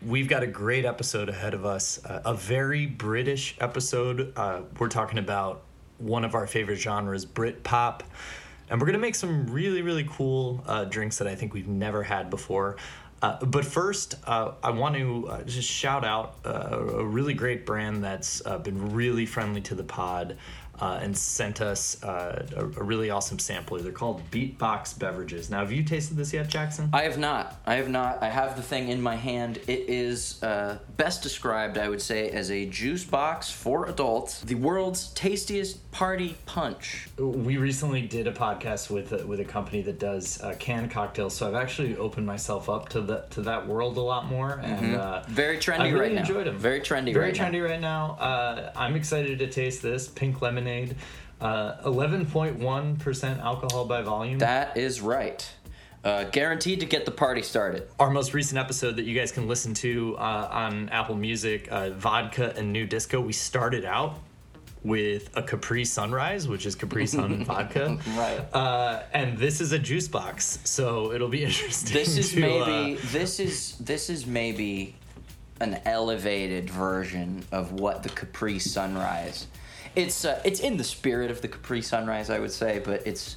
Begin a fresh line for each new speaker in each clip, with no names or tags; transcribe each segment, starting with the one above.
We've got a great episode ahead of us, uh, a very British episode. Uh, we're talking about one of our favorite genres, Brit pop. And we're going to make some really, really cool uh, drinks that I think we've never had before. Uh, but first, uh, I want to uh, just shout out uh, a really great brand that's uh, been really friendly to the pod uh, and sent us uh, a, a really awesome sampler. They're called Beatbox Beverages. Now, have you tasted this yet, Jackson?
I have not. I have not. I have the thing in my hand. It is uh, best described, I would say, as a juice box for adults. The world's tastiest party punch.
we recently did a podcast with a, with a company that does uh, canned cocktails, so I've actually opened myself up to the to that world a lot more. And uh,
Very Mm-hmm. trendy
I really
right now.
enjoyed them.
Very trendy
Very
right now.
trendy right now. Uh, I'm excited to taste this pink lemonade. Uh, 11.1% alcohol by volume.
That is right. Uh, guaranteed to get the party started.
Our most recent episode that you guys can listen to uh, on Apple Music, uh, Vodka and New Disco, we started out with a Capri Sunrise, which is Capri Sun and vodka.
Right.
Uh, and this is a juice box, so it'll be interesting.
This is
to,
maybe.
uh,
This is this is maybe an elevated version of what the Capri Sunrise. It's uh, it's in the spirit of the Capri Sunrise, I would say, but it's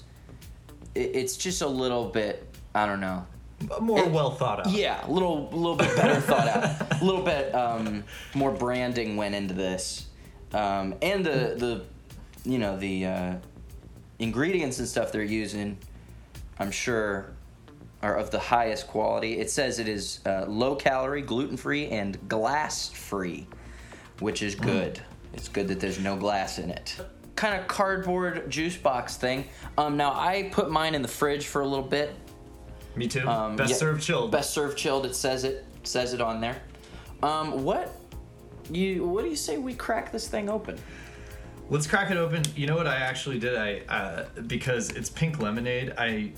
it, it's just a little bit. I don't know.
uh, more well thought out.
Yeah, a little little bit better thought out. A little bit um, more branding went into this, um, and the the you know the uh, ingredients and stuff they're using, I'm sure, are of the highest quality. It says it is uh, low calorie, gluten free, and glass free, which
Mm.
is good. It's good that there's no glass in it. Kind of cardboard juice box thing. Um, now I put mine in the fridge for a little bit.
Me too.
Um,
best
yeah,
served chilled.
Best served chilled. It says it says it on there. Um, what you what do you say we crack this thing open?
Let's crack it open. You know what I actually did? I uh, because it's pink lemonade. I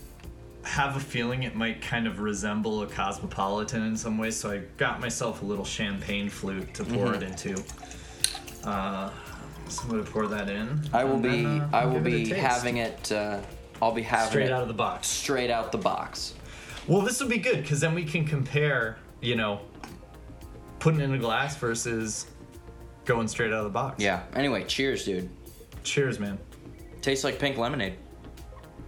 have a feeling it might kind of resemble a cosmopolitan in some ways. So I got myself a little champagne flute to pour it
Mm-hmm.
into. Uh, so I'm gonna pour that in.
I will
and
be
then, uh,
I will
give it a
be
taste.
having it. Uh, I'll be having
straight
it
out of the box.
straight out the box.
Well, this will be good because then we can compare. You know, putting it in a glass versus going straight out of the box.
Yeah. Anyway, cheers, dude.
Cheers, man.
Tastes like pink lemonade.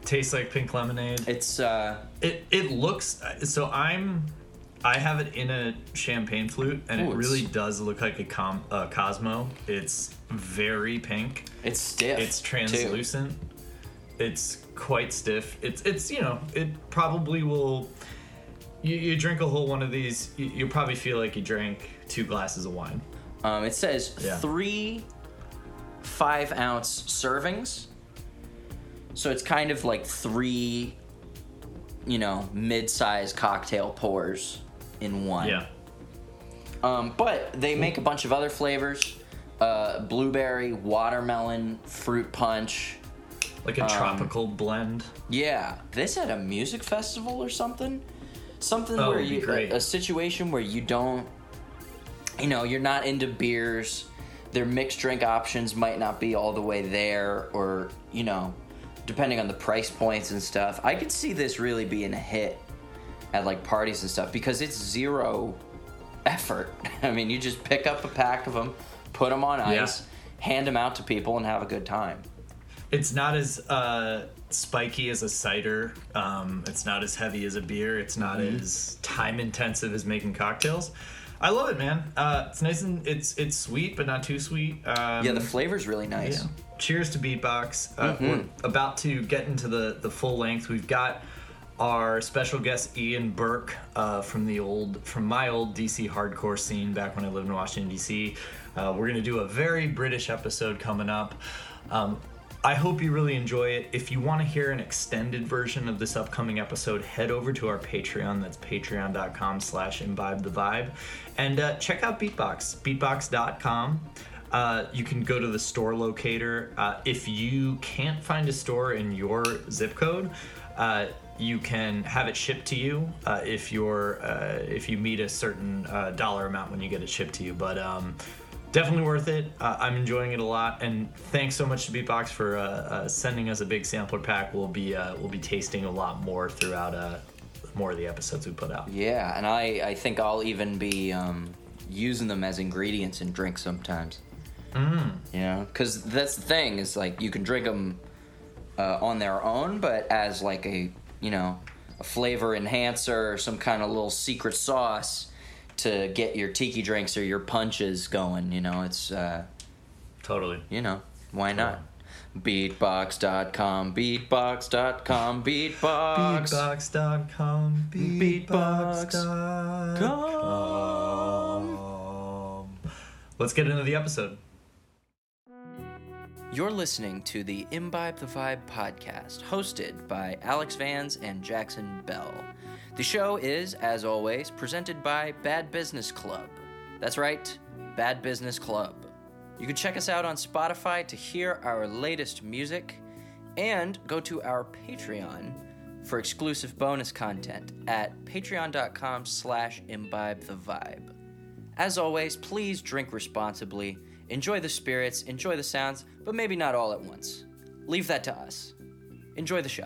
Tastes like pink lemonade.
It's uh,
It it looks so. I'm I have it in a champagne flute, and
Ooh,
it
it's-
really does look like a com a Cosmo. It's very pink.
it's stiff.
It's
too.
translucent. It's quite stiff. It's it's you know it probably will. You, you drink a whole one of these, you, you'll probably feel like you drank two glasses of wine.
Um, it says
Yeah.
three five ounce servings. So it's kind of like three, you know, mid sized cocktail pours in one.
Yeah.
Um, but they make a bunch of other flavors uh, blueberry, watermelon, fruit punch.
Like a
Um,
tropical blend.
Yeah. This at a music festival or something? Something
Oh,
where
it'd be
you
great.
A, a situation where you don't you know, you're not into beers. Their mixed drink options might not be all the way there or, you know, depending on the price points and stuff. I could see this really being a hit at like parties and stuff because it's zero effort. I mean, you just pick up a pack of them, put them on
Yeah.
ice, hand them out to people and have a good time.
It's not as uh, spiky as a cider. Um, it's not as heavy as a beer. It's not
Mm-hmm.
as time intensive as making cocktails. I love it, man. Uh, it's nice and it's it's sweet, but not too sweet. Um,
Yeah, the flavor's really nice.
yeah. Cheers to Beatbox. Uh, We're about to get into the the full length. We've got our special guest Ian Burke uh, from the old from my old DC hardcore scene back when I lived in Washington DC. Uh, we're gonna do a very British episode coming up. Um, I hope you really enjoy it. If you want to hear an extended version of this upcoming episode, head over to our Patreon. That's patreon.com slash imbibe the vibe. And uh, check out Beatbox, beatbox.com. Uh, you can go to the store locator. Uh, if you can't find a store in your zip code, uh, you can have it shipped to you uh, if you're uh, if you meet a certain uh, dollar amount when you get it shipped to you. But um, definitely worth it. Uh, I'm enjoying it a lot, and thanks so much to Beatbox for uh, uh, sending us a big sampler pack. We'll be uh, we'll be tasting a lot more throughout uh,
more of the episodes we put out.
Yeah, and I, I think I'll even be um, using them as ingredients in drinks sometimes. Mm. You know, because that's the thing is like you can drink them uh, on their own, but as like a you know a flavor enhancer, or some kind of little secret sauce to get your tiki drinks or your punches going. You know, it's uh,
Totally.
you know why not. Beatbox.com, beatbox.com, beatbox.
Beatbox.com.
Beatbox.com.
Beatbox.com. Let's get into the episode.
You're listening to the Imbibe the Vibe podcast, hosted by Alex Vans and Jackson Bell. The show is, as always, presented by Bad Business Club. That's right, Bad Business Club. You can check us out on Spotify to hear our latest music and go to our Patreon for exclusive bonus content at patreon.com slash imbibe the vibe. As always, please drink responsibly, enjoy the spirits, enjoy the sounds, but maybe not all at once. Leave that to us. Enjoy the show.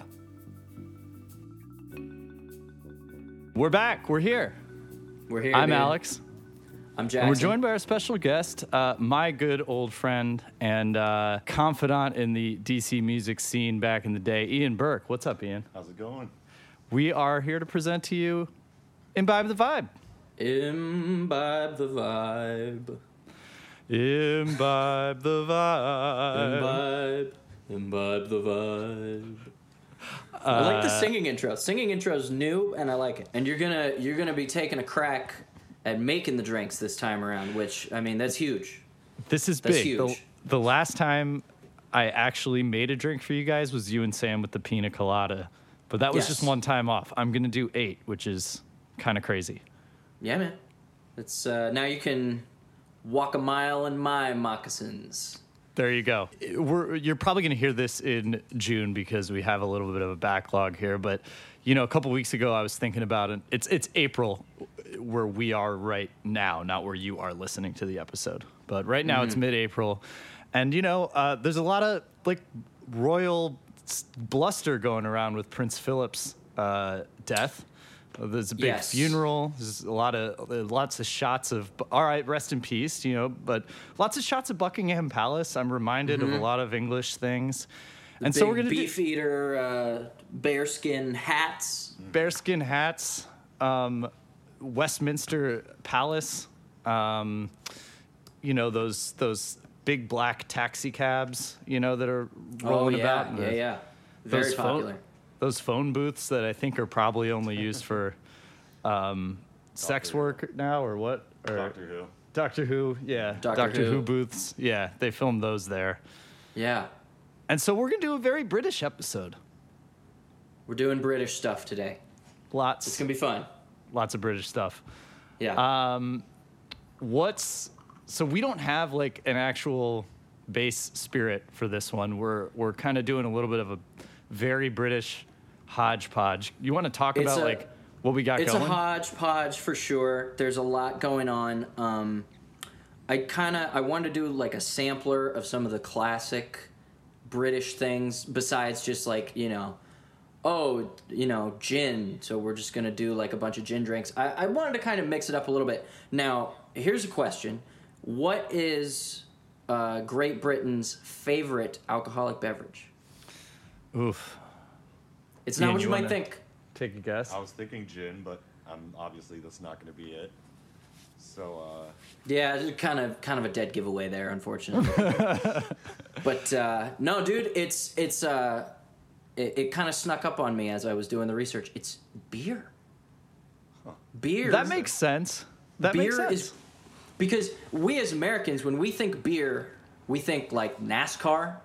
We're back. We're here.
We're here.
I'm Alex.
I'm
And
Jackson.
we're joined by our special guest, uh, my good old friend and uh, confidant in the DC music scene back in the day, Ian Burke. What's up, Ian?
How's it going?
We are here to present to you Imbibe the Vibe.
Imbibe the vibe.
Imbibe the Vibe.
Imbibe. Imbibe the vibe. I like the singing intro. Singing intro's new, and I like it. Uh, And you're gonna you're gonna be taking a crack at making the drinks this time around, which I mean that's huge.
This is
That's
big. The,
huge.
the last time I actually made a drink for you guys was you and Sam with the pina colada, but that was
Yes.
just one time off. I'm going to do eight, which is kind of crazy.
Yeah, man. It's uh, now you can walk a mile in my moccasins.
There you go. We're, you're probably going to hear this in June because we have a little bit of a backlog here. But you know, a couple weeks ago, I was thinking about it. It's it's April, where we are right now, not where you are listening to the episode. But right now, it's mid-April, and you know, uh, there's a lot of like royal s- bluster going around with Prince Philip's uh, death. There's a big
Yes.
funeral funeral. There's a lot of uh, lots of shots of all right, rest in peace, you know, but lots of shots of Buckingham Palace. I'm reminded of a lot of English things. And so we're
Mm-hmm. Big
gonna
beef eater, uh, bearskin hats.
do bearskin hats, um, Westminster Palace, um, you know those those big black taxi cabs, you know that are rolling
Oh, yeah,
about.
yeah,
The-
yeah. Very popular.
Phone, those phone booths that I think are probably only used for um, sex
Doctor.
work now, or what? Or,
Doctor Who.
Doctor Who, yeah.
Doctor
Who.
Who.
booths, yeah. They filmed those there.
Yeah,
And so we're going to do a very British episode.
we're doing British stuff today. It's
Lots
gonna be fun.
lots of British stuff. Uh,
Yeah.
What's so we don't have like an actual base spirit for this one. We're we're kind of doing a little bit of a very British hodgepodge. You want to talk
It's
about
a-
like what we got
it's
going?
a hodgepodge for sure. There's a lot going on. Um, I kind of I wanted to do like a sampler of some of the classic British things besides just like you know, oh you know gin. So we're just gonna do like a bunch of gin drinks. I, I wanted to kind of mix it up a little bit. Now here's a question: What is uh, Great Britain's favorite alcoholic beverage?
Oof.
It's not
Ian,
what you,
you
might
wanna-
think.
Take a guess.
I was thinking gin, but um, obviously that's not going to be it. So, uh,
Yeah, it's kind of kind of a dead giveaway there, unfortunately. but uh, no, dude, it's it's uh, it, it kind of snuck up on me as I was doing the research. It's beer. Beer.
That makes sense. That
beer
makes sense.
is because we as Americans, when we think beer, we think like NASCAR,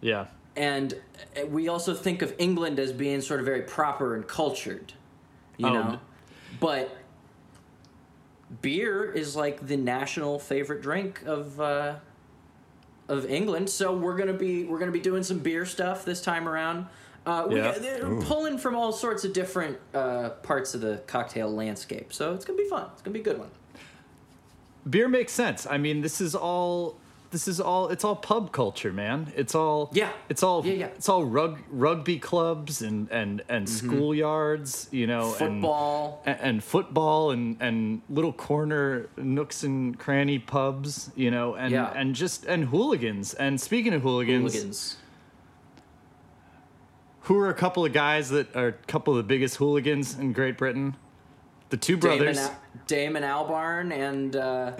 yeah.
and uh, we also think of England as being sort of very proper and cultured, you
Oh,
know.
n-
But beer is like the national favorite drink of uh, of England, so we're gonna be we're gonna be doing some beer stuff this time around. Uh, we,
Yeah.
they're pulling from all sorts of different uh, parts of the cocktail landscape, so it's gonna be fun. It's gonna be a good one.
beer makes sense. I mean, this is all this is all it's all pub culture, man. It's all
Yeah.
It's all
Yeah, yeah.
It's all rug, rugby clubs and and and schoolyards, you know, and-
Mm-hmm. Football.
and, and football and and little corner nooks and cranny pubs, you know, and
Yeah.
and just and hooligans. And speaking of hooligans,
Hooligans.
who are a couple of guys that are a couple of the biggest hooligans in Great Britain? The two brothers.
Damon, Al- Damon Albarn and uh,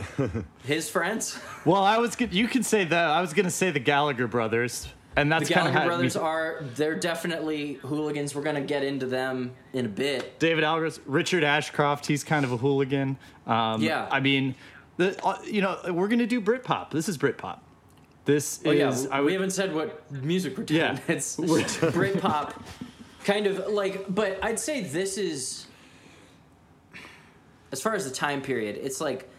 his friends.
Well, I was good. You can say that. I was gonna say the Gallagher brothers, and
The
that's kind of
Gallagher
how
brothers are, they're definitely hooligans. We're going to get into them in a bit.
David Algers, Richard Ashcroft. He's kind of a hooligan. Um,
Yeah.
I mean, the, uh, you know, we're gonna do Britpop. This is Britpop. This
Oh, yeah,
is.
we-
I
we
would,
haven't said what music we're doing.
Yeah.
It's
We're-
Britpop. Kind of like, but I'd say this is, as far as the time period, it's like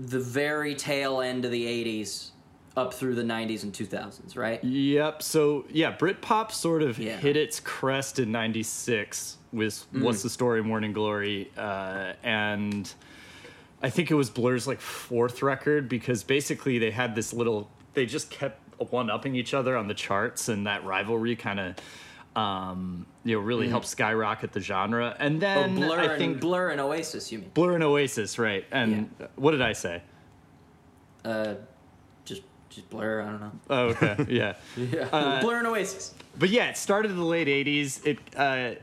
the very tail end of the 80s up through the 90s and 2000s, right?
Yep. So yeah, Britpop sort of
Yeah. Mm.
hit its crest in '96 with "What's the Story?" "Morning Glory," uh, and I think it was Blur's like fourth record because basically they had this little. They just kept one upping each other on the charts, and that rivalry kind of, um, you know, really helped skyrocket the genre. And
Or
then
Mm. Oh, Blur,
I
and,
think
Blur and Oasis, you mean?
Blur and Oasis, right? And what did I say?
Just, just Blur, I don't know.
Oh, okay, yeah.
Yeah.
Uh,
Blur and Oasis.
but yeah, it started in the late '80s. It, uh,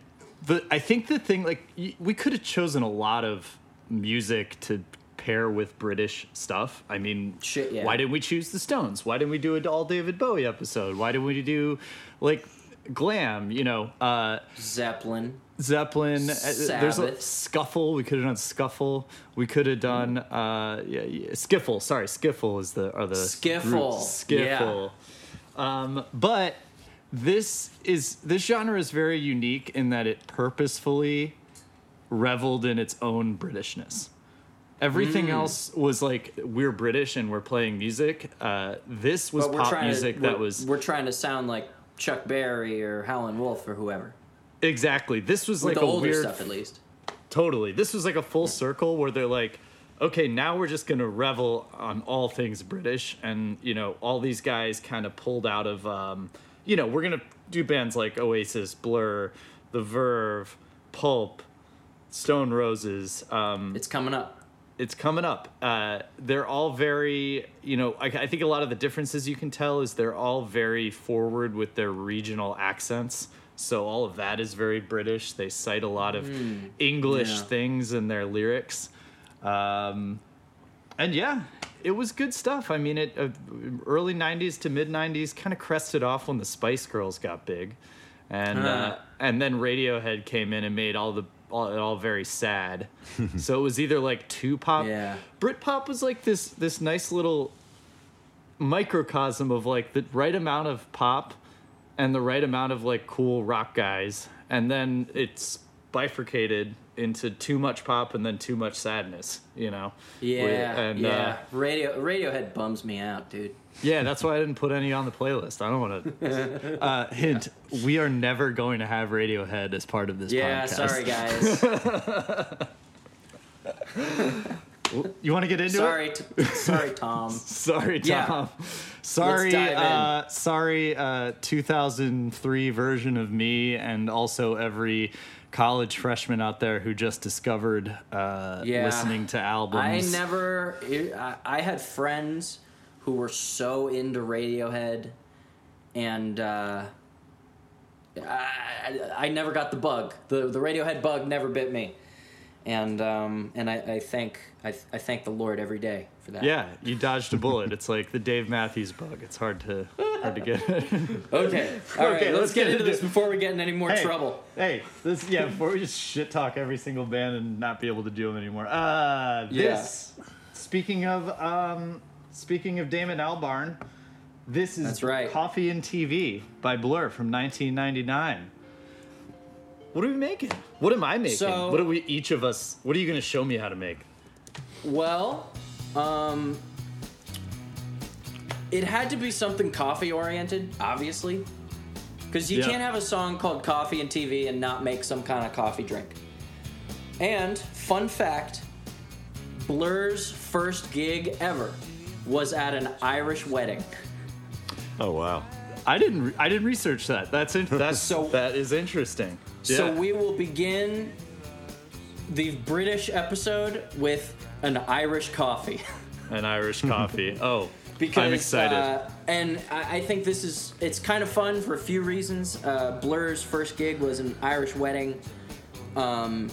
the I think the thing like y- we could have chosen a lot of music to pair with British stuff. I mean,
Shit, yeah.
Why didn't we choose the Stones? Why didn't we do an all David Bowie episode? Why didn't we do like glam? You know, uh,
Zeppelin.
Zeppelin. uh, There's a
Sabbath.
scuffle. We could have done scuffle. We could have done
Mm.
uh, yeah, yeah, skiffle. Sorry, skiffle is the are the
Skiffle,
groups.
yeah.
Skiffle. Um, but this is this genre is very unique in that it purposefully reveled in its own Britishness.
Mm.
Everything else was like we're British and we're playing music. Uh, this was
But we're
pop
trying
music
to,
that
we're-
was
We're trying to sound like Chuck Berry or Howlin' Wolf or whoever.
exactly. This was
With
like
the
a
older
weird
stuff, at least.
Totally. This was like a full circle where they're like, okay, now we're just going to revel on all things British. And, you know, all these guys kind of pulled out of, um, you know, we're going to do bands like Oasis, Blur, The Verve, Pulp, Stone Roses. Um,
It's coming up.
it's coming up. Uh, they're all very, you know, I, I think a lot of the differences you can tell is they're all very forward with their regional accents. So all of that is very British. They cite a lot of English
yeah.
things in their lyrics. Um, and yeah, it was good stuff. I mean, it uh, early '90s to mid '90s kind of crested off when the Spice Girls got big, and uh,
Ah.
and then Radiohead came in and made all the all, it all very sad. so it was either like two pop.
Yeah.
Britpop was like this this nice little microcosm of like the right amount of pop and the right amount of like cool rock guys and then it's bifurcated into too much pop and then too much sadness you know
Yeah,
With- and
yeah.
uh,
Radio Radiohead bums me out, dude.
yeah that's why i didn't put any on the playlist i don't want to uh, hint we are never going to have radiohead as part of this
Yeah,
podcast
sorry guys.
you want to get into it
sorry, t- sorry, Tom.
sorry
Yeah.
tom sorry
dive in.
uh, sorry uh, 2003 version of me and also every college freshman out there who just discovered uh,
Yeah.
listening to
I
albums
never. I, I had friends who were so into Radiohead, and uh, I, I never got the bug. the The Radiohead bug never bit me, and um, and I, I thank I, I thank the Lord every day for that.
yeah you dodged a bullet it's like the dave matthews bug it's hard to hard to get
Okay. All right.
Okay,
let's,
let's
get,
get
into
into
this
it.
before we get in any more
Hey,
trouble.
Hey, this yeah. Before we just shit talk every single band and not be able to do them anymore. Uh, this. Speaking of um, speaking of Damon Albarn, this is
That's right.
Coffee and TV by Blur from 1999. What are we making? What am I making?
So-
what are we each of us? What are you going to show me how to make?
Well, um, it had to be something coffee oriented, obviously, because you
Yeah.
can't have a song called "Coffee and TV" and not make some kind of coffee drink. And fun fact, Blur's first gig ever was at an Irish wedding.
Oh wow.
I didn't. Re- I didn't research that. That's in- that's
So-
that is interesting.
So
Yeah.
we will begin the British episode with an Irish coffee.
an Irish coffee. Oh,
because
I'm excited.
Uh, and I, I think this is it's kind of fun for a few reasons. Uh, Blur's first gig was an Irish wedding. Um,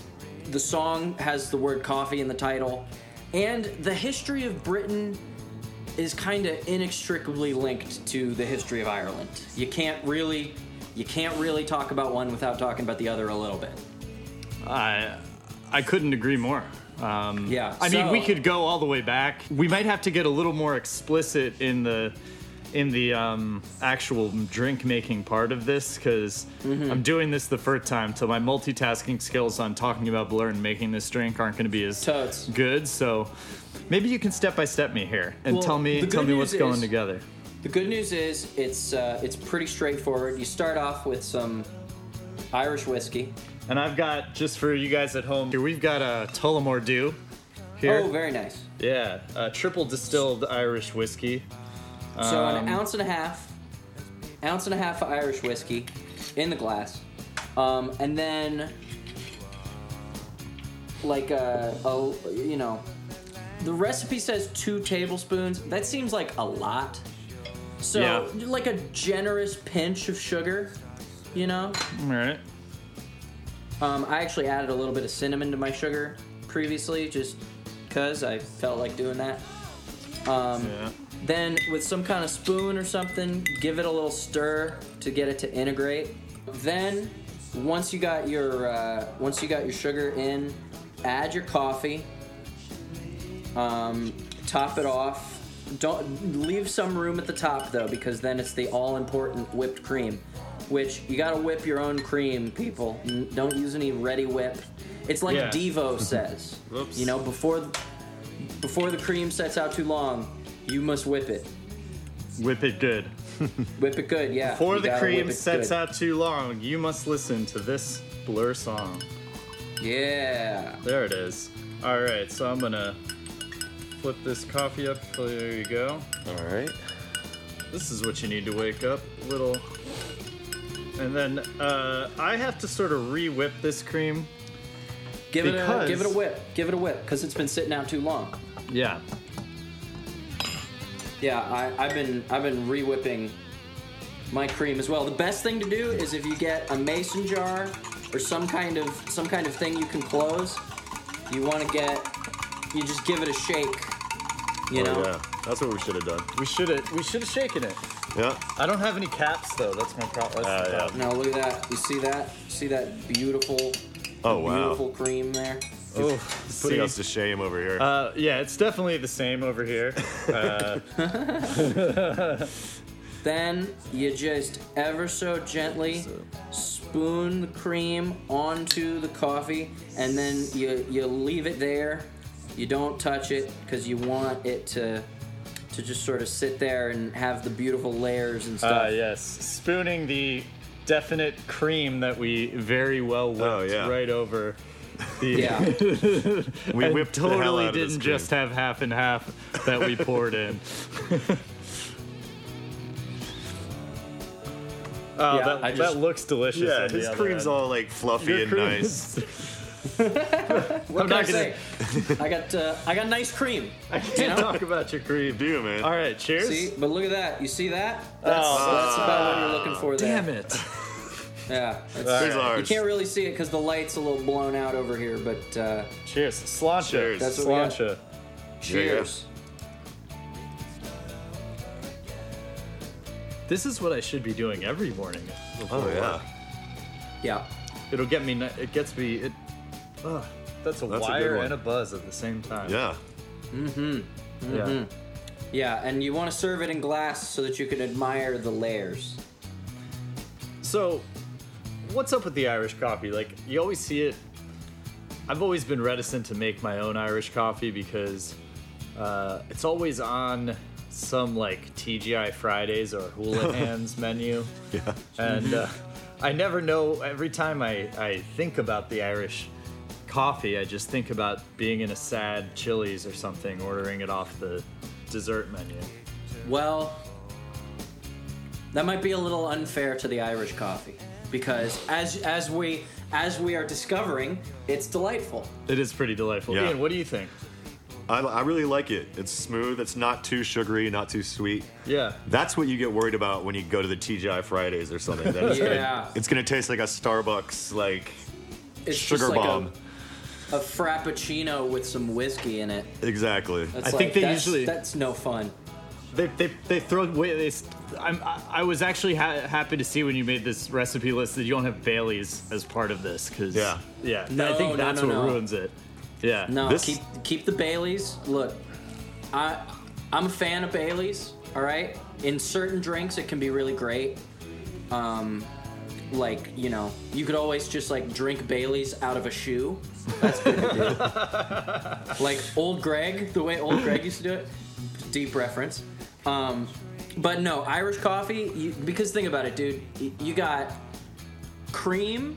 the song has the word coffee in the title, and the history of Britain is kind of inextricably linked to the history of Ireland. You can't really you can't really talk about one without talking about the other a little bit.
I I couldn't agree more. Um,
Yeah,
I mean,
so-
we could go all the way back. We might have to get a little more explicit in the in the um, actual drink making part of this because
Mm-hmm.
I'm doing this the first time, so my multitasking skills on talking about blur and making this drink aren't going to be as
Totes.
good. So maybe you can step by step me here and
Well,
tell me
the
tell
good
me
news
what's going
is-
together.
The good news is it's uh, it's pretty straightforward. You start off with some Irish whiskey.
And I've got just for you guys at home here. We've got a Tullamore Dew here.
Oh, very nice.
yeah, a triple distilled Irish whiskey.
So
Um,
an ounce and a half, ounce and a half of Irish whiskey in the glass, um, and then like a, a you know, the recipe says two tablespoons. That seems like a lot. So
Yeah.
like a generous pinch of sugar, you know.
All right.
Um, I actually added a little bit of cinnamon to my sugar previously, just because I felt like doing that. Um,
Yeah.
Then, with some kind of spoon or something, give it a little stir to get it to integrate. Then, once you got your uh, once you got your sugar in, add your coffee. Um, top it off. Don't leave some room at the top though, because then it's the all important whipped cream, which you gotta whip your own cream, people. N- Don't use any ready whip. It's like
Yeah.
Devo says.
Whoops.
You know, before before the cream sets out too long, you must whip it.
Whip it good.
Whip it good, yeah.
Before
You
the
gotta whip
cream
it
sets
good.
out too long, you must listen to this blur song.
Yeah.
There it is. All right, so I'm gonna flip this coffee up. Oh, There you go.
All right.
This is what you need to wake up, little. And then uh, I have to sort of re-whip this cream.
Give it a
Because-
give it a whip. Give it a whip, because it's been sitting out too long.
Yeah.
Yeah, I, I've been I've been re-whipping my cream as well. The best thing to do is if you get a mason jar or some kind of some kind of thing you can close, you want to get you just give it a shake.
Oh,
You know,
yeah, that's what we should have done.
We should have we should have shaken it.
Yeah.
I don't have any caps though. That's my problem.
Uh, yeah.
now look at that. You see that? See that beautiful
Oh wow.
beautiful cream there?
Oh,
Putting
see.
us to shame over here.
Uh, yeah, it's definitely the same over here.
Then you just ever so gently spoon the cream onto the coffee, and then you you leave it there. You don't touch it because you want it to to just sort of sit there and have the beautiful layers
Uh,
and
Ah,
stuff.
yes. Spooning the definite cream that we very well whipped
Oh, yeah.
right over. The,
Yeah.
we
and
whipped
totally
the hell out of
didn't
this
just
cream.
have half and half that we poured in. Oh,
Yeah,
that,
I
that
just-
looks delicious.
Yeah,
on the
his
other
cream's
end.
all like fluffy
Your
and
cream
nice.
is-
What
I'm
can I
not gonna-
say? I got uh, I got nice cream.
I can't talk about your cream.
Do you, man?
All right, cheers.
See, but look at that. You see that? That's,
Oh.
that's about what you're looking for there.
Damn it.
Yeah. That's,
Here's
Alright.
You
ours.
can't really see it because the light's a little blown out over here, but uh,
Cheers. Sláinte.
Cheers. That's
what we got.
Sláinte.
cheers.
This is what I should be doing every morning. before
Oh
work.
yeah.
Yeah.
It'll get me. ni- It gets me. It. Ugh, that's a
That's a good
wire
one.
and a buzz at the same time.
Yeah.
Yeah.
Yeah, and you want to serve it in glass so that you can admire the layers.
So, what's up with the Irish coffee? Like you always see it. I've always been reticent to make my own Irish coffee because uh, it's always on some like TGI Fridays or Hula Hands menu.
Yeah. Mm-hmm.
and uh, I never know. Every time I, I think about the Irish coffee, I just think about being in a sad Chili's or something, ordering it off the
dessert menu.
Well, that might be a little unfair to the Irish coffee because as as we as we are discovering, it's delightful.
It is pretty delightful.
Yeah.
Ian, what do you think?
I, I really like it. It's smooth. It's not too sugary, not too sweet.
Yeah.
That's what you get worried about when you go to the TGI Fridays or something. That it's,
Yeah.
gonna, it's gonna taste like a Starbucks like
It's
sugar
just like
bomb.
A, a frappuccino with some whiskey in it.
exactly.
That's
I
like,
think they
that's,
usually-
that's no fun.
They, they, they throw away this. I'm, I, I was actually ha- happy to see when you made this recipe list that you don't have Bailey's as part of this because
Yeah.
yeah
No,
I think
no,
that's
no,
what
no.
ruins it. Yeah.
No,
This-
keep keep the Baileys. Look, I I'm a fan of Baileys. All right, in certain drinks it can be really great. Um, like you know, you could always just like drink Baileys out of a shoe. That's good to do. like old Greg, the way old Greg used to do it. Deep reference. Um, but no, Irish coffee. You, because think about it, dude. Y- You got cream,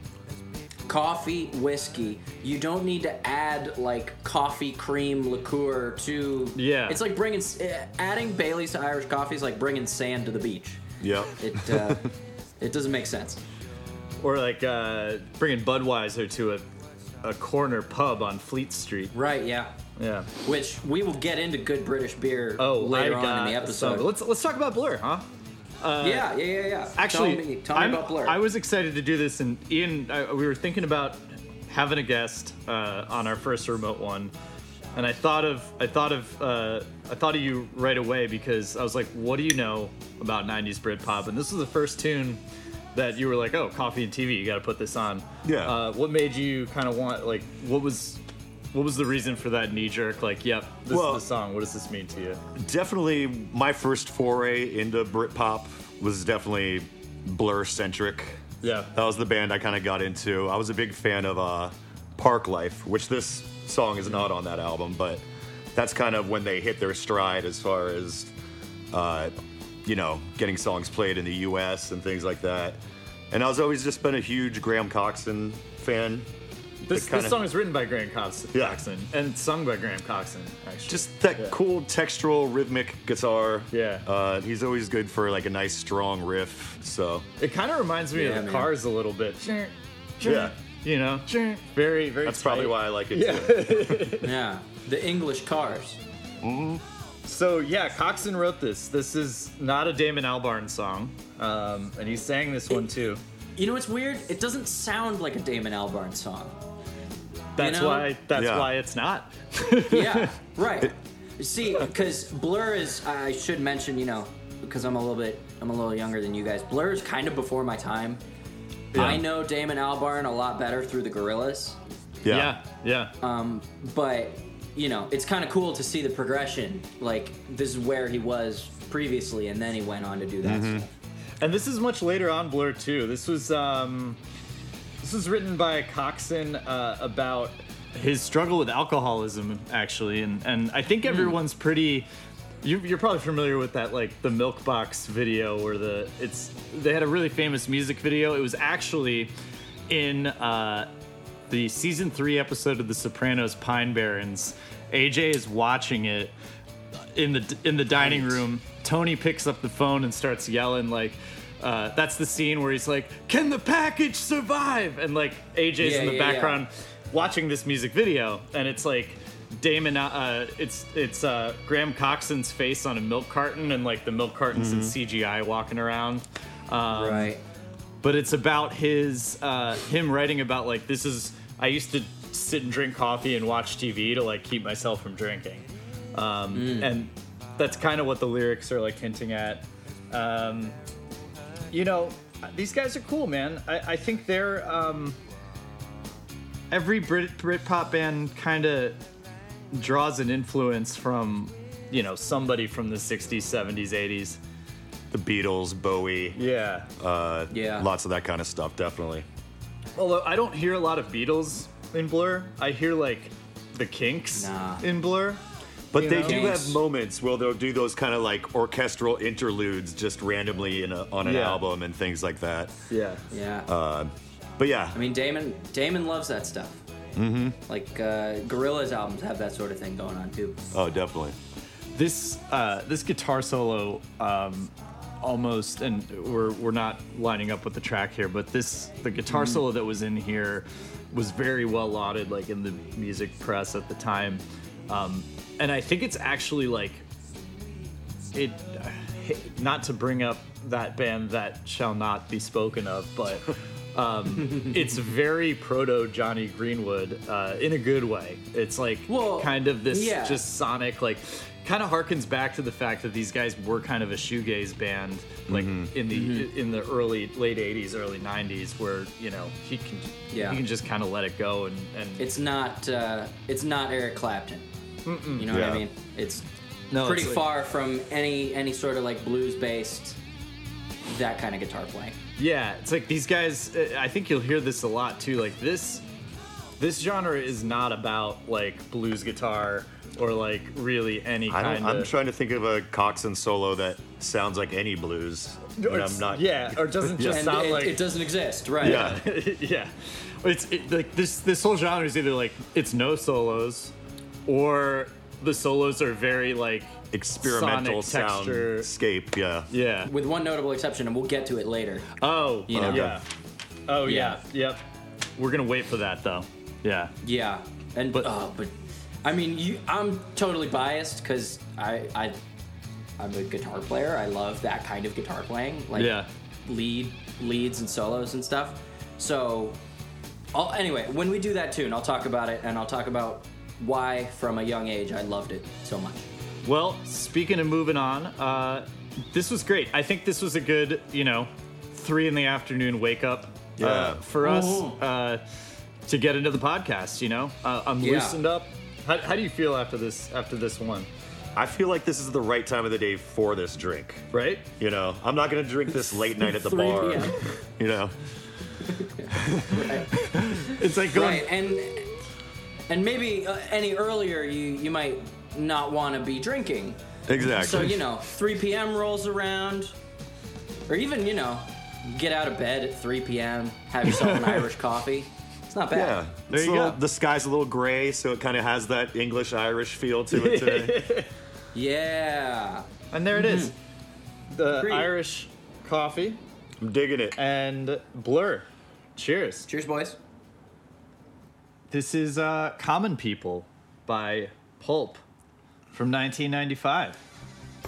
coffee, whiskey. You don't need to add like coffee, cream, liqueur to.
Yeah.
It's like bringing s- eh, adding Bailey's to Irish coffee is like bringing sand to the beach.
Yep.
It uh, it doesn't make sense.
Or like uh, bringing Budweiser to a, a corner pub on Fleet Street.
Right? Yeah.
Yeah.
Which we will get into good British beer
Oh,
later
I
on in
got
the episode.
some- let's let's talk about Blur, huh?
yeah, yeah, yeah, yeah.
Actually,
tell me, tell me
I'm-
about Blur.
I was excited to do this, and Ian, I, we were thinking about having a guest uh, on our first remote one, and I thought of I thought of uh, I thought of you right away because I was like, what do you know about '90s Britpop? And this was the first tune that you were like, oh, coffee and TV, you got to put this on.
Yeah.
Uh, what made you kind of want like what was what was the reason for that knee jerk? Like, yep, this
Well-
is the song. What does this mean to you?
Definitely my first foray into Britpop was definitely Blur centric.
Yeah.
That was the band I kind of got into. I was a big fan of uh, Park Life, which this song is not on that album, but that's kind of when they hit their stride as far as, uh, you know, getting songs played in the US and things like that. And I was always just been a huge Graham Coxon fan.
This, this
It kinda-
song is written by Graham Cox-
Yeah.
Coxon and sung by Graham Coxon. Actually,
Just that
Yeah.
cool textural rhythmic guitar.
Yeah.
Uh, he's always good for like a nice strong riff. So
It kind of reminds me
Yeah,
of the
man.
Cars a little bit.
Yeah.
You know, very very.
that's probably
tight.
why I like it too.
yeah, the English Cars.
So yeah, Coxon wrote this. This is not a Damon Albarn song, um, and he sang this one too.
You know what's weird? It doesn't sound like a Damon Albarn song.
That's
know?
why. That's
Yeah.
why it's not.
yeah, right. See, because Blur is, I should mention, you know, because I'm a little bit, I'm a little younger than you guys. Blur is kind of before my time. I know Damon Albarn a lot better through the Gorillas,
Yeah. Yeah.
but you know, it's kind of cool to see the progression. Like this is where he was previously, and then he went on to do that. Stuff.
And this is much later on Blur too. This was um, this was written by Coxon uh, about his struggle with alcoholism, actually, and and I think everyone's pretty. You, you're probably familiar with that, like the Milk Box video, where the it's they had a really famous music video. It was actually in uh, the season three episode of The Sopranos, Pine Barrens. AJ is watching it in the in the dining room. Tony picks up the phone and starts yelling like, uh, "That's the scene where he's like, can the package survive?" And like AJ's
Yeah,
in the
yeah, yeah.
background watching this music video, and it's like Damon, uh, it's it's uh, Graham Coxon's face on a milk carton, and like the milk cartons
Mm-hmm.
in CGI walking around. Um,
Right.
but it's about his uh, him writing about like this is I used to sit and drink coffee and watch TV to like keep myself from drinking, um, and that's kind of what the lyrics are like hinting at. Um, you know, these guys are cool, man. I, I think they're um, every Brit Britpop band kind of draws an influence from you know somebody from the '60s, '70s, '80s.
The Beatles, Bowie,
Yeah,
uh,
Yeah.
lots of that kind of stuff, definitely.
Although I don't hear a lot of Beatles in Blur, I hear like the Kinks
Nah.
in Blur.
But
You
they
know?
do
Thanks.
have moments where they'll do those kind of like orchestral interludes just randomly in a, on an
Yeah.
album and things like that.
Yeah.
Yeah.
But yeah,
I mean, Damon Damon loves that stuff. Mm-hmm. Like uh, Gorillaz albums have that sort of thing going on too.
oh, definitely.
this uh, this guitar solo um, almost and we're we're not lining up with the track here but this the guitar
Mm-hmm.
solo that was in here was very well lauded like in the music press at the time um, and i think it's actually like it uh, not to bring up that band that shall not be spoken of but um, it's very proto johnny greenwood uh, in a good way it's like
Well,
kind of this
yeah.
just sonic like kind of harkens back to the fact that these guys were kind of a shoegaze band like
Mm-hmm.
in the in the early late 80s early 90s where you know he can
Yeah.
he can just kind of let it go and and
It's not. Uh, it's not Eric Clapton. You know what I
Yeah.
mean? It's
No,
pretty
it's like-
far from any any sort of like blues based that kind of guitar playing.
Yeah, it's like these guys. uh, I think you'll hear this a lot too. Like this, this genre is not about like blues guitar or like really any
I
kind
don't, I'm
of.
trying to think of a Coxon solo that sounds like any blues.
Or
And
it's-
I'm not.
Yeah, or it doesn't just
and
sound
it,
like.
it doesn't exist, right?
Yeah.
yeah, it's it, like this. This whole genre is either like it's no solos, or the solos are very like
Experimental
sonic texture.
soundscape. Yeah.
Yeah.
With one notable exception, and we'll get to it later.
Oh.
You know.
Yeah. Oh
Yeah.
yeah. Yep. We're gonna wait for that though. Yeah.
Yeah, and
But-
but uh, but I mean, you, I'm totally biased because I I I'm a guitar player. I love that kind of guitar playing, like
Yeah.
lead leads and solos and stuff. So, I'll, anyway, when we do that tune, I'll talk about it and I'll talk about why from a young age I loved it so much.
Well, speaking of moving on, uh, this was great. I think this was a good, you know, three in the afternoon wake up
Yeah.
uh, for us
Mhm.
uh, to get into the podcast. You know, uh, I'm
Yeah.
loosened up. How, how do you feel after this? After this one,
I feel like this is the right time of the day for this drink.
right?
You know, I'm not gonna drink this late night at the
3
bar.
p.m..
You know,
It's like going.
Right, and and maybe uh, any earlier you you might not want to be drinking.
exactly.
So you know, 3 p.m. rolls around, or even you know, get out of bed at 3 p.m. Have yourself an Irish coffee. It's not
Yeah.
bad.
There
It's
you
a little-
go.
The sky's a little gray, so it kind of has that English Irish feel to it today.
Yeah.
And there it is, Mm-hmm. the
Great.
Irish coffee
I'm digging it.
and blur. Cheers.
Cheers, boys.
This is uh, Common People by Pulp from 1995.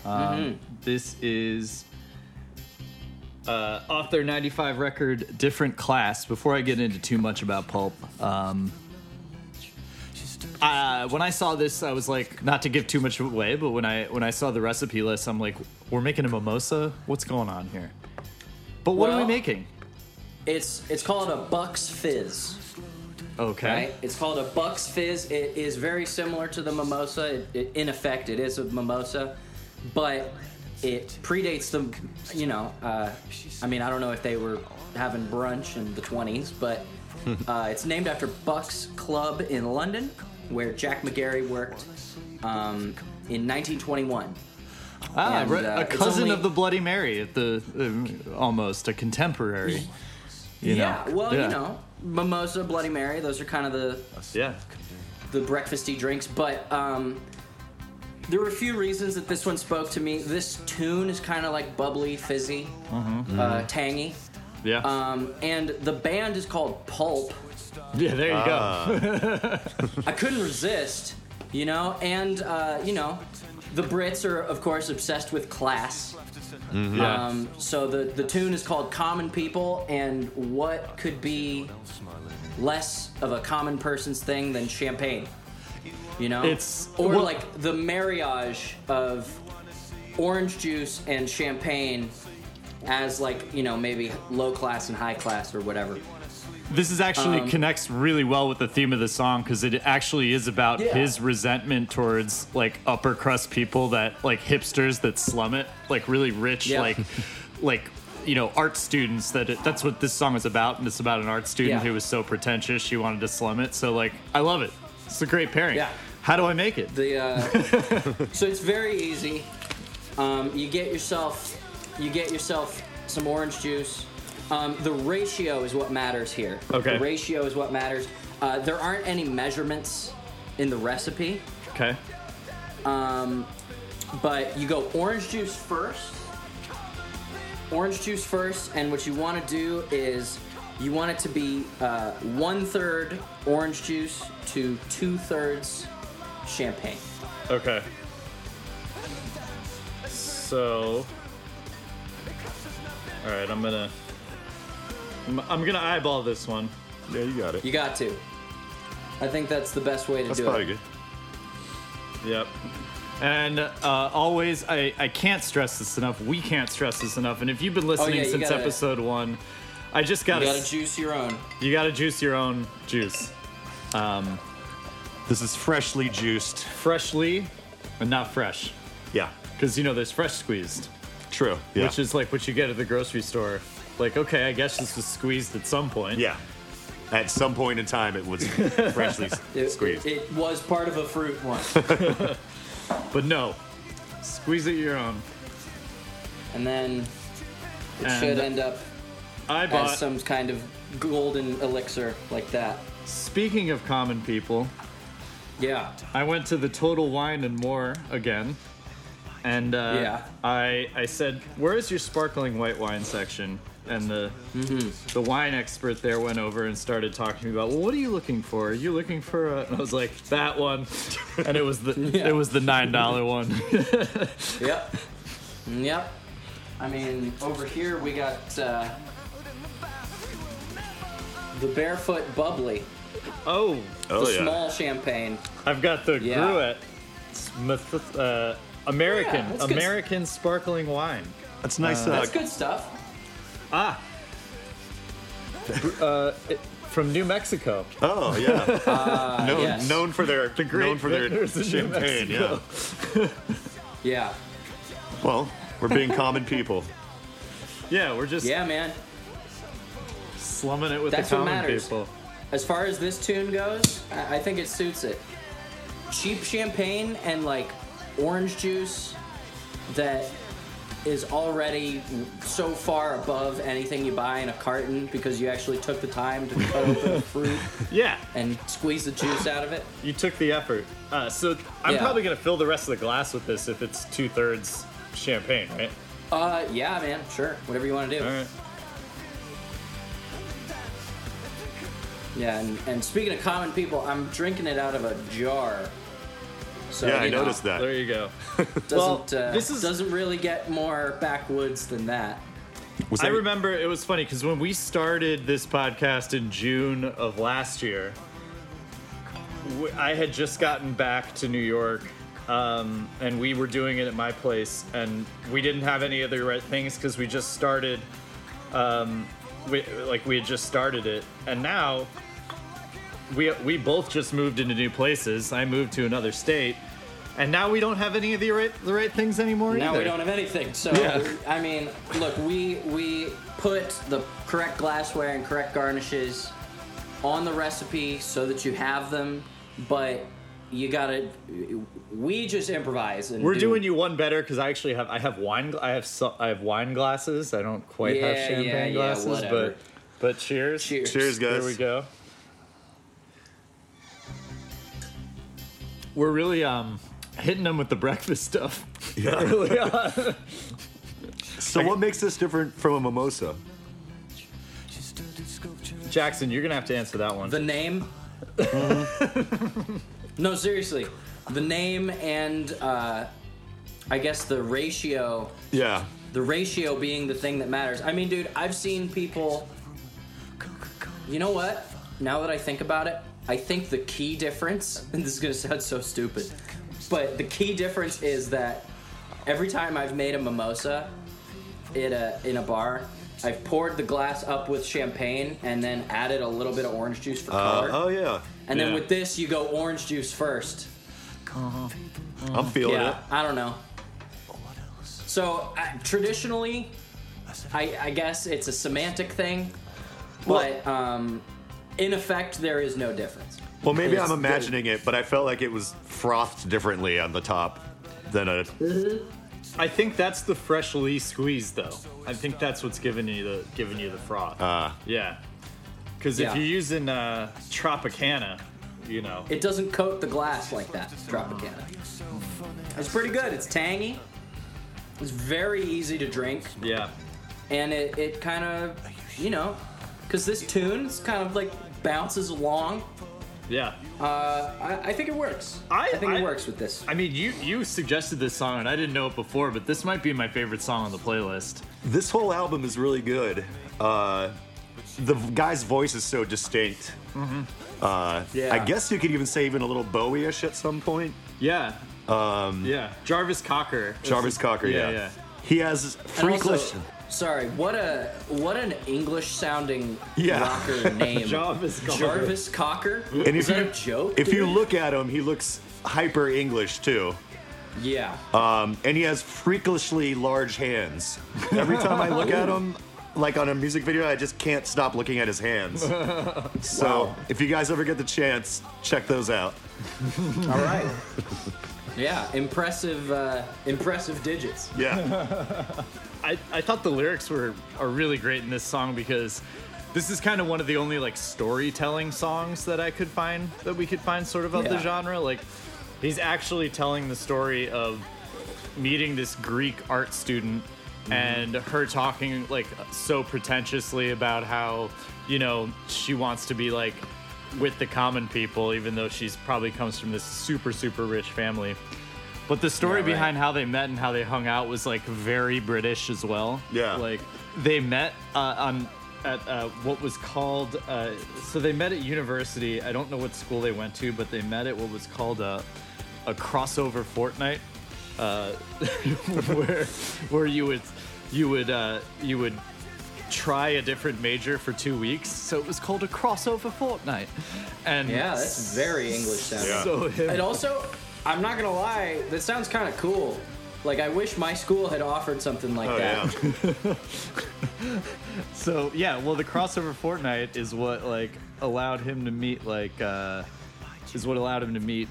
Mm-hmm.
Um, This is uh, off their 95 record, Different Class. Before I get into too much about Pulp, um, uh, when I saw this, I was like, not to give too much away, but when I when I saw the recipe list, I'm like, we're making a mimosa. What's going on here? But what are
Well-
we making?
It's it's called a Bucks Fizz.
Okay.
Right? It's called a Bucks Fizz. It is very similar to the mimosa. It, it, in effect, it is a mimosa, but it predates the, you know, uh, I mean, I don't know if they were having brunch in the 20s, but uh, it's named after Bucks Club in London, where Jack McGarry worked um, in 1921.
Ah,
And,
right,
uh,
a
it's
cousin
only-
of the Bloody Mary, at the um, almost a contemporary. You
yeah,
know?
well, you know, mimosa, Bloody Mary, those are kind of the
Yeah.
the breakfasty drinks, but um, there were a few reasons that this one spoke to me. This tune is kind of like bubbly, fizzy, uh, tangy,
Yeah.
um, and the band is called Pulp.
yeah. There you go.
I couldn't resist, you know, and uh, you know, the Brits are of course obsessed with class.
yeah.
Um, so the the tune is called "Common People," and what could be less of a common person's thing than champagne? You know,
It's-
or
well-
like the marriage of orange juice and champagne as like you know maybe low class and high class or whatever.
this is actually
um,
connects really well with the theme of the song because it actually is about
Yeah.
his resentment towards like upper crust people that like hipsters that slum it, like really rich,
Yeah.
like like you know art students that it, that's what this song is about, and it's about an art student
Yeah.
who was so pretentious she wanted to slum it. So like, I love it. It's a great pairing.
Yeah.
How do I make it?
The uh, so it's very easy. Um, you get yourself you get yourself some orange juice. Um, the ratio is what matters here.
Okay.
The ratio is what matters. Uh, there aren't any measurements in the recipe.
Okay.
But you go orange juice first. Orange juice first, and what you want to do is you want it to be uh, one third orange juice to two thirds champagne.
Okay. So. All right, I'm gonna. I'm, I'm gonna eyeball this one.
Yeah, you got it.
You got to. I think that's the best way to
That's
do
probably
it.
good.
Yep.
And uh, always, I, I can't stress this enough. We can't stress this enough. And if you've been listening
Oh, yeah, you
since
gotta-
episode one, I just
You
gotta
gotta juice your own.
you gotta juice your own juice,
This is freshly juiced.
freshly, and not fresh,
Yeah,
because you know there's fresh squeezed,
true. Yeah.
which is like what you get at the grocery store. Like, okay, I guess this was squeezed at some point.
yeah. At some point in time, it was freshly s-
It,
squeezed.
It, it was part of a fruit once.
But no, squeeze it your own.
and then it
And
should end up
I bought.
as some kind of golden elixir like that.
Speaking of common people,
Yeah.
I went to the Total Wine and More again, and uh,
Yeah.
I I said, "Where is your sparkling white wine section?" And the
Mm-hmm.
the wine expert there went over and started talking to me about, "Well, what are you looking for? Are you looking for?" A... And I was like, "That one," and it was the
Yeah.
it was the nine dollar one.
Yep. Yep. I mean, over here we got uh, the barefoot bubbly,
oh,
oh
the
yeah.
small champagne.
I've got the
Yeah.
Gruet It's meth- uh, American
Yeah, that's good.
American sparkling wine.
That's nice. Uh,
That's good stuff.
Ah, Br- uh, it, from New Mexico.
Oh yeah.
Uh,
known,
yes.
known for their
great
known for their
vintners of New
champagne. Yeah.
Yeah.
Well, we're being common people.
Yeah, we're just
Yeah, man.
slumming it with
That's
the
what
common
matters.
people.
As far as this tune goes, I, I think it suits it. Cheap champagne and like orange juice that is already so far above anything you buy in a carton because you actually took the time to cut open the fruit
Yeah,
and squeeze the juice out of it.
you took the effort. Uh, so th- I'm
Yeah.
probably gonna fill the rest of the glass with this if it's two thirds champagne, right?
Uh, yeah, man, sure, whatever you want to do.
All right.
Yeah, and, and speaking of common people, I'm drinking it out of a jar. So,
Yeah, I
you know,
noticed that.
There you go. Well,
Doesn't uh,
this is-
doesn't really get more backwoods than that.
Was
I
that-
remember it was funny because when we started this podcast in June of last year, w- I had just gotten back to New York. Um, and we were doing it at my place, and we didn't have any other right things because we just started, um, we, like we had just started it, and now we we both just moved into new places. I moved to another state, and now we don't have any of the right the right things anymore.
Now
either.
we don't have anything. So
Yeah.
I mean, look, we we put the correct glassware and correct garnishes on the recipe so that you have them, but you gotta. We just improvise. And
We're
do-
doing you one better because I actually have I have wine gla- I have so, I have wine glasses. I don't quite have
Yeah,
champagne
yeah, yeah,
glasses,
whatever.
but but cheers.
Cheers.
Cheers, guys.
Here we go. We're really um hitting them with the breakfast stuff. Early on.
So what makes this different from a mimosa?
Jackson, you're gonna have to answer that one.
The name?
Mm-hmm.
no, seriously. The name and uh, I guess the ratio,
Yeah.
the ratio being the thing that matters. I mean, dude, I've seen people. You know what? Now that I think about it, I think the key difference, and this is going to sound so stupid, but the key difference is that every time I've made a mimosa in a, in a bar, I've poured the glass up with champagne and then added a little bit of orange juice for
Uh,
color.
oh yeah.
And then
Yeah.
with this, you go orange juice first.
I'm feeling
Oh. yeah, I don't know. So I, traditionally, I, I guess it's a semantic thing, but um, in effect, there is no difference.
it. Well, maybe
It's
I'm imagining it, but I felt like it was frothed differently on the top than a.
I think that's the freshly squeezed though. I think that's what's giving you the giving you the froth.
Uh,
yeah. Because
Yeah.
if you're using uh, Tropicana, you know
It doesn't coat the glass like that, Tropicana. It's pretty good. It's tangy. It's very easy to drink,
Yeah.
and it, it kind of, you know, because this tune is kind of like bounces along.
Yeah.
Uh, I, I think it works.
I-
think it
I-
works with this.
I mean, you you suggested this song, and I didn't know it before, but this might be my favorite song on the playlist.
This whole album is really good. Uh, the v- guy's voice is so distinct. Uh,
Yeah.
I guess you could even say even a little Bowie-ish at some point.
Yeah. Um. Yeah. Jarvis Cocker.
Jarvis Cocker, yeah.
yeah, yeah.
He has
And
three
also-
clips.
Sorry, what a what an English sounding
Yeah.
rocker name.
Jarvis Cocker.
Jarvis Cocker?
And
Is
if
that
you
a joke?
if you
dude?
look at him, he looks hyper English too.
Yeah.
Um, and he has freakishly large hands. Every time I look at him, like on a music video, I just can't stop looking at his hands. So if you guys ever get the chance, check those out.
All right. yeah, impressive uh, impressive digits.
Yeah.
I, I thought the lyrics were are really great in this song because this is kind of one of the only like storytelling songs that I could find that we could find sort of of the
Yeah.
genre. Like he's actually telling the story of meeting this Greek art student and her talking like so pretentiously about how, you know, she wants to be like with the common people, even though she's probably comes from this super, super rich family. But the story
Yeah, right.
behind how they met and how they hung out was like very British as well.
Yeah.
Like they met uh, on at uh, what was called uh, so they met at university. I don't know what school they went to, but they met at what was called a a crossover fortnight, uh, where where you would you would uh, you would try a different major for two weeks. So it was called a crossover fortnight. And
Yeah, that's very English sounding.
Yeah.
so him-
And also, I'm not gonna lie, that sounds kind of cool. Like I wish my school had offered something like
Oh
that.
yeah.
So yeah, well, the crossover Fortnite is what like allowed him to meet like uh, is what allowed him to meet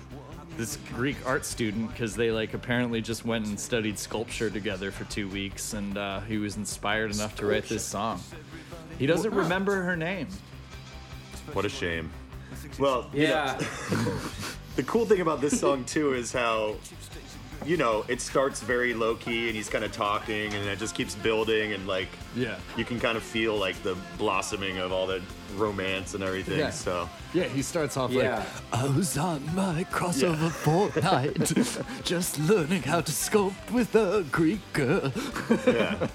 this Greek art student because they like apparently just went and studied sculpture together for two weeks, and uh, he was inspired enough to write this song. He doesn't remember her name.
What a shame. Well,
Yeah.
the cool thing about this song too is how you know it starts very low key and he's kind of talking and it just keeps building and like
Yeah.
you can kind of feel like the blossoming of all the romance and everything.
Yeah.
So
Yeah, he starts off
Yeah.
I was on my crossover Fortnite, just learning how to sculpt with a Greek girl.
yeah.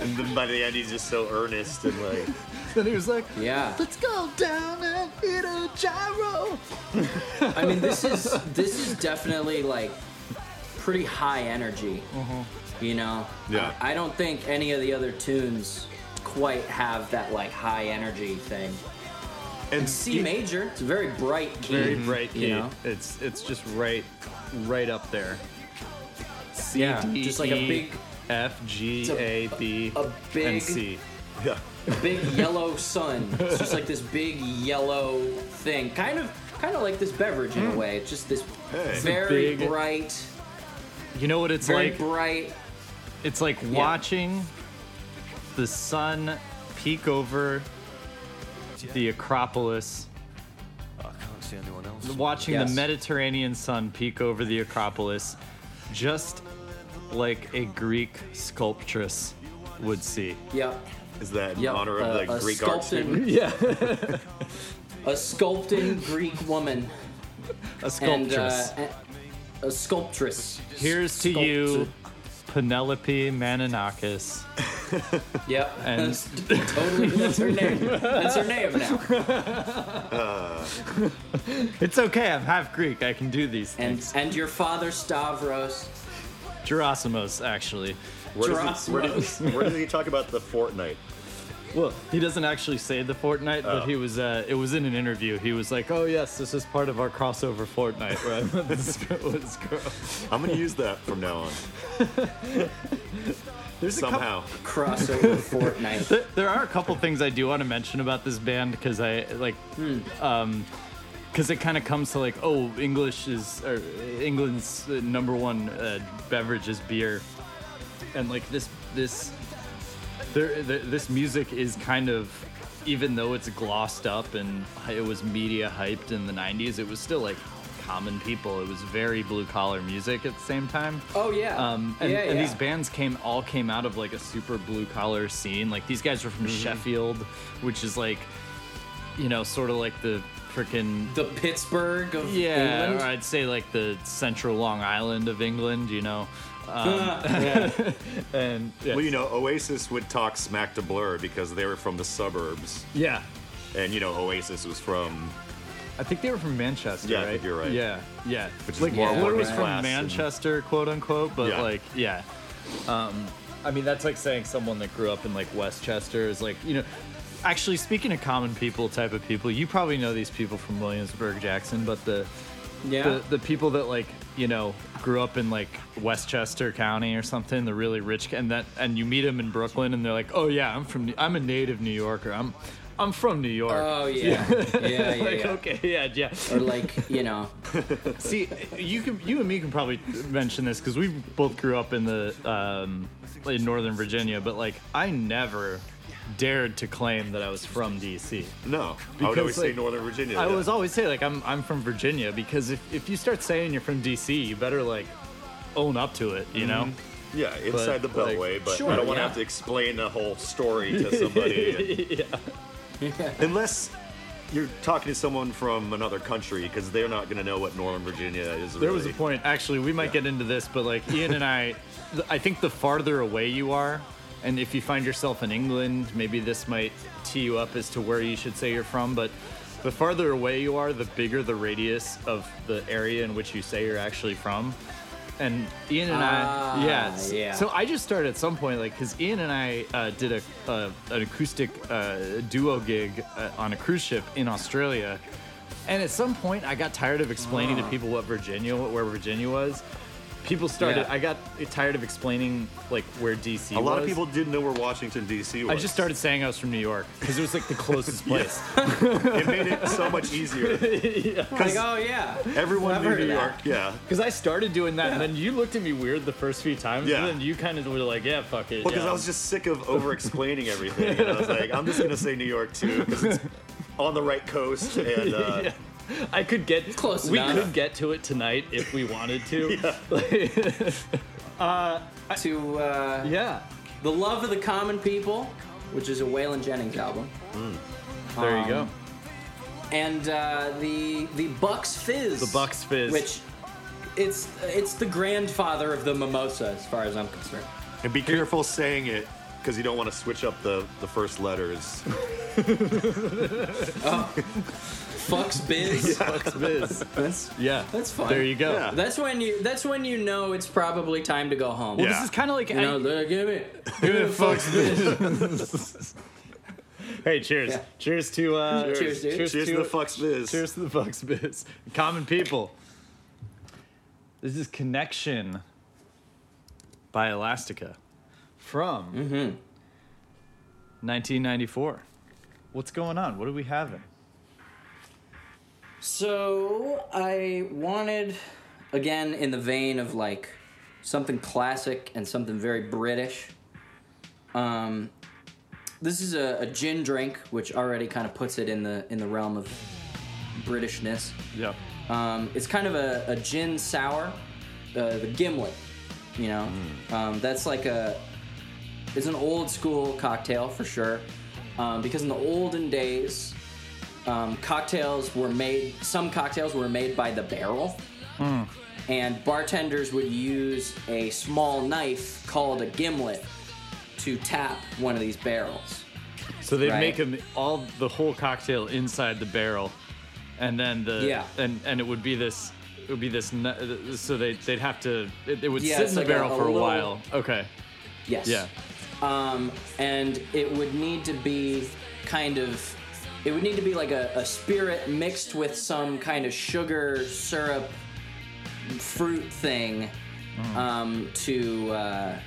and then by the end he's just so earnest and like
Then he was like,
Yeah.
Let's go down and hit a gyro.
I mean, this is this is definitely like pretty high energy.
Mm-hmm.
You know.
Yeah.
I, I don't think any of the other tunes quite have that like high energy thing.
and
C major. It's a very bright key.
Very bright key.
You know.
It's it's just right right up there. C
Yeah, just like a
D, E,
big-
F G A B
a big-
and C.
yeah.
big yellow sun. It's just like this big yellow thing, kind of, kind of like this beverage in a way. It's just this
Hey.
very
Mm. Big-
bright,
You know what it's
very
like?
bright.
It's like watching the sun peek over the Acropolis. Oh, Watching
Yes.
the Mediterranean sun peek over the Acropolis, just like a Greek sculptress would see.
Yep.
Is that in
Yep.
honor
uh,
of the
a
Greek art
sculpted,
student?
Yeah,
A sculpted Greek woman
a
and
sculptress.
uh, a- a sculptress.
Here's to
Sculptor.
you, Penelope Maninakis.
Yep.
And-
That's totally. That's her name. That's her name now.
It's okay, I'm half Greek. I can do these
And
things.
and your father Stavros.
Gerasimos, actually.
Where does, he, where, does, where does he talk about the Fortnite?
Well, he doesn't actually say the Fortnite, but
Oh.
he was. Uh, it was in an interview. He was like, "Oh yes, this is part of our crossover Fortnite." Where I met this girl- this girl.
I'm gonna use that from now on.
There's a couple-
Somehow.
Crossover Fortnite.
There- there are a couple things I do want to mention about this band because I like, um 'cause because it kind of comes to like, oh, English is or England's uh, number one uh, beverage is beer, and like this this there, th this music is kind of even though it's glossed up and it was media hyped in the 90s it was still like common people. It was very blue collar music at the same time.
Oh yeah.
Um, and,
yeah,
and
yeah.
these bands came all came out of like a super blue collar scene. Like these guys were from Sheffield, which is like, you know, sort of like the freaking
the Pittsburgh of
yeah,
England.
or I'd say like the central Long Island of England. You know, Um, and yeah,
Well, you know, Oasis would talk smack to Blur because they were from the suburbs,
yeah.
and you know, Oasis was from
I think they were from Manchester,
Yeah, I
right?
think you're right.
Yeah, yeah.
Which is
like,
more
Blur
working
was from
class and-
Manchester, quote unquote, but
Yeah.
like, yeah. Um, I mean, that's like saying someone that grew up in like Westchester is like, you know, actually speaking of common people type of people, you probably know these people from Williamsburg, Jackson, but the
yeah.
the, the people that like you know grew up in like Westchester County or something, the really rich, and that and you meet them in Brooklyn, and they're like, oh yeah, I'm from, I'm a native New Yorker, I'm, I'm from New York.
oh yeah. Yeah, yeah, yeah.
like okay, yeah, yeah.
Or like you know,
See, you can, you and me can probably mention this because we both grew up in the um, in Northern Virginia, but like I never dared to claim that I was from DC.
no. I
Because,
would always
like,
say Northern Virginia.
I
yeah.
was always say like I'm I'm from Virginia because if, if you start saying you're from DC, you better like own up to it, you know?
yeah inside the
like-
Beltway, but
Sure,
I don't want
yeah.
to have to explain the whole story to somebody. Unless you're talking to someone from another country because they're not going to know what Northern Virginia is.
There was a
really.
point actually we might get into this, but like Ian and I, th- I think the farther away you are, and if you find yourself in England, maybe this might tee you up as to where you should say you're from, but. The farther away you are, the bigger the radius of the area in which you say you're actually from. And Ian and
Ah,
I, yes.
yeah.
So I just started at some point, like, because Ian and I uh, did a, uh, an acoustic uh, duo gig uh, on a cruise ship in Australia, and at some point I got tired of explaining to people what Virginia, where Virginia was. People started.
Yeah.
I got tired of explaining like where DC.
A lot of
was.
people didn't know where Washington D.C. was.
I just started saying I was from New York because it was like the closest place.
It made it so much easier because
like oh yeah.
everyone
I've heard
knew
of
New
that.
York. Yeah.
Because I started doing that, and then you looked at me weird the first few times,
Yeah.
and then you kind of were like, "Yeah, fuck it."
Well, because
yeah.
I was just sick of over explaining everything. And I was like, I'm just going to say New York too because it's on the right coast. And uh,
Yeah. I could get
Close
We
enough.
could get to it tonight if we wanted to. yeah.
To uh, the love of the common people, which is a Waylon Jennings album,
There you go.
Um, and uh, the the Bucks Fizz.
The Bucks Fizz.
Which it's it's the grandfather of the mimosa, as far as I'm concerned.
and be careful saying it because you don't want to switch up the, the first letters.
Fucks Biz. That's
Yeah.
that's fine.
There you go.
Yeah.
That's when you. That's when you know it's probably time to go home.
Yeah.
This is kind of like
You know, look, give me.
Hey, cheers.
Yeah.
Cheers to uh
Cheers, dude.
Cheers to the fucks biz.
Cheers to the Bucks Biz. Common people. This is Connection by Elastica from
Mm-hmm.
1994. What's going on? What are we having?
So I wanted, again, in the vein of like something classic and something very British. Um, this is a, a gin drink, which already kind of puts it in the in the realm of Britishness.
Yeah.
Um, it's kind of a, a gin sour, uh, the gimlet. You know, um, that's like a it's an old school cocktail for sure, um, because in the olden days, um, cocktails were made. Some cocktails were made by the barrel, and bartenders would use a small knife called a gimlet to tap one of these barrels.
So they
Right.
make them all the whole cocktail inside the barrel, and then the
Yeah.
and and it would be this it would be this nu- so they they'd have to it, it would
Yeah,
sit
it's
in the
like a-
barrel
a
for a
little-
while. Okay,
Yes.
yeah,
um, and it would need to be kind of it would need to be like a, a spirit mixed with some kind of sugar syrup fruit thing
Mm.
um, to uh,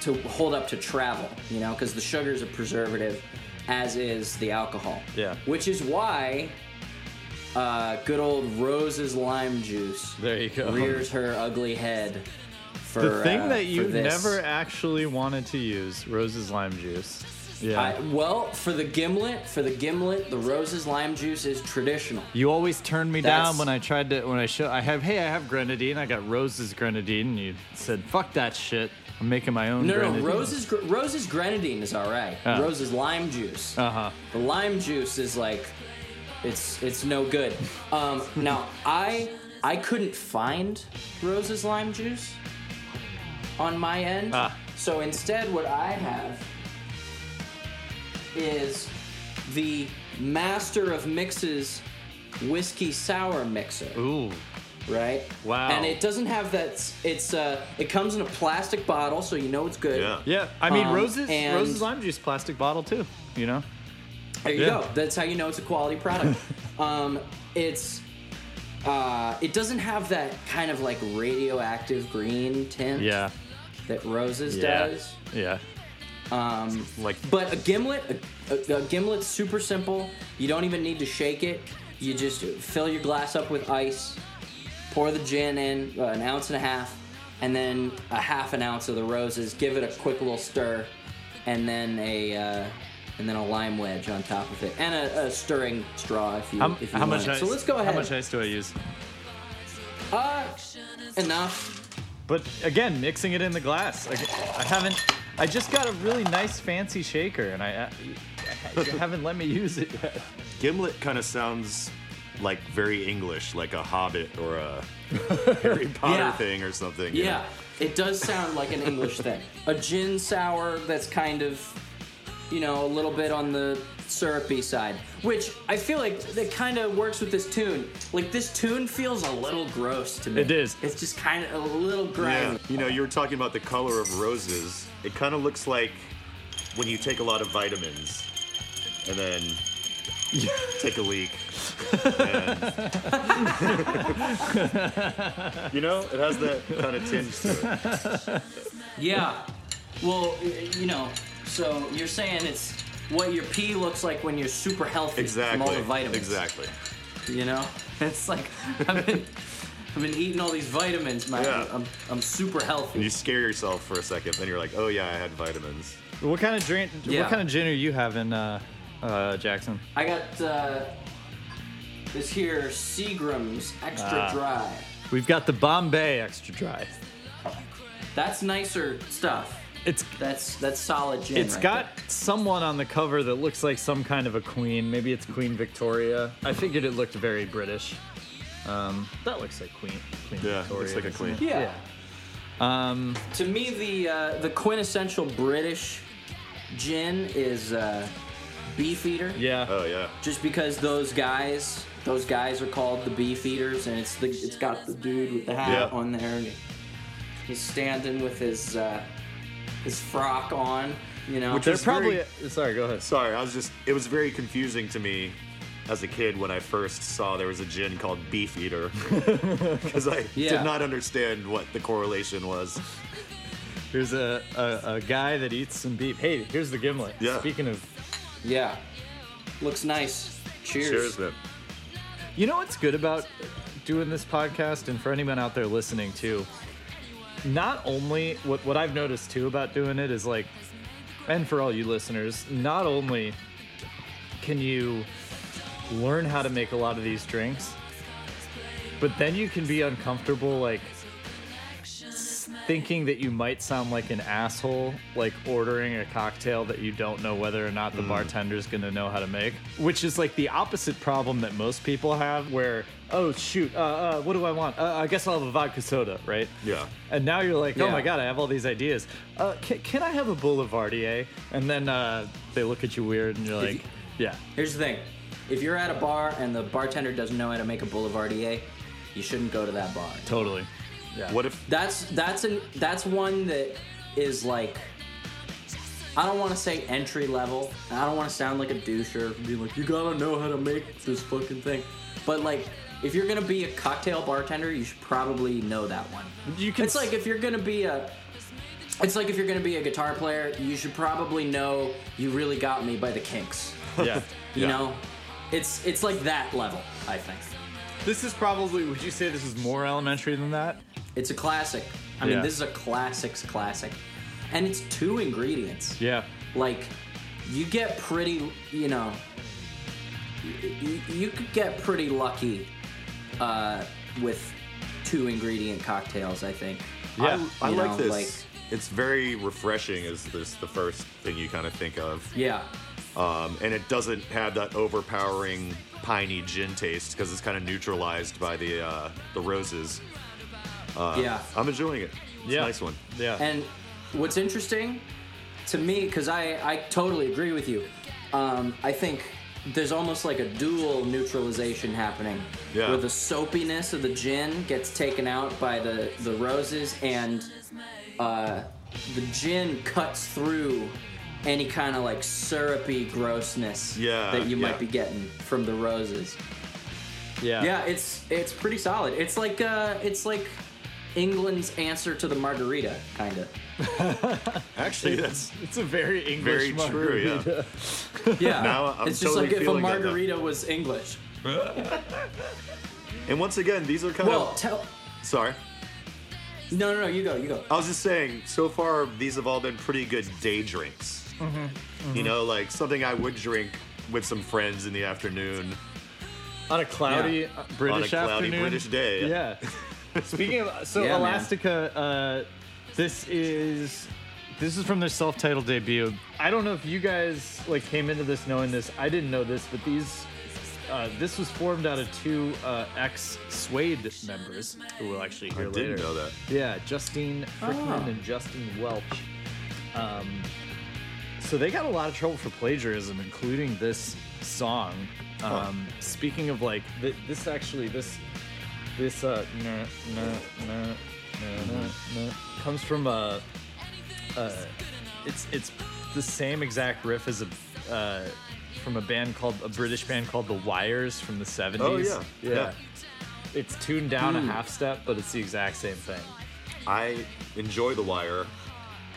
to hold up to travel you know because the sugar is a preservative as is the alcohol
Yeah.
which is why uh, good old rose's lime juice
there you go.
rears her ugly head for
The thing
uh,
that
for
you
this.
never actually wanted to use, Rose's lime juice, Yeah.
I, well, for the gimlet, for the gimlet, the roses lime juice is traditional.
You always turned me
That's-
down when I tried to when I show I have hey I have grenadine I got roses grenadine and you said fuck that shit I'm making my own
No,
grenadine.
no, roses, gr- roses grenadine is all right.
Oh.
Roses lime juice.
Uh huh.
The lime juice is like, it's it's no good. Um, now I I couldn't find Rose's lime juice on my end,
Ah.
so instead what I have is the master of mixes whiskey sour mixer
Ooh.
right
Wow.
and it doesn't have that it's uh it comes in a plastic bottle so you know it's good
Yeah.
Yeah. I mean
Um,
roses
and-
roses lime juice plastic bottle too. You know.
There you
Yeah.
go. That's how you know it's a quality product. um, it's uh, it doesn't have that kind of like radioactive green tint
Yeah.
that roses
Yeah.
does.
Yeah.
Um,
Like
but a gimlet, a, a, a gimlet's super simple. You don't even need to shake it. You just fill your glass up with ice, pour the gin in, uh, an ounce and a half, and then a half an ounce of the roses. Give it a quick little stir, and then a uh, and then a lime wedge on top of it, and a, a stirring straw if you
How,
if you
how
want.
much ice?
So let's go ahead.
How much ice do I use?
Uh, enough.
But again, mixing it in the glass. I, I haven't. I just got a really nice fancy shaker and I, I you haven't let me use it yet.
Gimlet kind of sounds like very English, like a Hobbit or a Harry Potter
Yeah.
thing or something. you
Yeah, it does sound like an English thing. A gin sour that's kind of, you know, a little bit on the syrupy side, which I feel like that kind of works with this tune. Like this tune feels a little gross to me.
It is.
It's just kind of a little
Yeah.
grimy.
You know, you were talking about the color of roses. It kind of looks like when you take a lot of vitamins and then take a leak. and- you know, it has that kind of tinge to it.
Yeah. Well, y- you know, so you're saying it's what your pee looks like when you're super healthy from
Exactly.
all the vitamins.
Exactly.
You know, it's like I've been, I've been eating all these vitamins, man.
Yeah.
I'm, I'm super healthy.
You scare yourself for a second, then you're like, oh yeah, I had vitamins.
What kind of drink?
Yeah.
What kind of gin are you having, uh, uh, Jackson?
I got uh, this here Seagram's extra
Ah.
dry.
We've got the Bombay Extra Dry.
That's nicer stuff.
It's
That's that's solid gin.
It's
right
got someone on the cover that looks like some kind of a queen. Maybe it's Queen Victoria. I figured it looked very British. Um, that looks like Queen, queen
Yeah,
Victoria.
looks like a
doesn't
clean.
it?
there. Yeah. Um, to me, the uh, the quintessential British gin is uh, Beefeater.
Yeah.
Oh yeah.
Just because those guys, those guys are called the Beefeaters, and it's the it's got the dude with the hat
Yeah.
on there, and he's standing with his uh, his frock on. You know,
They're
is
probably.
very-
Sorry, go ahead.
Sorry, I was just. It was very confusing to me as a kid when I first saw there was a gin called Beef Eater because I
Yeah.
did not understand what the correlation was.
Here's a, a, a guy that eats some beef. Hey, here's the gimlet.
Yeah.
Speaking of.
Yeah. Looks nice. Cheers.
Cheers, man.
You know what's good about doing this podcast, and for anyone out there listening too, not only what, what I've noticed too about doing it is like, and for all you listeners, not only can you learn how to make a lot of these drinks, but then you can be uncomfortable, like s- thinking that you might sound like an asshole, like ordering a cocktail that you don't know whether or not the bartender's gonna know how to make, which is like the opposite problem that most people have, where, oh, shoot, uh, uh, what do I want? Uh, I guess I'll have a vodka soda, right?
Yeah.
And now you're like, oh
Yeah.
my god, I have all these ideas. Uh, can, can I have a Boulevardier? And then uh, they look at you weird, and you're like, yeah,
Here's the thing. If you're at a bar and the bartender doesn't know how to make a boulevardier, you shouldn't go to that bar.
totally.
What if?
That's that's an that's one that is like I don't want to say entry level. and I don't want to sound like a doucher and be like, you gotta know how to make this fucking thing. But like, if you're gonna be a cocktail bartender, you should probably know that one.
You can
It's like if you're gonna be a it's like if you're gonna be a guitar player, you should probably know "You Really Got Me" by the Kinks.
yeah.
You
Yeah.
know, it's it's like that level. I think
This is probably. Would you say this is more elementary than that?
it's a classic. I
Yeah.
mean, this is a classics classic, and it's two ingredients.
Yeah.
Like you get pretty, you know, you, you could get pretty lucky uh, with two ingredient cocktails. I think.
Yeah,
I, I
You
like
know,
this.
like-
it's very refreshing. Is this the first thing you kind of think of?
Yeah,
Um, and it doesn't have that overpowering piney gin taste because it's kind of neutralized by the uh, the roses.
Uh,
yeah.
I'm enjoying it. It's
Yeah.
a nice one.
Yeah.
And what's interesting to me, because I, I totally agree with you, um, I think there's almost like a dual neutralization happening.
Yeah.
Where the soapiness of the gin gets taken out by the, the roses, and uh, the gin cuts through any kind of like syrupy grossness
Yeah,
that you
yeah.
might be getting from the roses.
yeah.
Yeah, it's it's pretty solid. It's like uh, it's like England's answer to the margarita, kind of.
Actually, that's
It's a very English
very true.
margarita.
Yeah.
Yeah.
Now I'm
it's
totally
just like if a
feeling that now.
margarita was English.
And once again, these are kind
Well,
of.
tell.
sorry.
No, no, no. You go. You go.
I was just saying, so far, these have all been pretty good day drinks.
Mm-hmm,
You know, like something I would drink with some friends in the afternoon
On a cloudy uh, British
on a cloudy
afternoon.
British day.
Yeah. Speaking of so
Yeah, man.
Elastica, uh, this is this is from their self-titled debut. I don't know if you guys like came into this knowing this. I didn't know this, but these uh, this was formed out of two uh, ex Suede members who we'll actually
I
hear later.
didn't know that.
Yeah, Justine Frickman and Justin Welch. Um, so they got a lot of trouble for plagiarism, including this song. Um, Speaking of like th- this, actually this this uh, nah, nah, nah, nah, nah, nah, comes from uh, uh, it's it's the same exact riff as a uh, from a band called a British band called The Wires from the '70s.
Oh, yeah. Yeah.
It's tuned down a half step, but it's the exact same thing.
I enjoy The Wire,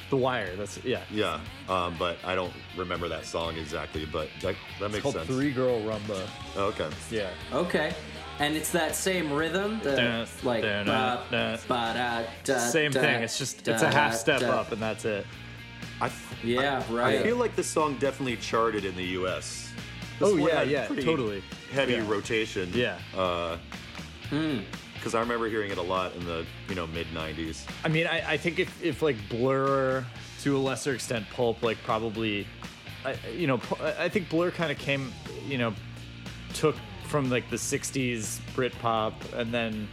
The Wire. That's yeah.
yeah, um, but I don't remember that song exactly, but that, that makes
Called
sense.
Three Girl Rumba.
Oh, okay.
Yeah.
Okay. And it's that same rhythm. The,
Dun,
like.
dun,
ba-
dun.
ba- da- da-
Same
Uh, da-
thing. It's just it's
da-
a half step
da-
up, and that's it.
I f-
Yeah,
I-
right.
I feel like this song definitely charted in the U.S. This
Oh,
one
yeah,
had
yeah,
pretty
totally.
heavy
Yeah.
rotation.
Yeah.
because I remember hearing it a lot in the you know mid '90s.
I mean, I, I think if, if like Blur, to a lesser extent, Pulp, like probably, I, you know, Pu- I I think Blur kind of came, you know, took from like the '60s Britpop, and then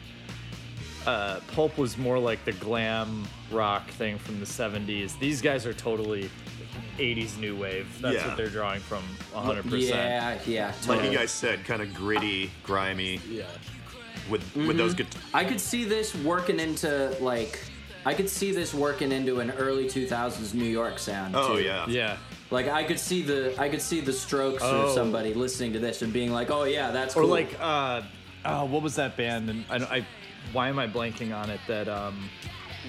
uh, Pulp was more like the glam rock thing from the '70s. These guys are totally '80s new wave. That's
Yeah.
what they're drawing from 100. percent
Yeah, yeah.
Like
totally.
you guys said, kind of gritty, grimy,
Yeah.
with with those guit-
I could see this working into like. I could see this working into an early 2000s New York sound.
Oh
too.
yeah.
Yeah.
Like I could see the I could see the Strokes
Oh.
or somebody listening to this and being like, oh yeah, that's
or
cool.
like uh, uh what was that band and I, don't- I why am i blanking on it that um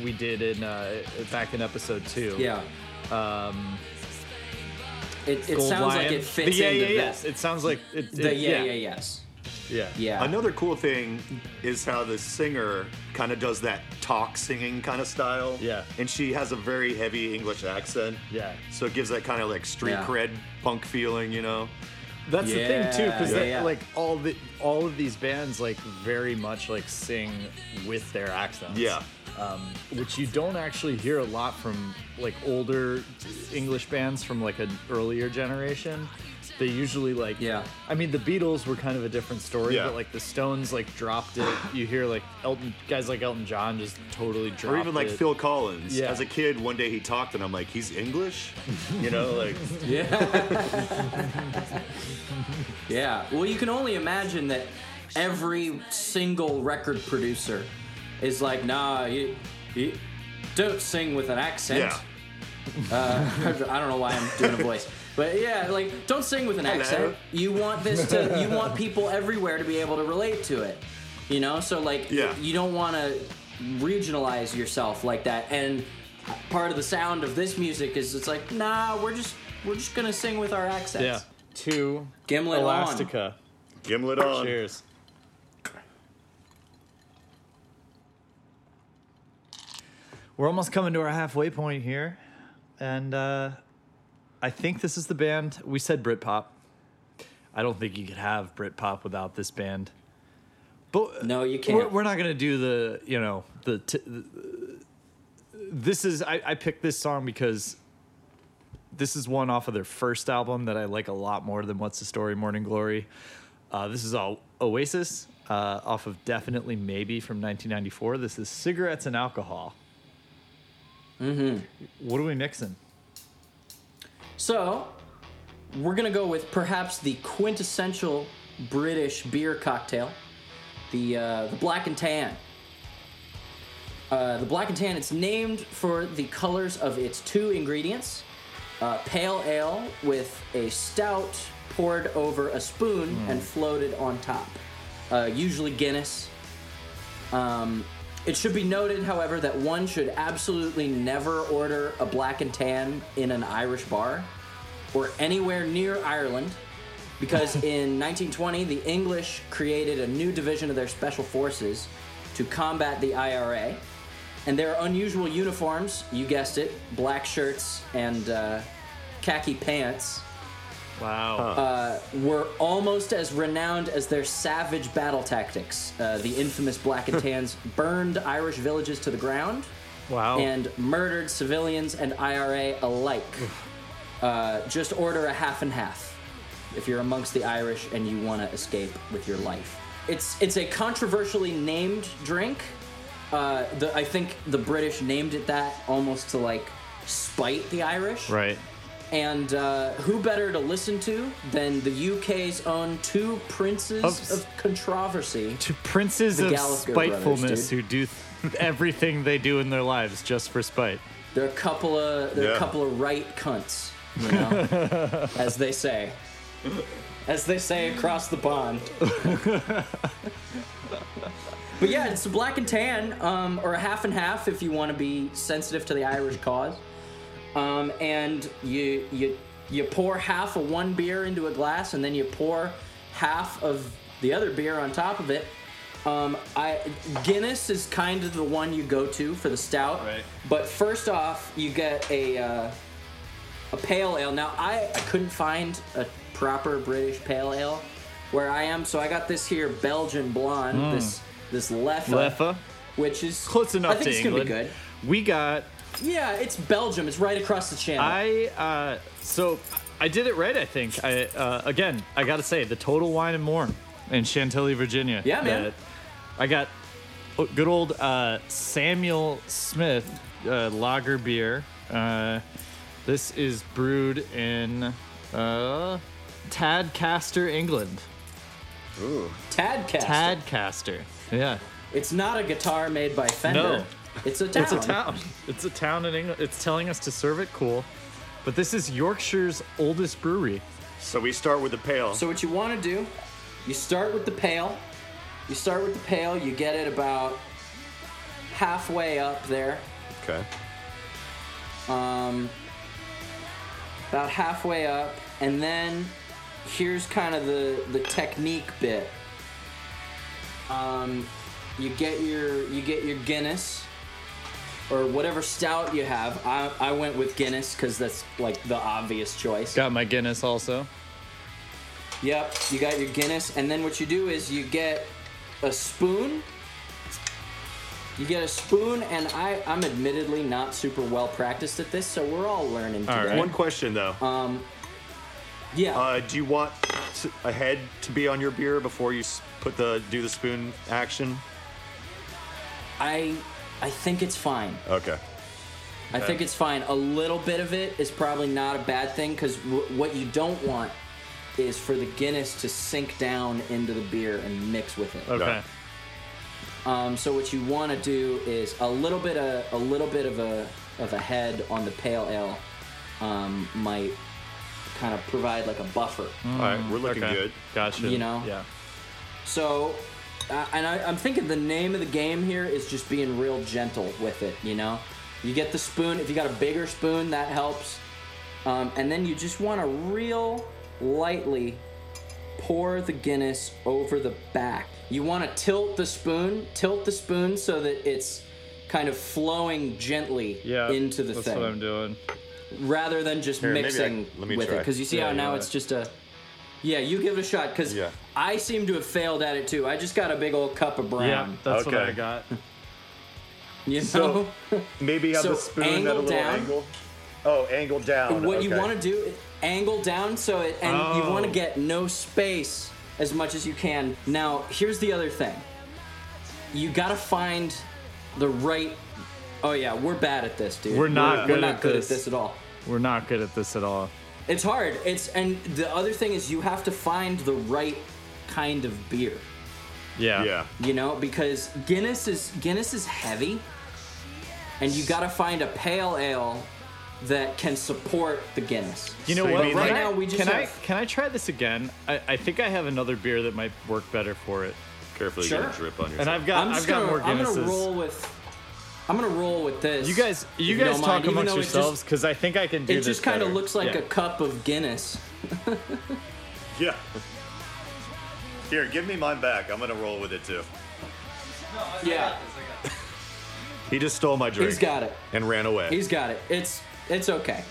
we did in uh back in episode two
yeah.
um
It, it
Gold
sounds like
Lion.
it fits
the yeah
into
yeah
that.
yes it sounds like it,
The
it-
yeah, yeah,
yeah
yes.
yeah
Yeah.
Another cool thing is how the singer kind of does that talk singing kind of style.
Yeah.
And she has a very heavy English accent.
Yeah.
So it gives that kind of like street
Yeah.
cred punk feeling, you know?
that's the thing too
Yeah,
because
yeah, yeah.
like all the all of these bands like very much like sing with their accents
Yeah.
um, which you don't actually hear a lot from like older English bands from like an earlier generation. They usually like
Yeah.
I mean, the Beatles were kind of a different story,
Yeah.
but like the Stones like dropped it. You hear like Elton guys like Elton John just totally dropped
Or even like
it.
Phil Collins.
Yeah.
As a kid, one day he talked and I'm like, he's English? You know, like,
Yeah. yeah. Well, you can only imagine that every single record producer is like, nah, you, you don't sing with an accent.
yeah.
I don't know why I'm doing a voice. But yeah, like don't sing with an accent. You want this to you want people everywhere to be able to relate to it. You know? So like
Yeah.
you don't want to regionalize yourself like that. And part of the sound of this music is it's like, "Nah, we're just we're just going to sing with our accents."
yeah, to
Gimlet on.
Elastica.
Gimlet on.
Cheers. We're almost coming to our halfway point here, and uh, I think this is the band. We said Britpop. I don't think you could have Britpop without this band. But
No, you
We're,
can't.
we're not gonna do the you know the. T- the this is I, I picked this song because this is one off of their first album that I like a lot more than What's the Story Morning Glory. Uh, this is all Oasis uh, off of Definitely Maybe from 1994. This is Cigarettes and Alcohol. Mm-hmm. What are we mixing?
So, we're gonna go with perhaps the quintessential British beer cocktail, the uh, the black and tan. Uh, the black and tan. It's named for the colors of its two ingredients: uh, pale ale with a stout poured over a spoon and floated on top, uh, usually Guinness. Um, it should be noted, however, that one should absolutely never order a black and tan in an Irish bar or anywhere near Ireland because in 1920 the English created a new division of their special forces to combat the IRA and their unusual uniforms, you guessed it, black shirts and uh, khaki pants
Wow.
were almost as renowned as their savage battle tactics. Uh, the infamous Black and Tans burned Irish villages to the ground
wow.
and murdered civilians and IRA alike. Uh, just order a half and half if you're amongst the Irish and you want to escape with your life. It's it's a controversially named drink. Uh, the, I think the British named it that almost to like spite the Irish.
right.
And uh, who better to listen to than the UK's own two princes
Of s-
of controversy?
To princes
The
of
Gallagher brothers,
spitefulness
dude.
who do th- everything they do in their lives just for spite.
They're a couple of they're a
Yeah.
couple of right cunts, you know, as they say, as they say across the pond. but yeah, it's a black and tan, um, or a half and half if you want to be sensitive to the Irish cause. Um, and you you you pour half of one beer into a glass, and then you pour half of the other beer on top of it. Um, I Guinness is kind of the one you go to for the stout.
Right.
But first off, you get a uh, a pale ale. Now I, I couldn't find a proper British pale ale where I am, so I got this here Belgian blonde. This this Leffe,
Leffa.
which is
Mm. Close enough
I think
to
it's
England.
gonna be good.
We got
Yeah, it's Belgium. It's right across the channel.
I uh, so I did it right. I think. I uh, again, I gotta say the total wine and more in Chantilly, Virginia.
Yeah, man.
That- I got o- good old uh, Samuel Smith uh, lager beer. Uh, this is brewed in uh, Tadcaster, England.
Tadcaster.
Tadcaster. Yeah.
It's not a guitar made by Fender.
No.
It's a town.
It's a town. It's a town in England. It's telling us to serve it cool. But this is Yorkshire's oldest brewery.
So we start with the pale.
So what you want to do, you start with the pail. You start with the pail. You get it about halfway up there.
okay.
Um, about halfway up, and then here's kind of the the technique bit. Um, you get your you get your Guinness or whatever stout you have. I I went with Guinness because that's like the obvious choice.
Got my Guinness also.
Yep, you got your Guinness, and then what you do is you get a spoon. You get a spoon, and I, I'm admittedly not super well practiced at this, so we're all learning
All
today.
right.
One question though.
Yeah,
Uh, do you want s- a head to be on your beer before you s- put the do the spoon action?
I, I think it's fine.
Okay.
I think it's fine. A little bit of it is probably not a bad thing because w- what you don't want is for the Guinness to sink down into the beer and mix with it.
Okay.
Yeah.
Um, so what you want to do is a little bit of a little bit of a of a head on the pale ale um, might kind of provide like a buffer.
All right, we're looking
Okay.
good.
Gotcha.
You know?
Yeah.
So, uh, and I, I'm thinking the name of the game here is just being real gentle with it. You know, you get the spoon. If you got a bigger spoon, that helps. Um, and then you just want to real lightly pour the Guinness over the back. You want to tilt the spoon, tilt the spoon so that it's kind of flowing gently
Yeah.
into the
that's
thing.
what I'm doing.
rather than just
Here, maybe I-
mixing
let me
with it
try.
because you see
Yeah,
how
yeah,
now
yeah.
it's just a yeah you give it a shot because
Yeah.
i seem to have failed at it too i just got a big old cup of brown
Yeah, that's what
Okay.
I got.
you know
So, Maybe have
So,
the spoon at a
angle
little
down.
angle. Oh, angle down.
what you
okay.
want to do is angle down so it and you want to
Oh.
get no space as much as you can now here's the other thing you gotta find the right oh yeah we're bad at this dude
We're not
we're,
good
not
at
good
this.
at this at all
We're not good at this at all.
it's hard it's and the other thing is you have to find the right kind of beer
Yeah.
Yeah.
you know because guinness is guinness is heavy and you gotta find a pale ale that can support the guinness
You know
So you
what?
mean
right
like-
now we just can
have-
I can I try this again? I, I think I have another beer that might work better for it.
Carefully
Sure.
get a drip on yourself.
And I've got
I'm
I've
just
got
gonna,
more
I'm
Guinnesses.
gonna roll with. I'm gonna roll with this.
you guys you
if
guys
don't
talk
mind, even
amongst
though it
yourselves because I think I can do
Just, it
this.
just kind of
better.
looks like
Yeah.
a cup of Guinness.
Yeah. Here, give me mine back. I'm gonna roll with it too.
Yeah,
He just stole my drink.
he's got it.
And ran away.
He's got it. It's it's okay.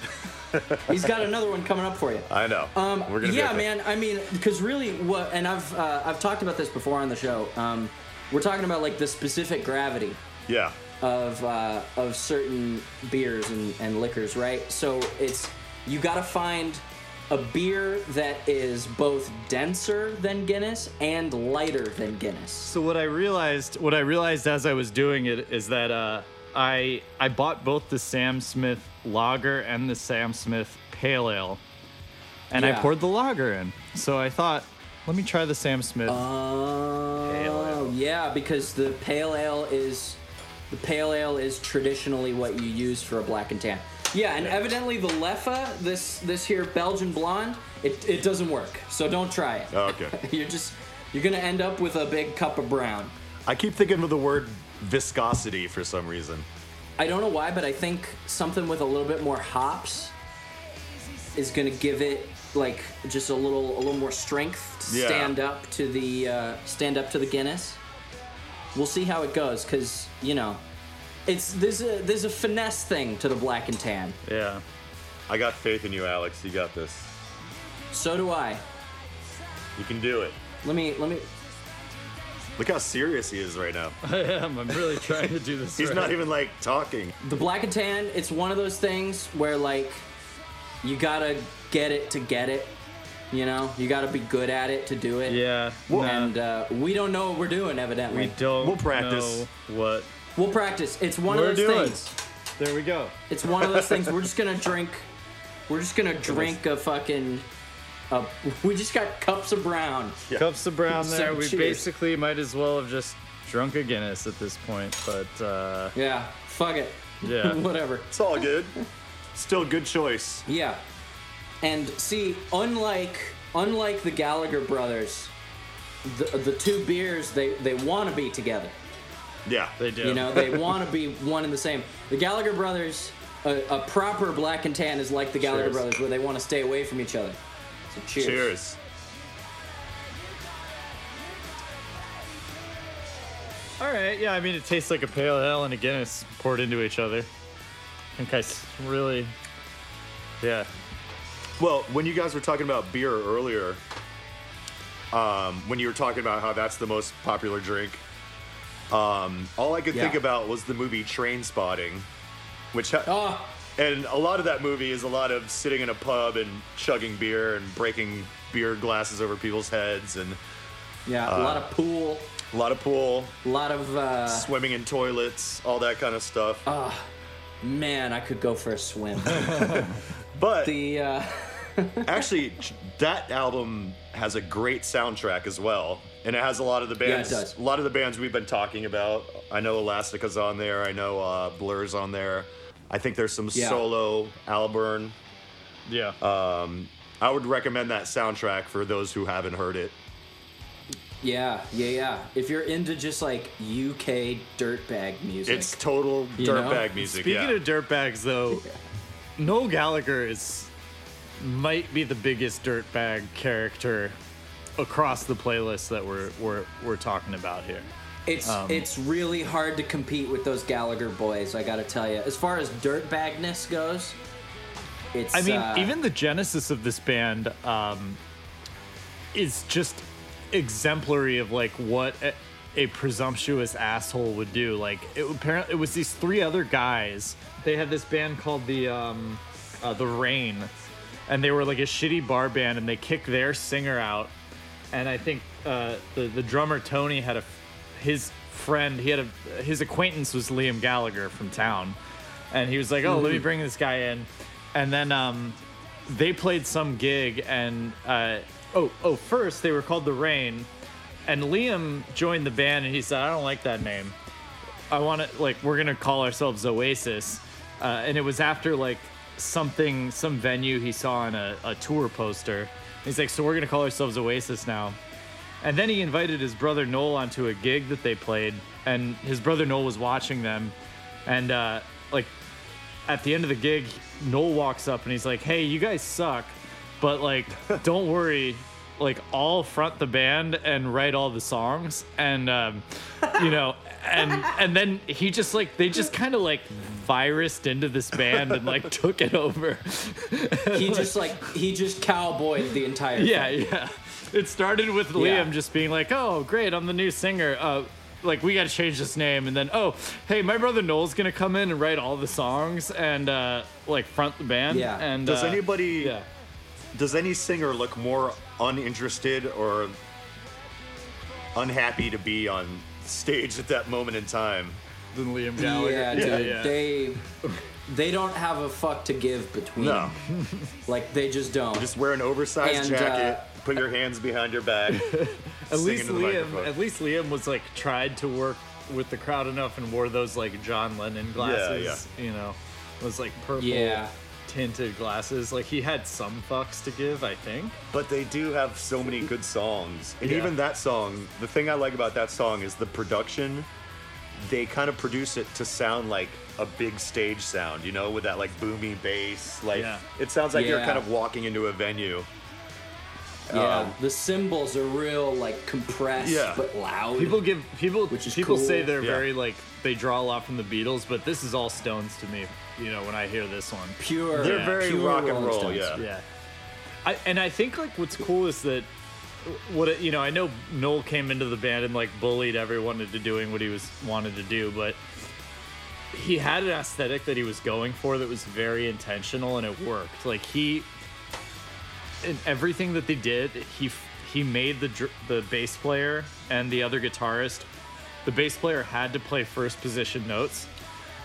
he's got another one coming up for you.
I know.
Um,
We're gonna.
yeah,
get there.
man. I mean, because really, what and I've uh, I've talked about this before on the show. Um, we're talking about like the specific gravity
Yeah.
of uh, of certain beers and, and liquors, right? So it's you got to find a beer that is both denser than Guinness and lighter than Guinness.
So what I realized, what I realized as I was doing it is that uh, I I bought both the Sam Smith Lager and the Sam Smith Pale Ale, and I
Yeah.
poured the Lager in. So I thought, let me try the Sam Smith.
Oh, yeah, because the pale ale is the pale ale is traditionally what you use for a black and tan. Yeah, and evidently the Leffe, this this here Belgian blonde, it, it doesn't work. So don't try it.
Oh, okay.
You're just you're gonna end up with a big cup of brown.
I keep thinking of the word viscosity for some reason.
I don't know why, but I think something with a little bit more hops is gonna give it like just a little a little more strength to
Yeah.
stand up to the uh, stand up to the Guinness. We'll see how it goes, cause you know, it's there's a there's a finesse thing to the black and tan.
yeah.
I got faith in you, Alex. You got this.
So do I.
You can do it.
Let me let me.
Look how serious he is right now.
Damn, I'm really trying to do this.
He's
right.
not even like talking.
The black and tan. It's one of those things where like you gotta get it to get it. You know, you gotta be good at it to do it.
Yeah. nah,
and uh, we don't know what we're doing. Evidently,
we don't.
We'll practice.
know what
We'll practice. It's one
we're
of those
doing.
things.
There we go.
It's one of those things. We're just gonna drink. We're just gonna drink a fucking. A, we just got cups of brown.
Cups of brown
So
there. we
cheers.
basically might as well have just drunk a Guinness at this point, but uh,
Yeah. Fuck it.
Yeah.
Whatever.
It's all good. Still good choice.
Yeah. And see, unlike unlike the Gallagher brothers, the the two beers they they want to be together.
Yeah.
they do.
You know, they want to be one and the same. The Gallagher brothers, a, a proper black and tan is like the Gallagher
Cheers.
brothers, where they want to stay away from each other. So cheers.
Cheers.
All right, yeah, I mean, it tastes like a pale ale and a Guinness poured into each other. I think I s- really, yeah,
Well, when you guys were talking about beer earlier, um, when you were talking about how that's the most popular drink, um, all I could
Yeah.
think about was the movie Train Spotting, which ha-
Oh,
and a lot of that movie is a lot of sitting in a pub and chugging beer and breaking beer glasses over people's heads and
yeah.
Uh,
a lot of pool,
a lot of pool,
a lot of uh,
swimming in toilets, all that kind of stuff.
man. I could go for a swim.
but
the uh,
Actually, ch- that album has a great soundtrack as well, and it has a lot of the
it
bands.
does.
A lot of the bands we've been talking about. I know Elastica's on there. I know uh, Blur's on there. I think there's some
Yeah.
solo Alburn.
yeah.
I would recommend that soundtrack for those who haven't heard it.
yeah, yeah, yeah. If you're into just like UK dirtbag music,
It's total
You know?
dirtbag music.
Speaking
yeah.
of dirtbags, though, Noel Gallagher is might be the biggest dirtbag character across the playlist that we're we're we're talking about here.
it's
um,
it's really hard to compete with those Gallagher boys. I gotta tell you, as far as dirtbagness goes, It's
I mean,
uh,
even the genesis of this band um, is just exemplary of like what a, a presumptuous asshole would do. Like, it, apparently, it was these three other guys. They had this band called the um, uh, the Rain, and they were like a shitty bar band, and they kicked their singer out. And I think uh, the the drummer Tony had a his friend he had a his acquaintance was Liam Gallagher from town, and he was like, "Oh, let me bring this guy in," and then um, they played some gig, and uh, oh, oh, first they were called the Rain, and Liam joined the band, and he said, "I don't like that name. I want to like we're gonna call ourselves Oasis," uh, and it was after like something some venue he saw on a, a tour poster. He's like, "So we're gonna call ourselves Oasis now." And then he invited his brother Noel onto a gig that they played, and his brother Noel was watching them. And uh, like at the end of the gig, Noel walks up and he's like, "Hey, you guys suck, but like, don't worry, like I'll front the band and write all the songs." And um, you know, and and then he just like they just kind of like virused into this band and like took it over.
he just like he just cowboyed the entire
Yeah, yeah. It started with
Yeah.
Liam just being like, "Oh, great, I'm the new singer. Uh, like we got to change this name." And then, "Oh, hey, my brother Noel's gonna come in and write all the songs and uh, like front the band."
Yeah.
And
Does
uh,
anybody
Yeah.
does any singer look more uninterested or unhappy to be on stage at that moment in time?
Then Liam
Yeah, dude.
yeah.
They they don't have a fuck to give between.
No.
them. Like they just don't.
Just wear an oversized
And, uh,
jacket, put your hands behind your back.
At least
into the
Liam.
microphone.
At least Liam was like tried to work with the crowd enough and wore those like John Lennon glasses. You know, was like purple
Yeah.
tinted glasses. Like he had some fucks to give, I think.
but they do have so many good songs. And
Yeah.
even that song, the thing I like about that song is the production. They kind of produce it to sound like a big stage sound, you know, with that like boomy bass. Like
Yeah.
it sounds like you're
Yeah.
kind of walking into a venue.
yeah.
um,
the cymbals are real, like compressed
Yeah.
but loud.
People give people
Which is
people
cool.
say they're
Yeah.
very like they draw a lot from the Beatles, but this is all Stones to me. You know, when I hear this one,
pure.
They're
Yeah.
very
pure
rock and
Rolling
roll,
Stones.
yeah.
yeah. I, and I think like what's cool is that what it, you know. I know Noel came into the band and like bullied everyone into doing what he was wanted to do, but he had an aesthetic that he was going for that was very intentional and it worked. Like he, in everything that they did, he f- he made the dr- the bass player and the other guitarist. The bass player had to play first position notes,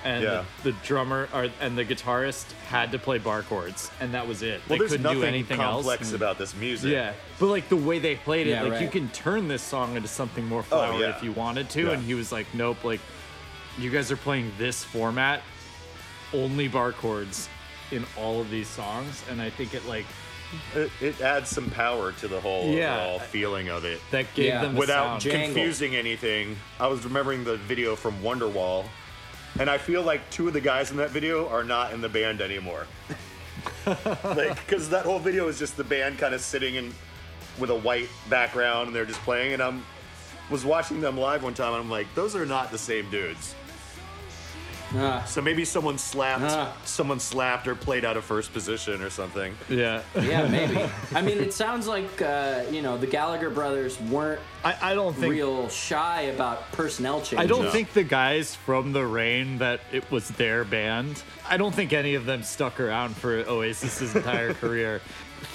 and
Yeah.
the, the drummer or, and the guitarist had to play bar chords, and that was it. they
Well, there's
couldn't
nothing
do anything
complex
else.
about this music.
Yeah, but like the way they played it,
Yeah,
like you
right.
can turn this song into something more flowery
Oh, yeah.
if you wanted to.
Yeah.
And he was like, "Nope, like you guys are playing this format, only bar chords in all of these songs," and I think it like
It, it adds some power to the whole
Yeah.
overall feeling of it.
that gave
Yeah.
them the
without
sound.
Jam- Jangle.
confusing anything. I was remembering the video from Wonderwall, and I feel like two of the guys in that video are not in the band anymore. like, because that whole video is just the band kind of sitting in with a white background, and they're just playing. And I'm was watching them live one time, and I'm like, those are not the same dudes.
Ah,
So maybe someone slapped,
Ah.
someone slapped, or played out of first position or something.
yeah,
yeah, maybe. I mean, it sounds like uh, you know the Gallagher brothers weren't
I, I don't think
real shy about personnel changes.
I don't
Yeah.
think the guys from the rain that it was their band. I don't think any of them stuck around for Oasis's entire career.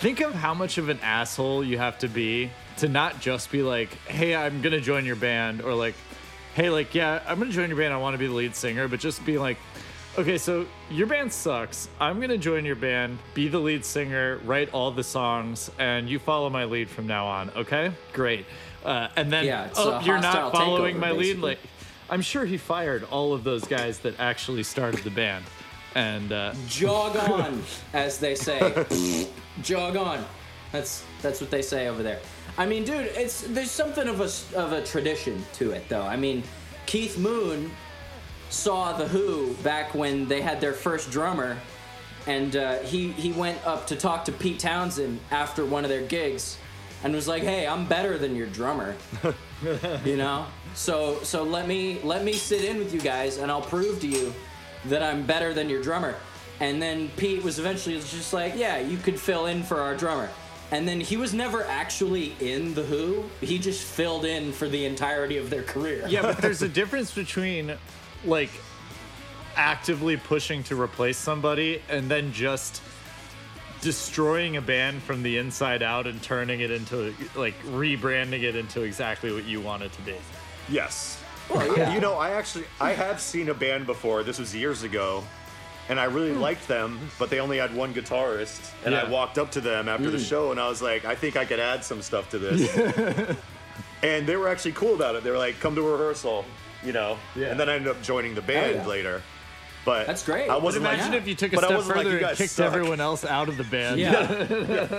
Think of how much of an asshole you have to be to not just be like, "Hey, I'm gonna join your band," or like, "Hey, like, yeah, I'm gonna join your band. I want to be the lead singer," but just be like. Okay, so your band sucks. I'm gonna join your band, be the lead singer, write all the songs, and you follow my lead from now on. Okay, great. Uh, and then
Yeah, it's
oh,
a
you're not
hostile
following
takeover,
my lead.
basically.
Like, I'm sure he fired all of those guys that actually started the band. And uh,
jog on, as they say. jog on. That's that's what they say over there. I mean, dude, it's there's something of a s- of a tradition to it, though. I mean, Keith Moon saw the Who back when they had their first drummer, and uh, he he went up to talk to Pete Townsend after one of their gigs, and was like, "Hey, I'm better than your drummer." you know so so let me let me sit in with you guys and i'll prove to you that i'm better than your drummer And then Pete was eventually just like, yeah, you could fill in for our drummer. And then he was never actually in The Who. He just filled in for the entirety of their career.
Yeah, but there's a difference between like actively pushing to replace somebody and then just destroying a band from the inside out and turning it into like rebranding it into exactly what you want it to be.
Yes. You know, I actually I have seen a band before. This was years ago, and I really
Hmm.
liked them, but they only had one guitarist. And I
Yeah.
walked up to them after the
Hmm.
show, and I was like, I think I could add some stuff to this. and they were actually cool about it. They were like, Come to rehearsal, you know. And then I ended up joining the band
Oh, yeah.
later. But
That's great.
I wasn't like,
Imagine if you took a
But I
step
wasn't like,
further
"You
and
guys
kicked
suck."
everyone else out of the band.
Yeah.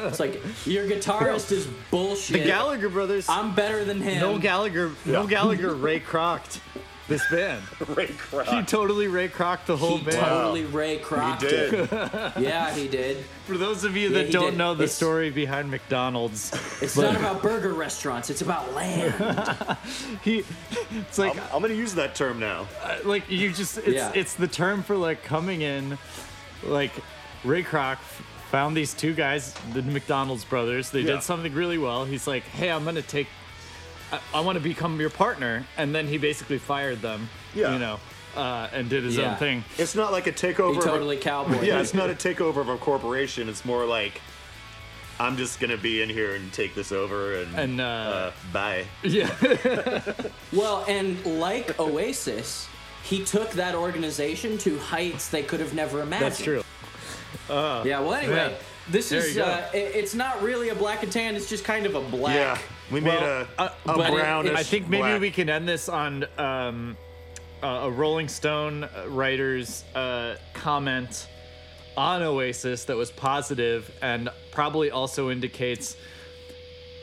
It's like, your guitarist is bullshit.
The Gallagher brothers,
I'm better than him.
no Gallagher, no
Yeah.
Gallagher, Ray Crocked this band.
Ray Kroc.
He totally Ray Crocked the whole
He
band.
totally Ray Kroc.
He did.
Yeah, he did.
For those of you
Yeah,
that
he
don't
did.
know the
It's-
story behind McDonald's,
It's not about burger restaurants. It's about land.
he it's like uh,
I'm, I'm gonna use that term now.
like you just it's
Um, Yeah.
it's the term for like coming in like ray kroc f- found these two guys the mcdonald's brothers they
Yeah.
did something really well he's like hey i'm gonna take i, I want to become your partner and then he basically fired them
Yeah.
you know uh, and did his
Yeah.
own thing
It's not like a
He
takeover. of a-
totally cowboy.
yeah, it's not a takeover of a corporation. It's more like I'm just gonna be in here and take this over and,
And, uh,
bye.
yeah
Well, and like Oasis, he took that organization to heights they could have never imagined.
that's true
Yeah. Well, anyway,
Man.
this
There
is
you go.
uh, i- it's not really a black and tan. It's just kind of a black.
Yeah, we made
Well,
a,
uh,
a
but it-
brownish.
i think maybe
black.
we can end this on um, uh, a rolling stone writer's uh, comment on Oasis that was positive and probably also indicates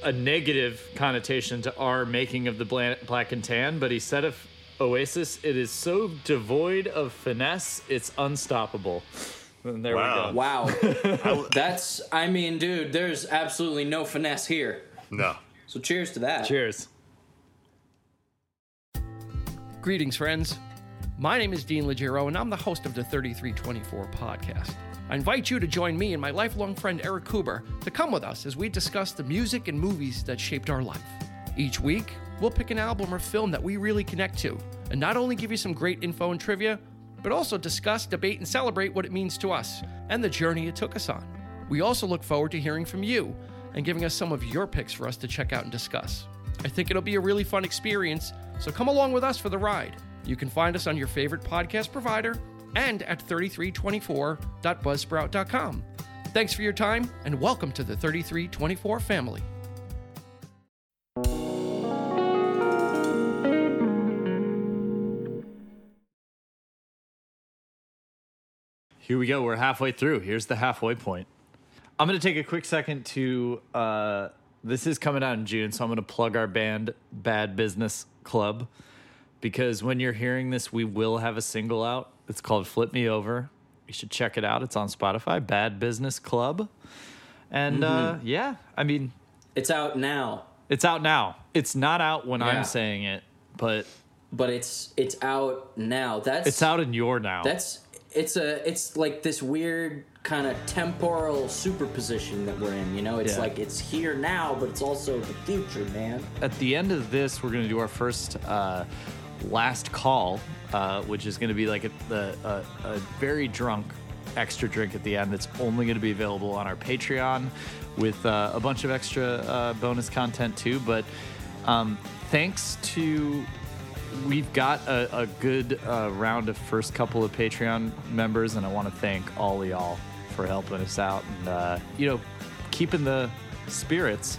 a negative connotation to our making of the bla- black and tan. But he said of Oasis, it is so devoid of finesse, it's unstoppable. And there
Wow.
we go.
Wow. that's. I mean, dude, there's absolutely no finesse here.
No.
So cheers to that.
Cheers.
Greetings, friends. My name is Dean Legiro, and I'm the host of the 3324 podcast. I invite you to join me and my lifelong friend Eric Kuber to come with us as we discuss the music and movies that shaped our life. Each week, we'll pick an album or film that we really connect to, and not only give you some great info and trivia, but also discuss, debate, and celebrate what it means to us and the journey it took us on. We also look forward to hearing from you and giving us some of your picks for us to check out and discuss. I think it'll be a really fun experience, so come along with us for the ride. You can find us on your favorite podcast provider and at 3324.buzzsprout.com. Thanks for your time and welcome to the 3324 family.
Here we go. We're halfway through. Here's the halfway point. I'm going to take a quick second to. Uh, this is coming out in June, so I'm going to plug our band, Bad Business Club, because when you're hearing this, we will have a single out. It's called Flip Me Over. You should check it out. It's on Spotify, Bad Business Club. And uh, yeah, I mean,
It's out now,
it's out now. It's not out when
Yeah.
I'm saying it, but
but it's it's out now. That's
it's out in your now.
That's it's a it's like this weird kind of temporal superposition that we're in. You know, it's
Yeah.
like it's here now, but it's also the future, man.
at the end of this, we're going to do our first uh, last call, uh, which is going to be like a, the a, a very drunk extra drink at the end that's only going to be available on our Patreon with uh, a bunch of extra uh, bonus content too. But um, thanks to we've got a, a good uh, round of first couple of Patreon members, and I want to thank all of y'all for helping us out and uh, you know keeping the spirits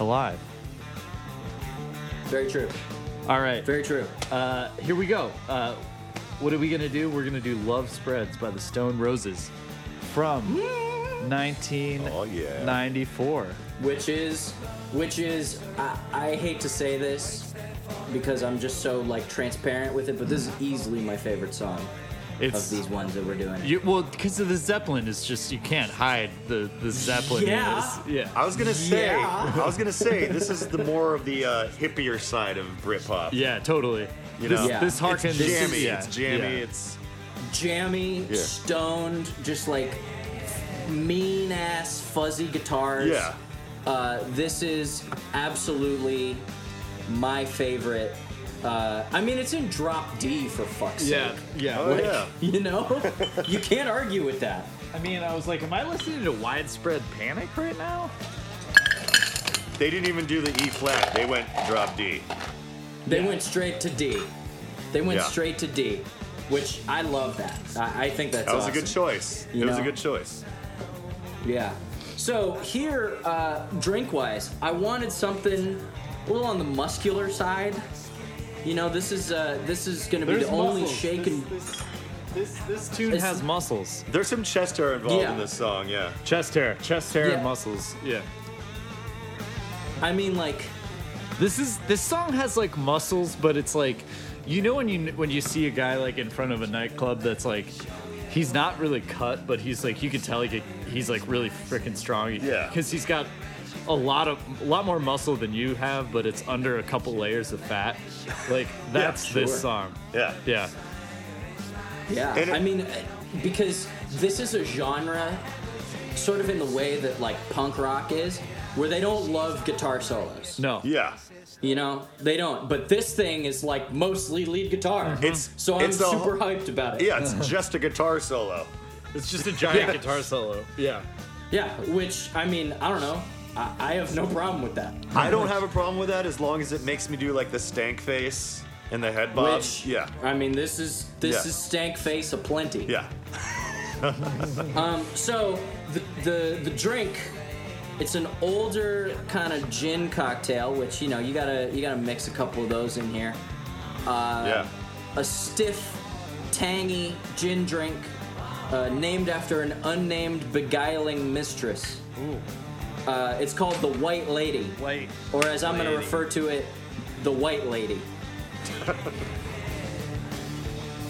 alive.
Very true.
All right.
Very true.
Uh, here we go. Uh, what are we gonna do? We're gonna do "Love Spreads" by the Stone Roses from
Mm.
1994.
Oh,
Which is which is I, I hate to say this because I'm just so like transparent with it, but this is easily my favorite song of
It's
these ones that we're doing.
you, well because of the Zeppelin is just you can't hide the the Zeppelin.
Yeah.
is- yeah,
I was gonna say.
Yeah.
I was gonna say this is the more of the uh, hippier side of Britpop.
yeah, totally.
You
this,
know,
Yeah.
this harkens.
It's jammy.
yeah,
it's jammy.
yeah.
It's
jammy,
Yeah.
stoned, just like mean ass fuzzy guitars.
Yeah.
Uh, this is absolutely my favorite. Uh, I mean, it's in drop D for fuck's
Yeah, yeah.
Oh, yeah.
sake. You know, you can't argue with that.
I mean, I was like, am I listening to widespread panic right now?
They didn't even do the E flat. They went drop D.
They went straight to D. They went
Yeah.
straight to D, which I love that. I, I think that's
That was
awesome.
a good choice.
You
it was
know.
a good choice.
Yeah. So here, uh, drink wise, I wanted something a little on the muscular side. You know, this is uh, this is going to be the only shake and
This, this, this tune
It's-
has muscles.
There's some chest hair involved
Yeah.
in this song, yeah.
Chest hair, chest hair,
Yeah.
and muscles. Yeah.
I mean, like,
This is this song has like muscles, but it's like, you know when you when you see a guy like in front of a nightclub that's like, he's not really cut, but he's like you could tell he could, he's like really freaking strong.
Yeah.
Because he's got a lot of a lot more muscle than you have, but it's under a couple layers of fat. Like that's
sure.
this song.
Yeah.
Yeah.
yeah.
And it-
I mean, uh, because this is a genre, sort of in the way that like punk rock is, where they don't love guitar solos.
No.
Yeah.
You know, they don't. But this thing is like mostly lead guitar.
It's-
so I'm
it's a-
super hyped about it.
Yeah, it's just a guitar solo.
It's just a giant
Yeah.
guitar solo. Yeah.
Yeah, which I mean, I don't know. I, I have no problem with that.
I don't have a problem with that as long as it makes me do like the stank face and the head bob.
Which
Yeah.
I mean, this is this
Yeah.
is stank face aplenty.
Yeah.
So the the the drink, it's an older kind of gin cocktail, which you know you gotta you gotta mix a couple of those in here.
yeah.
A stiff, tangy gin drink, uh, named after an unnamed beguiling mistress. Uh, it's called the White Lady.
White.
or as I'm going to
Lady.
refer to it, the White Lady. um,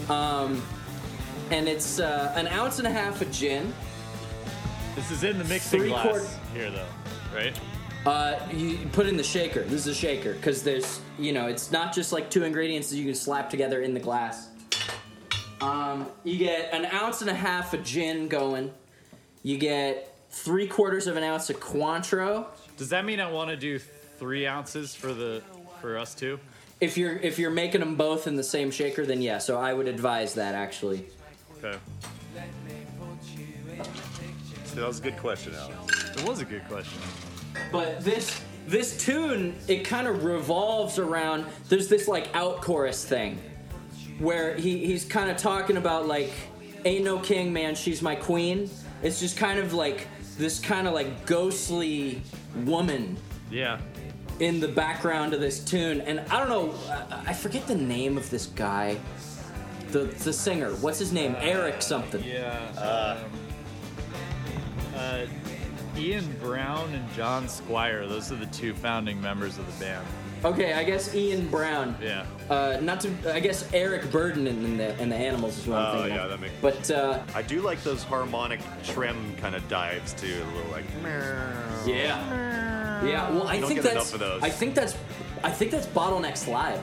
Um, and it's uh, an ounce and a half of gin.
This is in the mixing
Three
glass
quarter-
here though, right?
Uh, you you put in the shaker. This is a shaker because there's, you know, it's not just like two ingredients that you can slap together in the glass. Um, you get an ounce and a half of gin going. You get three quarters of an ounce of Cointreau.
Does that mean I want to do three ounces for the for us two?
If you're if you're making them both in the same shaker, then yeah. So I would advise that actually.
Okay.
So that was a good question, Alex.
It was a good question.
but this this tune it kind of revolves around there's this like out chorus thing where he, he's kind of talking about like ain't no king man she's my queen it's just kind of like this kind of like ghostly woman
Yeah.
in the background of this tune and i don't know i, I forget the name of this guy the, the singer what's his name eric something
Yeah. Uh, uh, Ian Brown and John Squire. Those are the two founding members of the band.
okay i guess ian brown
Yeah.
Uh, not to, I guess Eric Burden and and the and the animals is what I'm
Oh,
thinking.
yeah,
of.
that makes-
But uh,
I do like those harmonic trim kind of dives too, a little like
yeah, yeah. Well, I
don't
think
get
that's.
enough of those.
I think that's. I think that's bottlenecks live.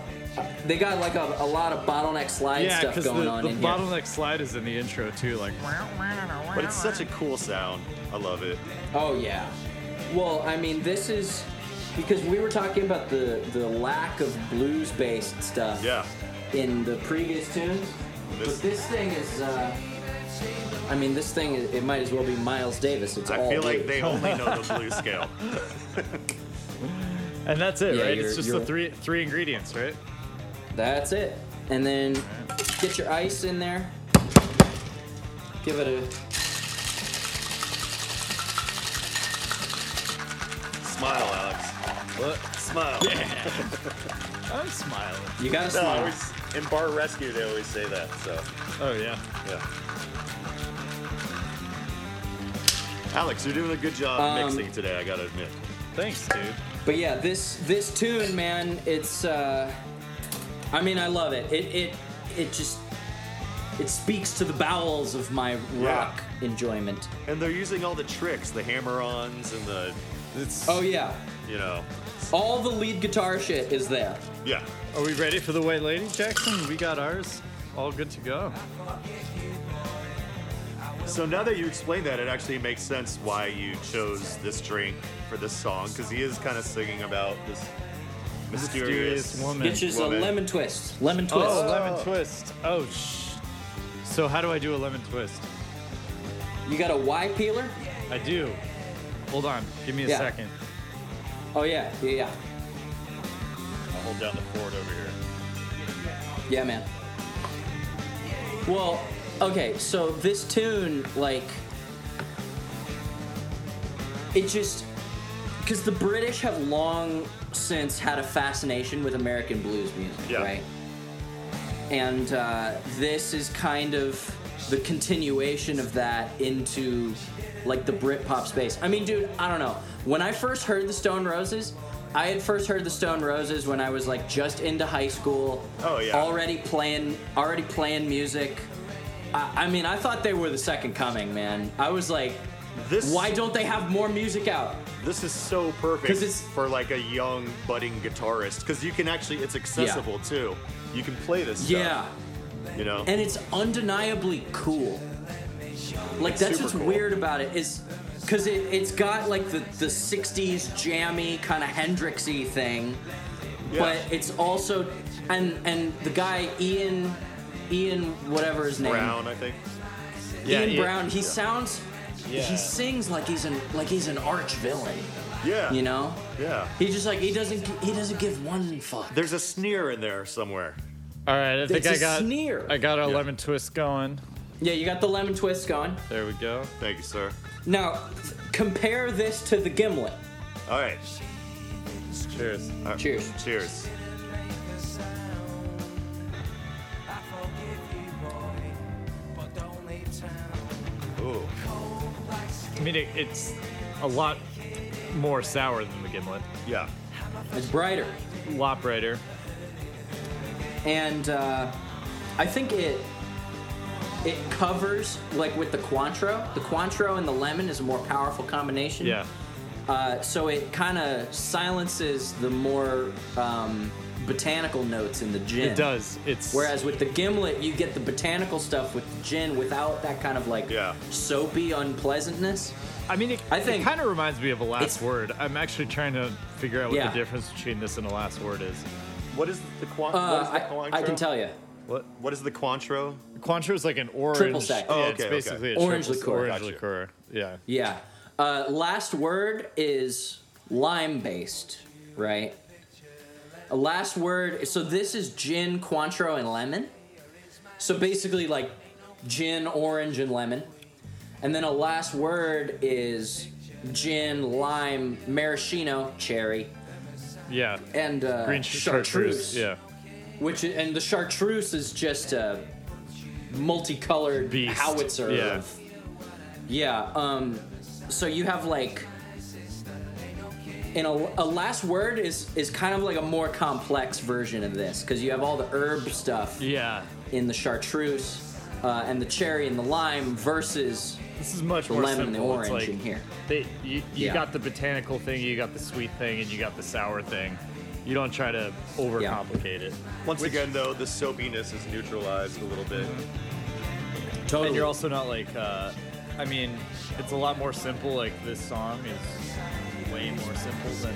They got like a, a lot of bottleneck slide
yeah,
stuff
because the,
going on
the
in here.
bottleneck slide is in the intro too. Like,
but it's such a cool sound. I love it.
Oh yeah. Well, I mean, this is because we were talking about the the lack of blues based stuff.
Yeah.
in the previous tunes.
This-
but this thing is, uh, I mean, this thing is, it might as well be Miles Davis. It's all
I feel like
blues.
they only know the blue scale.
and that's it,
Yeah,
right?
you're-
It's just
you're-
the three three ingredients, right?
That's it. And then get your ice in there. Give it a
Smile, Alex. What? Smile.
I'm smiling.
you gotta
No, I
smile.
always, in Bar Rescue, they always say that. So,
Oh yeah.
yeah. Alex, you're doing a good job
Um,
mixing today. I gotta admit.
Thanks, dude.
But yeah, this this tune, man, it's uh I mean I love it. It it it just it speaks to the bowels of my rock enjoyment.
And they're using all the tricks, the hammer-ons, and the,
It's.
Oh yeah.
you know,
All the lead guitar shit is there.
yeah.
Are we ready for the white lady, Jackson? We got ours. all good to go.
So now that you explain that, it actually makes sense why you chose this drink for this song because he is kind of singing about this mysterious,
Mysterious woman.
It's just a
Woman.
lemon twist. Lemon twist.
Oh, lemon twist. Oh, sh. So how do I do a lemon twist?
You got a Y peeler?
I do. Hold on. Give me a
Yeah.
second.
Oh yeah, yeah, yeah,
I'll hold down the fort over here.
yeah, man. Well, okay, so this tune, like, it just because the British have long since had a fascination with American blues music,
Yeah.
right? And uh, this is kind of the continuation of that into like the Britpop space. I mean, dude, I don't know. When I first heard the Stone Roses, I had first heard the Stone Roses when I was like just into high school.
Oh, yeah.
Already playing, already playing music. I, I mean, I thought they were the second coming, man. I was like,
This
why don't they have more music out?
this is so perfect
'Cause it's-
for like a young budding guitarist because you can actually it's accessible too. You can play this.
Yeah,
stuff, you know.
and it's undeniably cool. Like that's
super
what's
cool.
weird about it is because it, it's got like the, the 60s jammy kind of Hendrixy thing,
Yeah.
but it's also and and the guy Ian Ian whatever his name
Brown, I think.
Ian
Ian.
Brown he sounds
Yeah.
he sings like he's an like he's an arch villain
Yeah.
you know
Yeah.
he just like he doesn't he doesn't give one fuck
There's a sneer in there somewhere.
All right. I think
It's
I
a
got.
sneer.
I got a lemon twist going.
yeah you got the lemon twist going
There we go.
Thank you, sir.
Now, th- compare this to the gimlet.
All right.
Cheers.
All right.
Cheers.
Cheers. Ooh.
I mean, it, it's a lot more sour than the gimlet.
Yeah.
It's brighter,
Lot brighter.
and uh, I think it it covers like with the Cointreau. The Cointreau and the lemon is a more powerful combination.
Yeah.
Uh, so it kind of silences the more um, botanical notes in the gin.
It does. It's.
Whereas with the gimlet, you get the botanical stuff with the gin without that kind of like
Yeah.
soapy unpleasantness.
I mean, it,
I think-
kind of reminds me of a last
It's-
word. I'm actually trying to figure out what
Yeah.
the difference between this and a last word is.
What is the quan?
Uh,
what is the
I, I can
Cointreau?
tell you.
What?
What is the Cointreau?
Cointreau is like an orange.
sec.
Yeah,
Oh,
it's
okay, okay.
basically a
Orange
triple-
liqueur.
Orange
Gotcha.
liqueur. Yeah.
Yeah. Uh, last word is lime based, right? A last word. So this is gin, Cointreau, and lemon. So basically, like gin, orange, and lemon. And then a last word is gin, lime, maraschino, cherry,
Yeah.
and uh,
Green ch- chartreuse. Yeah.
Which and the chartreuse is just a multicolored
Beast.
howitzer
Yeah.
of yeah, um, so you have like, and a, a last word is is kind of like a more complex version of this because you have all the herb stuff
Yeah.
in the chartreuse uh, and the cherry and the lime versus
This is much
the
more
lemon and the
simple.
orange
it's like
in here.
They, you you
Yeah.
got the botanical thing, you got the sweet thing, and you got the sour thing. You don't try to overcomplicate it.
Once again, though, the soapiness is neutralized a little bit.
Totally.
And you're also not like, uh, I mean, it's a lot more simple. Like this song is way more simple than,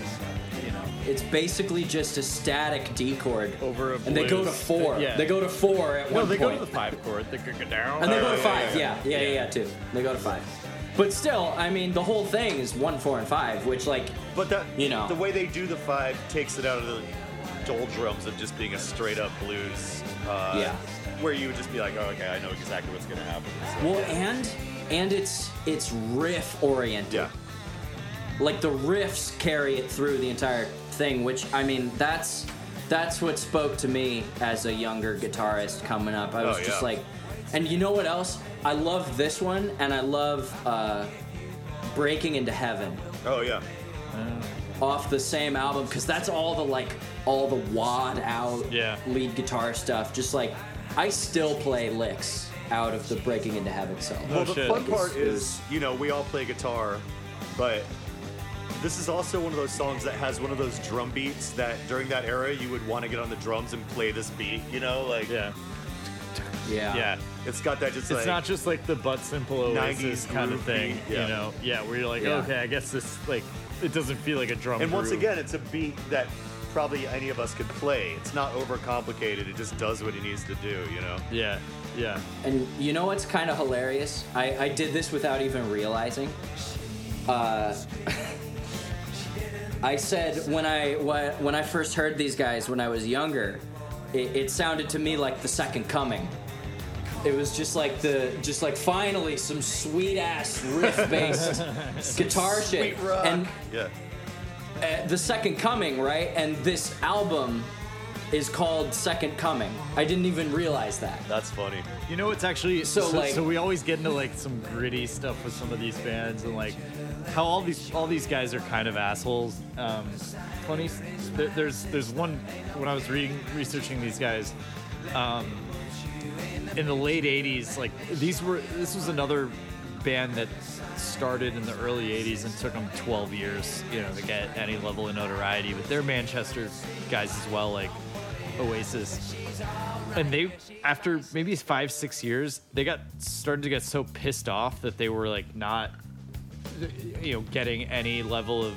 you know,
it's basically just a static D chord.
over a.
and they go to
blues.
four.
Yeah.
They go to four at
No,
one
they
point.
go to the five chord. They go down.
and they go to
Oh, yeah,
five.
yeah,
Yeah, yeah, yeah,
Yeah.
yeah, too. They go to five. But still, I mean, the whole thing is one, four, and five, which like
But that,
You know.
the way they do the five takes it out of the doldrums of just being a straight up blues. Uh,
Yeah.
Where you would just be like, oh, okay, I know exactly what's gonna happen. So,
Well, and and it's it's riff oriented.
yeah.
Like the riffs carry it through the entire thing, which I mean, that's that's what spoke to me as a younger guitarist coming up. I was
Oh,
just
yeah.
like, and you know what else? I love this one, and I love uh, Breaking into Heaven
Oh yeah.
off the same album because that's all the like all the wad out
Yeah.
lead guitar stuff. Just like I still play licks out of the Breaking into Heaven song.
well, the
Oh, shit.
fun part is, you know, we all play guitar, but this is also one of those songs that has one of those drum beats that during that era you would want to get on the drums and play this beat. You know, like
Yeah.
Yeah.
Yeah.
It's got that just
It's not just like the butt simple oasis
90s
kind of
groovy,
thing,
yeah.
you know? Yeah, where you're like,
Yeah.
okay, I guess this like it doesn't feel like a drum.
And once
groove.
again, it's a beat that probably any of us could play. It's not overcomplicated. It just does what it needs to do, you know?
yeah, yeah.
And you know what's kind of hilarious? I, I did this without even realizing. Uh, I said when I wh- when I first heard these guys when I was younger, it, it sounded to me like the Second Coming. It was just like the just like finally some sweet ass riff based guitar shit. And
Yeah.
uh, the Second Coming, right? And this album is called Second Coming. I didn't even realize that.
That's funny.
You know, it's actually
So,
so, so,
like-
we always get into like some gritty stuff with some of these bands and like how all these all these guys are kind of assholes. Um, Tony, there, there's there's one when I was reading researching these guys. Um, in the late 80s like these were this was another band that started in the early 80s and took them 12 years you know to get any level of notoriety but they're manchester guys as well like oasis and they after maybe five six years they got started to get so pissed off that they were like not you know getting any level of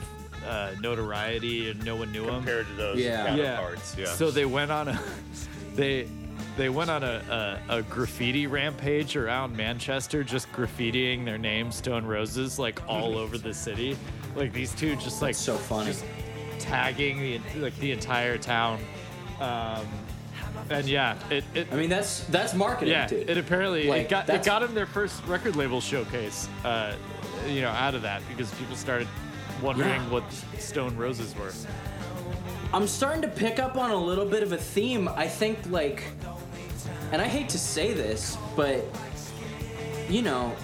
uh, notoriety and no one knew them
Compared to those
Yeah.
counterparts. Yeah.
so they went on a they they went on a, a, a graffiti rampage around Manchester, just graffitiing their name Stone Roses like all over the city. Like these two just like
so funny.
just tagging the like the entire town. Um, and yeah, it, it
I mean, that's that's marketing,
yeah,
dude.
it apparently
Like,
it got
that's-
it got them their first record label showcase. Uh, you know, out of that because people started wondering
Yeah.
what Stone Roses were.
I'm starting to pick up on a little bit of a theme. I think like, and I hate to say this, but you know,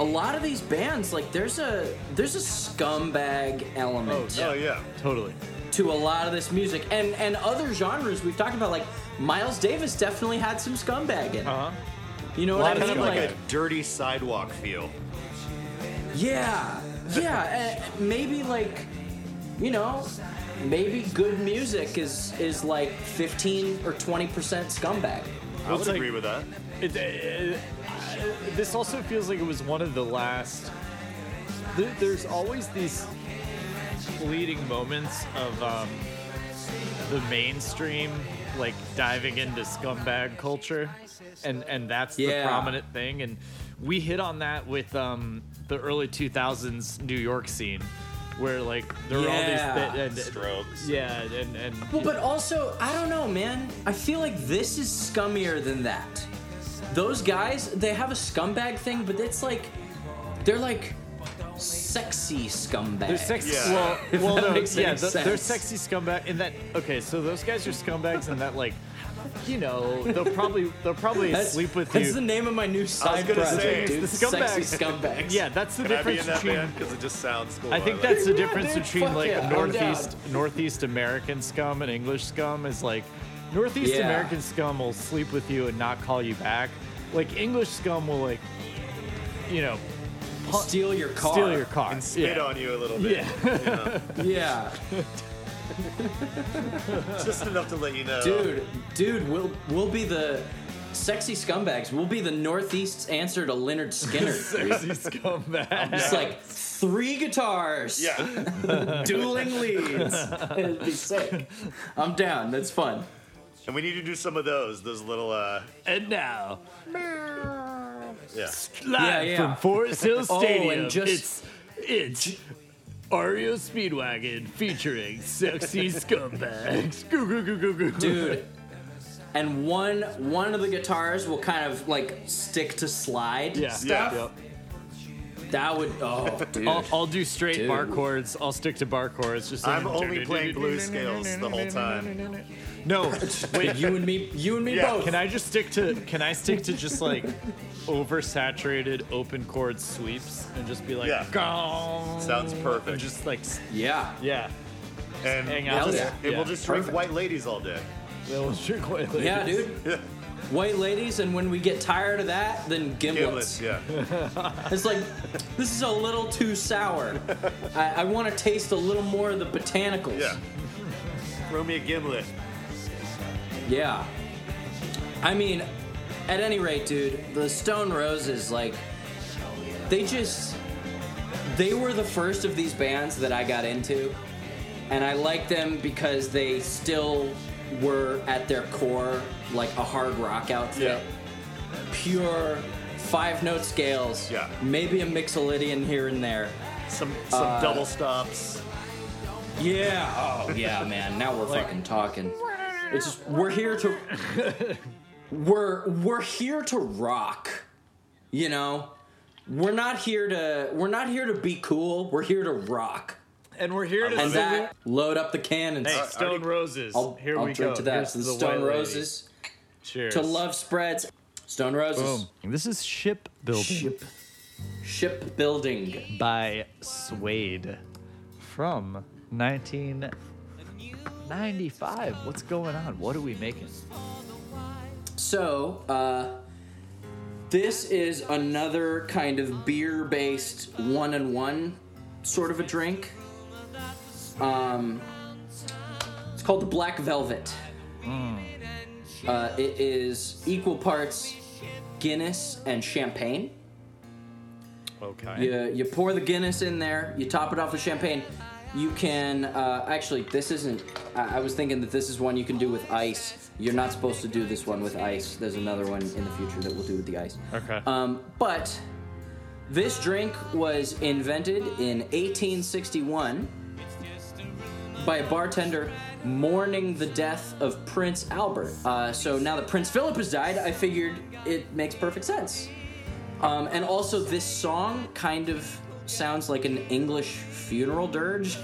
a lot of these bands like there's a there's a scumbag element
oh, yeah.
Totally.
to a lot of this music and and other genres we've talked about like Miles Davis definitely had some scumbag in. it.
Uh huh.
You know what
Kind
I
of
mean?
like, a dirty sidewalk feel.
Yeah, yeah. uh, maybe like, you know, maybe good music is is like fifteen or twenty percent scumbag.
I would
It's like-
agree with that.
It, it, it- this also feels like it was one of the last. There, there's always these fleeting moments of um, the mainstream, like diving into scumbag culture, and and that's
Yeah.
the prominent thing. And we hit on that with um, the early 2000s New York scene, where like there were all
Yeah.
these thi- and,
Strokes.
yeah, and and
Well, but also I don't know, man. I feel like this is scummier than that. Those guys, they have a scumbag thing, but it's like they're like sexy scumbags.
They're sexy.
Yeah.
Well,
If
well,
that
no,
makes
yeah,
any
th- they're
sense.
sexy scumbag. In that, okay, so those guys are scumbags, and that like, you know, they'll probably they'll probably
That's,
sleep with
that's
you.
the name of my new side
gonna
project,
say,
dude.
it's the scumbag.
Sexy scumbags.
yeah, that's the
Can I be
difference
in that
between.
band? Because it just sounds cool.
I think
like
that's the
Yeah,
difference
dude,
between
fuck
like
yeah, I'm
northeast northeast American scum and English scum is like northeast
Yeah.
American scum will sleep with you and not call you back. Like English scum will like, you know,
Steal your car.
steal your car.
and spit
yeah.
on you a little bit.
Yeah.
Just enough to let you know.
Dude, dude, we'll we'll be the sexy scumbags. We'll be the Northeast's answer to Leonard Skinner. dude.
Sexy scumbag.
It's like three guitars,
Yeah.
dueling leads. It'd be sick. I'm down. That's fun.
And we need to do some of those. Those little. uh
And now,
Yeah.
live
Yeah, yeah.
from Forest Hill
Oh,
Stadium,
and just-
it's it's Ario Speedwagon featuring sexy scumbags. Goo, goo, goo, goo, goo.
Dude. And one one of the guitars will kind of like stick to slide
Yeah.
stuff.
Yeah.
That would oh dude.
I'll, I'll do straight
Dude.
bar chords. I'll stick to bar chords. Just
I'm only playing blue scales the whole time.
No, wait.
you and me you and me
Yeah,
both.
Can I just stick to? Can I stick to just like oversaturated open chord sweeps and just be like,
Yeah.
gong?
Sounds perfect.
And just like, s-
yeah.
yeah,
And
hang
it
out.
Hell yeah.
will just drink
Perfect.
white ladies all day.
That was your quite late.
Yeah, dude. White ladies, and when we get tired of that, then gimlets.
Giblets, yeah.
It's like this is a little too sour. I, I want to taste a little more of the botanicals.
Yeah. Throw me a gimlet.
Yeah. I mean, At any rate, dude, the Stone Roses, like, they just. They were the first of these bands that I got into. And I liked them because they still were, at their core, like a hard rock outfit. Pure five note scales.
Yeah.
Maybe a mixolydian here and there.
Some some
Uh,
double stops.
Yeah. Oh yeah, man. Now we're fucking talking. It's just we're here to we're we're here to rock. You know, we're not here to we're not here to be cool. We're here to rock.
And we're here to
And
sing it.
that load up the cannons.
Hey, Stone Roses.
I'll,
here
I'll
we
drink
go.
to that.
Here's
So the,
to
Stone
White Lady.
Roses
Cheers.
to love spreads. Stone Roses.
This is Ship Building
Ship. Ship building.
by Suede from 1995. What's going on? What are we making?
So, uh, this is another kind of beer based one on one sort of a drink. Um, it's called the Black Velvet. Uh, it is equal parts Guinness and champagne.
Okay.
You, you pour the Guinness in there, you top it off with champagne. You can, uh, actually, this isn't, I, I was thinking that this is one you can do with ice. You're not supposed to do this one with ice. There's another one in the future that we'll do with the ice.
Okay.
Um, but this drink was invented in 1861 by a bartender mourning the death of Prince Albert. Uh, so now that Prince Philip has died, I figured it makes perfect sense. Um, and also, this song kind of sounds like an English funeral dirge.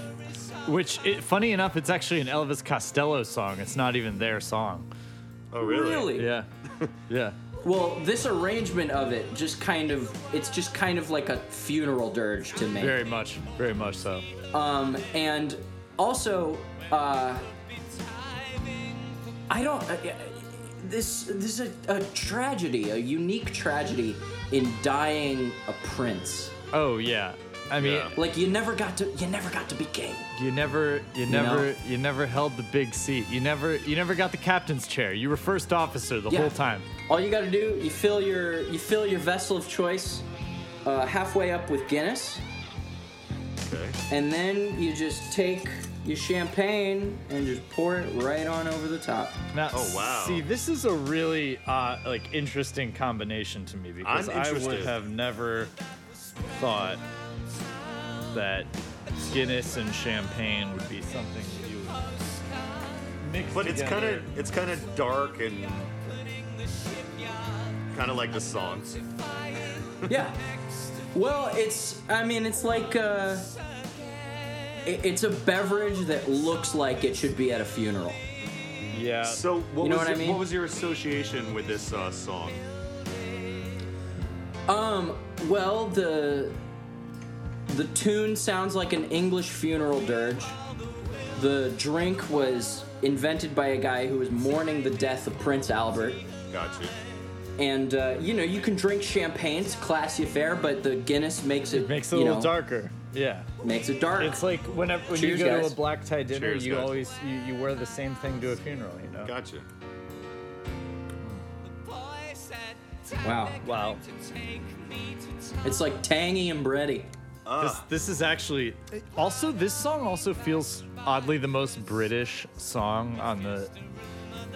Which, it, funny enough, it's actually an Elvis Costello song. It's not even their song.
Oh, really?
Yeah. Yeah.
Well, this arrangement of it just kind of, it's just kind of like a funeral dirge to me.
Very much. Very much so.
Um, and also, uh, I don't. Uh, uh, this this is a, a tragedy, a unique tragedy in dying a prince.
Oh, yeah. I mean,
Yeah.
Like you never got to, you never got to be king.
you never, you never, you never held the big seat. You never, you never got the captain's chair. You were first officer the
Yeah.
whole time.
All you got to do, you fill your you fill your vessel of choice uh, halfway up with Guinness,
Okay.
and then you just take your champagne and just pour it right on over the top.
Now,
Oh, wow.
See, this is a really uh, like interesting combination to me because
I'm
I would
interested.
have never thought that Guinness and champagne would be something that you would mix
But it's kind
together.
of it's kind of dark and kind of like the song.
Yeah. Well, it's. I mean, it's like. Uh, it- it's a beverage that looks like it should be at a funeral.
yeah.
So what
You know
was
what I
your-
mean?
what was your association with this uh, song?
Um. Well, the the tune sounds like an English funeral dirge. The drink was invented by a guy who was mourning the death of Prince Albert.
Gotcha.
And uh, you know you can drink champagne, it's a classy affair, but the Guinness makes it,
makes it a
you
little
know,
darker. Yeah.
Makes it dark.
It's like whenever when
Cheers,
you go
guys.
to a black tie dinner,
Cheers,
you
guys.
always you, you wear the same thing to a funeral, you know.
Gotcha.
wow.
Wow.
It's like tangy and bready. Ah.
This, this is actually also this song also feels oddly the most British song on the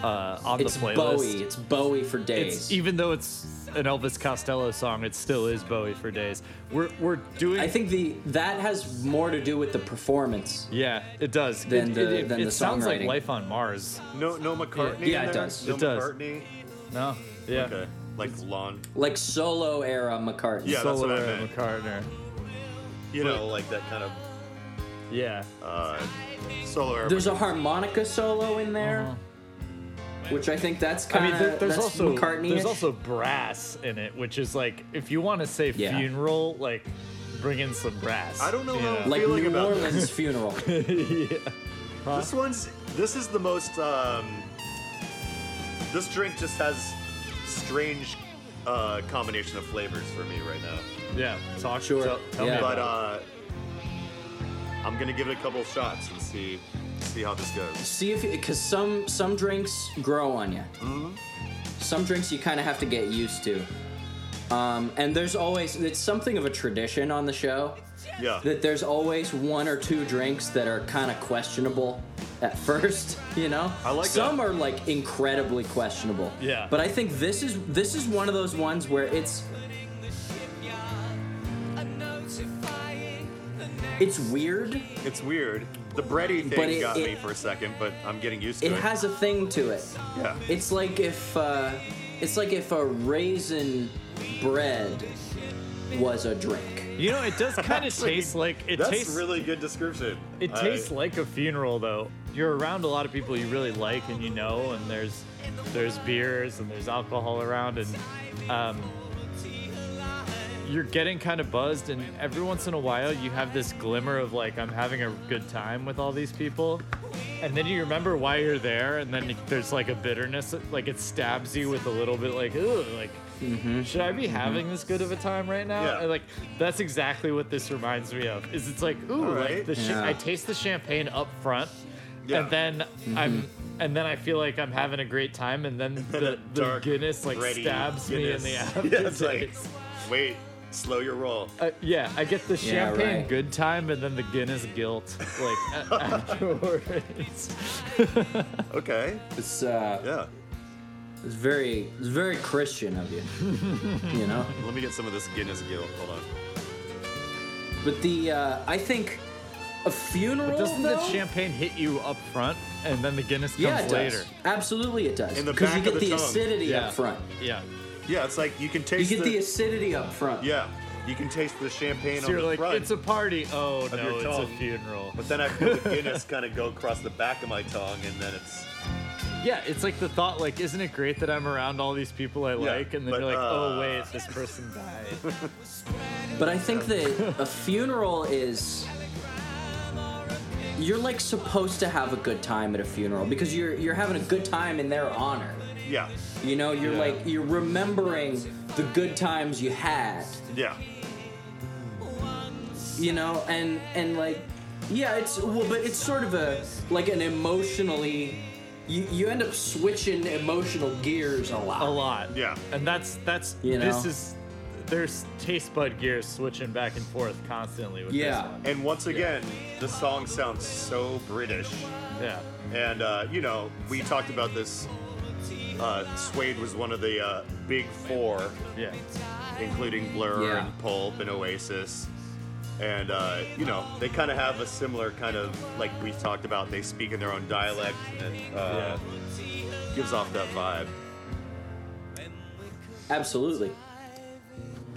uh, on
It's
the playlist.
Bowie. It's Bowie for days.
It's even though it's an Elvis Costello song, it still is Bowie for days. We're we're doing.
I think the that has more to do with the performance.
yeah, it does.
Than
it
the-
it,
than
it
the
sounds like
songwriting.
Life on Mars.
No, no McCartney.
Yeah,
in
it
there?
does.
No
It does.
McCartney.
No, yeah,
Okay. Like lawn.
Like solo era McCartney.
Yeah, that's what
Solo
I
era
meant.
McCartney.
You know, like that kind of
Yeah,
uh, solo era.
There's a harmonica solo in there. Which I think that's
I
kind of
mean, there, there's
Uh, that's
also
McCartney.
there's also brass in it, which is like if you want to say
Yeah.
funeral, like bring in some brass.
I don't know
you
how-
like
feeling
New
about this.
Orleans funeral.
This one's this is the most um this drink just has strange uh combination of flavors for me right now.
Yeah, talk
Sure.
Tell, tell
Yeah.
me
But
about
uh I'm gonna give it a couple shots and see see how this goes.
See if because some some drinks grow on you. Some drinks you kind of have to get used to. Um, and there's always it's something of a tradition on the show
Yeah.
that there's always one or two drinks that are kind of questionable at first, you know.
I like
some
that.
are like incredibly questionable.
Yeah.
But I think this is this is one of those ones where it's it's weird.
It's weird. The bready thing
But it-
got me
it-
for a second, but I'm getting used to
It
it.
has a thing to it.
yeah.
It's like if uh, it's like if a raisin bread was a drink.
You know, it does kind of taste like it
That's
tastes.
really good description.
it
I-
tastes like a funeral, though. You're around a lot of people you really like and you know, and there's there's beers and there's alcohol around, and um, you're getting kind of buzzed. And every once in a while, you have this glimmer of like I'm having a good time with all these people. And then you remember why you're there, and then there's like a bitterness, like it stabs you with a little bit, like, ooh, like, should I be having this good of a time right now?
Mm-hmm. Yeah.
And, like that's exactly what this reminds me of. Is it's like ooh,
All right.
like the sh-
Yeah.
I taste the champagne up front,
Uh. Yeah. Mm-hmm.
and then I'm and then I feel like I'm having a great time, and then the, the
dark,
Guinness like
bready
stabs me in the
Guinness.
aftertaste.
Yeah, it's like, wait, slow your roll.
Uh, yeah, I get the
Yeah,
champagne
right.
good time and then the Guinness guilt, like a- afterwards.
Okay.
It's uh,
Yeah.
it's very it's very Christian of you. you know.
Let me get some of this Guinness Guild. Hold on.
But the uh, I think a
Oh,
funeral
Doesn't
though?
the champagne hit you up front, and then the Guinness comes
yeah, it
later?
does. Absolutely, it does.
In the
Because you
back
get
of the
the
tongue.
acidity
Yeah.
up front.
Yeah.
Yeah, it's like you can
You
taste
get the acidity up front.
yeah, you can taste the champagne
So
on
you're
the
like,
front.
it's a party. Oh
your
no, it's a
tongue.
funeral.
But then I feel the Guinness kind of go across the back of my tongue, and then it's
Yeah, it's like the thought, like, isn't it great that I'm around all these people I
Yeah,
like? And then
but,
you're like,
uh,
oh wait, this person died.
But I think that a funeral is you're like supposed to have a good time at a funeral because you're you're having a good time in their honor.
yeah,
You know, you're
Yeah.
like you're remembering the good times you had.
yeah,
You know, and and like yeah, it's well, but it's sort of a like an emotionally you, you end up switching emotional gears a lot.
a lot.
Yeah.
And that's that's
You
this
know?
is there's taste bud gears switching back and forth constantly with
Yeah.
this
and once again, the song sounds so British.
one. Yeah.
And uh, you know, we talked about this. Uh, Suede was one of the uh, big four,
Yeah.
including Blur
Yeah.
and Pulp and Oasis. And uh, you know, they kind of have a similar kind of like we talked about. They speak in their own dialect, and it uh, gives off that vibe.
Absolutely.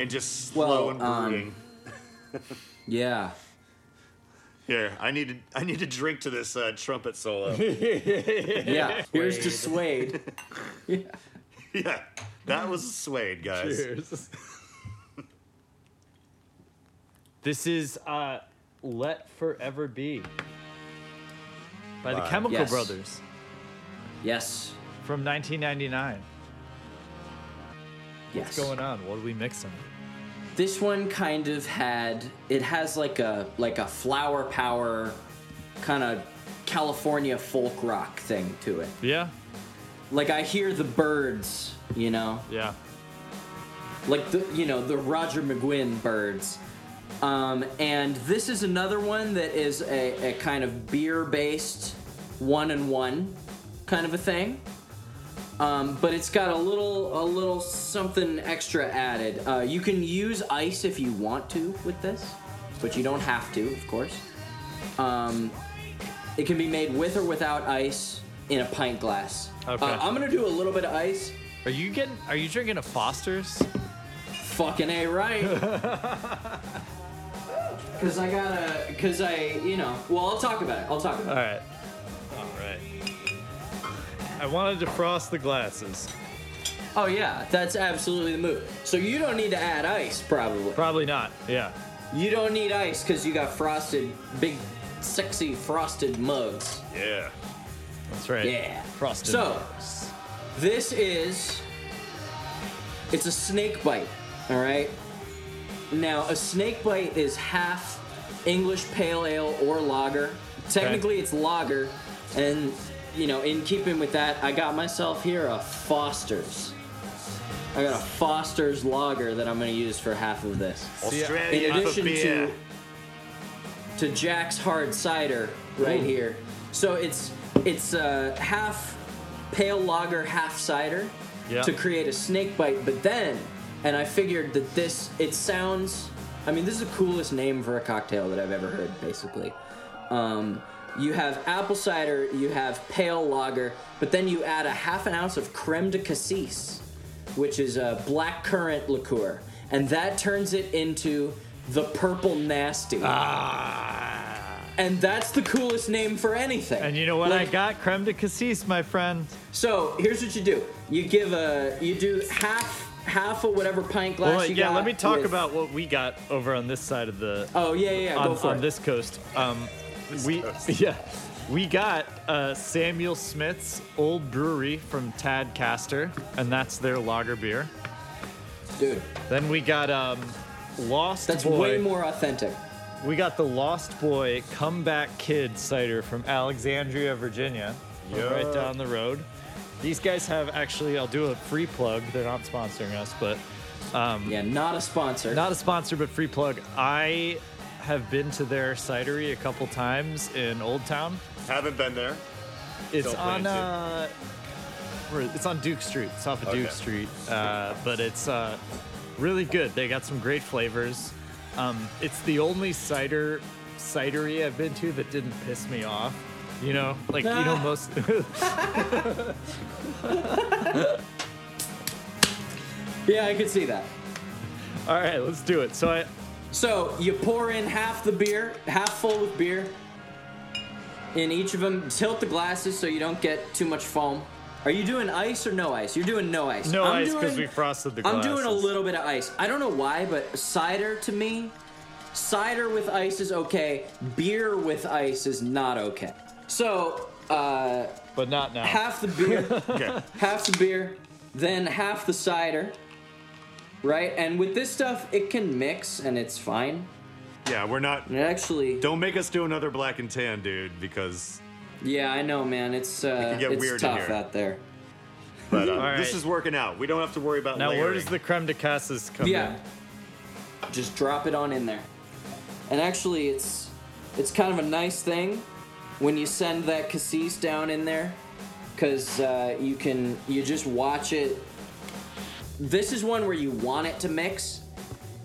And just slow
Well,
and
um,
brooding.
Yeah.
Here, I need to, I need to drink to this uh, trumpet solo.
Yeah. Here's to Suede.
yeah, that was suede, guys.
Cheers. this is uh Let Forever Be. By the
By-
Chemical
Yes.
Brothers
Yes.
from 1999.
Yes.
What's going on? What are we mixing?
this one kind of had it has like a like a flower power kind of california folk rock thing to it
Yeah.
like i hear the birds you know
Yeah.
like the you know the roger mcguinn birds um, and this is another one that is a, a kind of beer based one and one kind of a thing um, but it's got a little a little something extra added uh, you can use ice if you want to with this but you don't have to of course um, it can be made with or without ice in a pint glass
Okay.
uh, i'm gonna do a little bit of ice
Are you getting are you drinking a Foster's?
Fucking a right. Cause I gotta, cause I, you know. Well, I'll talk about it. I'll talk about
All right. All right. I want to defrost the glasses.
it. Oh yeah, that's absolutely the move. So you don't need to add ice, probably.
Probably not. Yeah.
You don't need ice because you got frosted, big, sexy frosted mugs.
Yeah,
That's right.
Yeah.
Frosted.
So, this is. It's a snake bite, all right? Now, a snake bite is half English pale ale or lager. Technically, it's lager, and you know, in keeping with that, I got myself here a Foster's. I got a Foster's lager that I'm going to use for half of this. uh, In
Australian for
addition
beer.
to to Jack's hard cider right here. So it's it's uh, half pale lager, half cider
Yeah.
to create a snake bite. But then, and I figured that this it sounds. I mean, this is the coolest name for a cocktail that I've ever heard. Basically, um, you have apple cider, you have pale lager, but then you add a half an ounce of creme de cassis which is a black currant liqueur, and that turns it into the purple nasty. Ah. And that's the coolest name for anything.
Ah. And you know what
Like,
I got? Creme de cassis, my friend.
So here's what you do: you give a, you do half, half of whatever pint glass
Well,
you
yeah,
got.
let me talk
with-
about what we got over on this side of the
Oh yeah, yeah, yeah,
on,
go for
on
it.
this coast. Um, we yeah, we got uh, Samuel Smith's Old Brewery from Tad Caster, and that's their lager beer.
dude.
Then we got um, Lost
That's
Boy.
way more authentic.
We got the Lost Boy Comeback Kid cider from Alexandria, Virginia, from right down the road. These guys have actually, I'll do a free plug. They're not sponsoring us, but
Yeah, not a sponsor.
Not a sponsor, but free plug. I have been to their cidery a couple times in Old Town.
Haven't been there.
It's
Don't plan
on
to.
uh, where- it's on Duke Street. It's off of Duke
Okay.
Street, uh, but it's uh, really good. They got some great flavors. Um, it's the only cider cidery I've been to that didn't piss me off. You know, like you know most.
yeah, I could see that.
All right, let's do it. So I,
So you pour in half the beer, half full with beer, in each of them. Tilt the glasses so you don't get too much foam. Are you doing ice or no ice? You're doing no ice.
no
I'm
ice because
doing-
we frosted the
I'm
glasses.
doing a little bit of ice. I don't know why, but cider to me, cider with ice is okay. Beer with ice is not okay. So uh,
but not now.
half the beer,
Okay.
half the beer, then half the cider. Right, and with this stuff, it can mix and it's fine.
Yeah, we're not.
It actually
Don't make us do another black and tan, dude, because
Yeah, I know, man. It's uh,
can get
it's
weird in
tough
here.
out there.
but, uh,
right.
this is working out. We don't have to worry about
now, where
layering.
does the creme de cassis come
Yeah, just drop it on in there. And actually, it's it's kind of a nice thing when you send that cassis down in there, because uh, you can you just watch it. This is one where you want it to mix.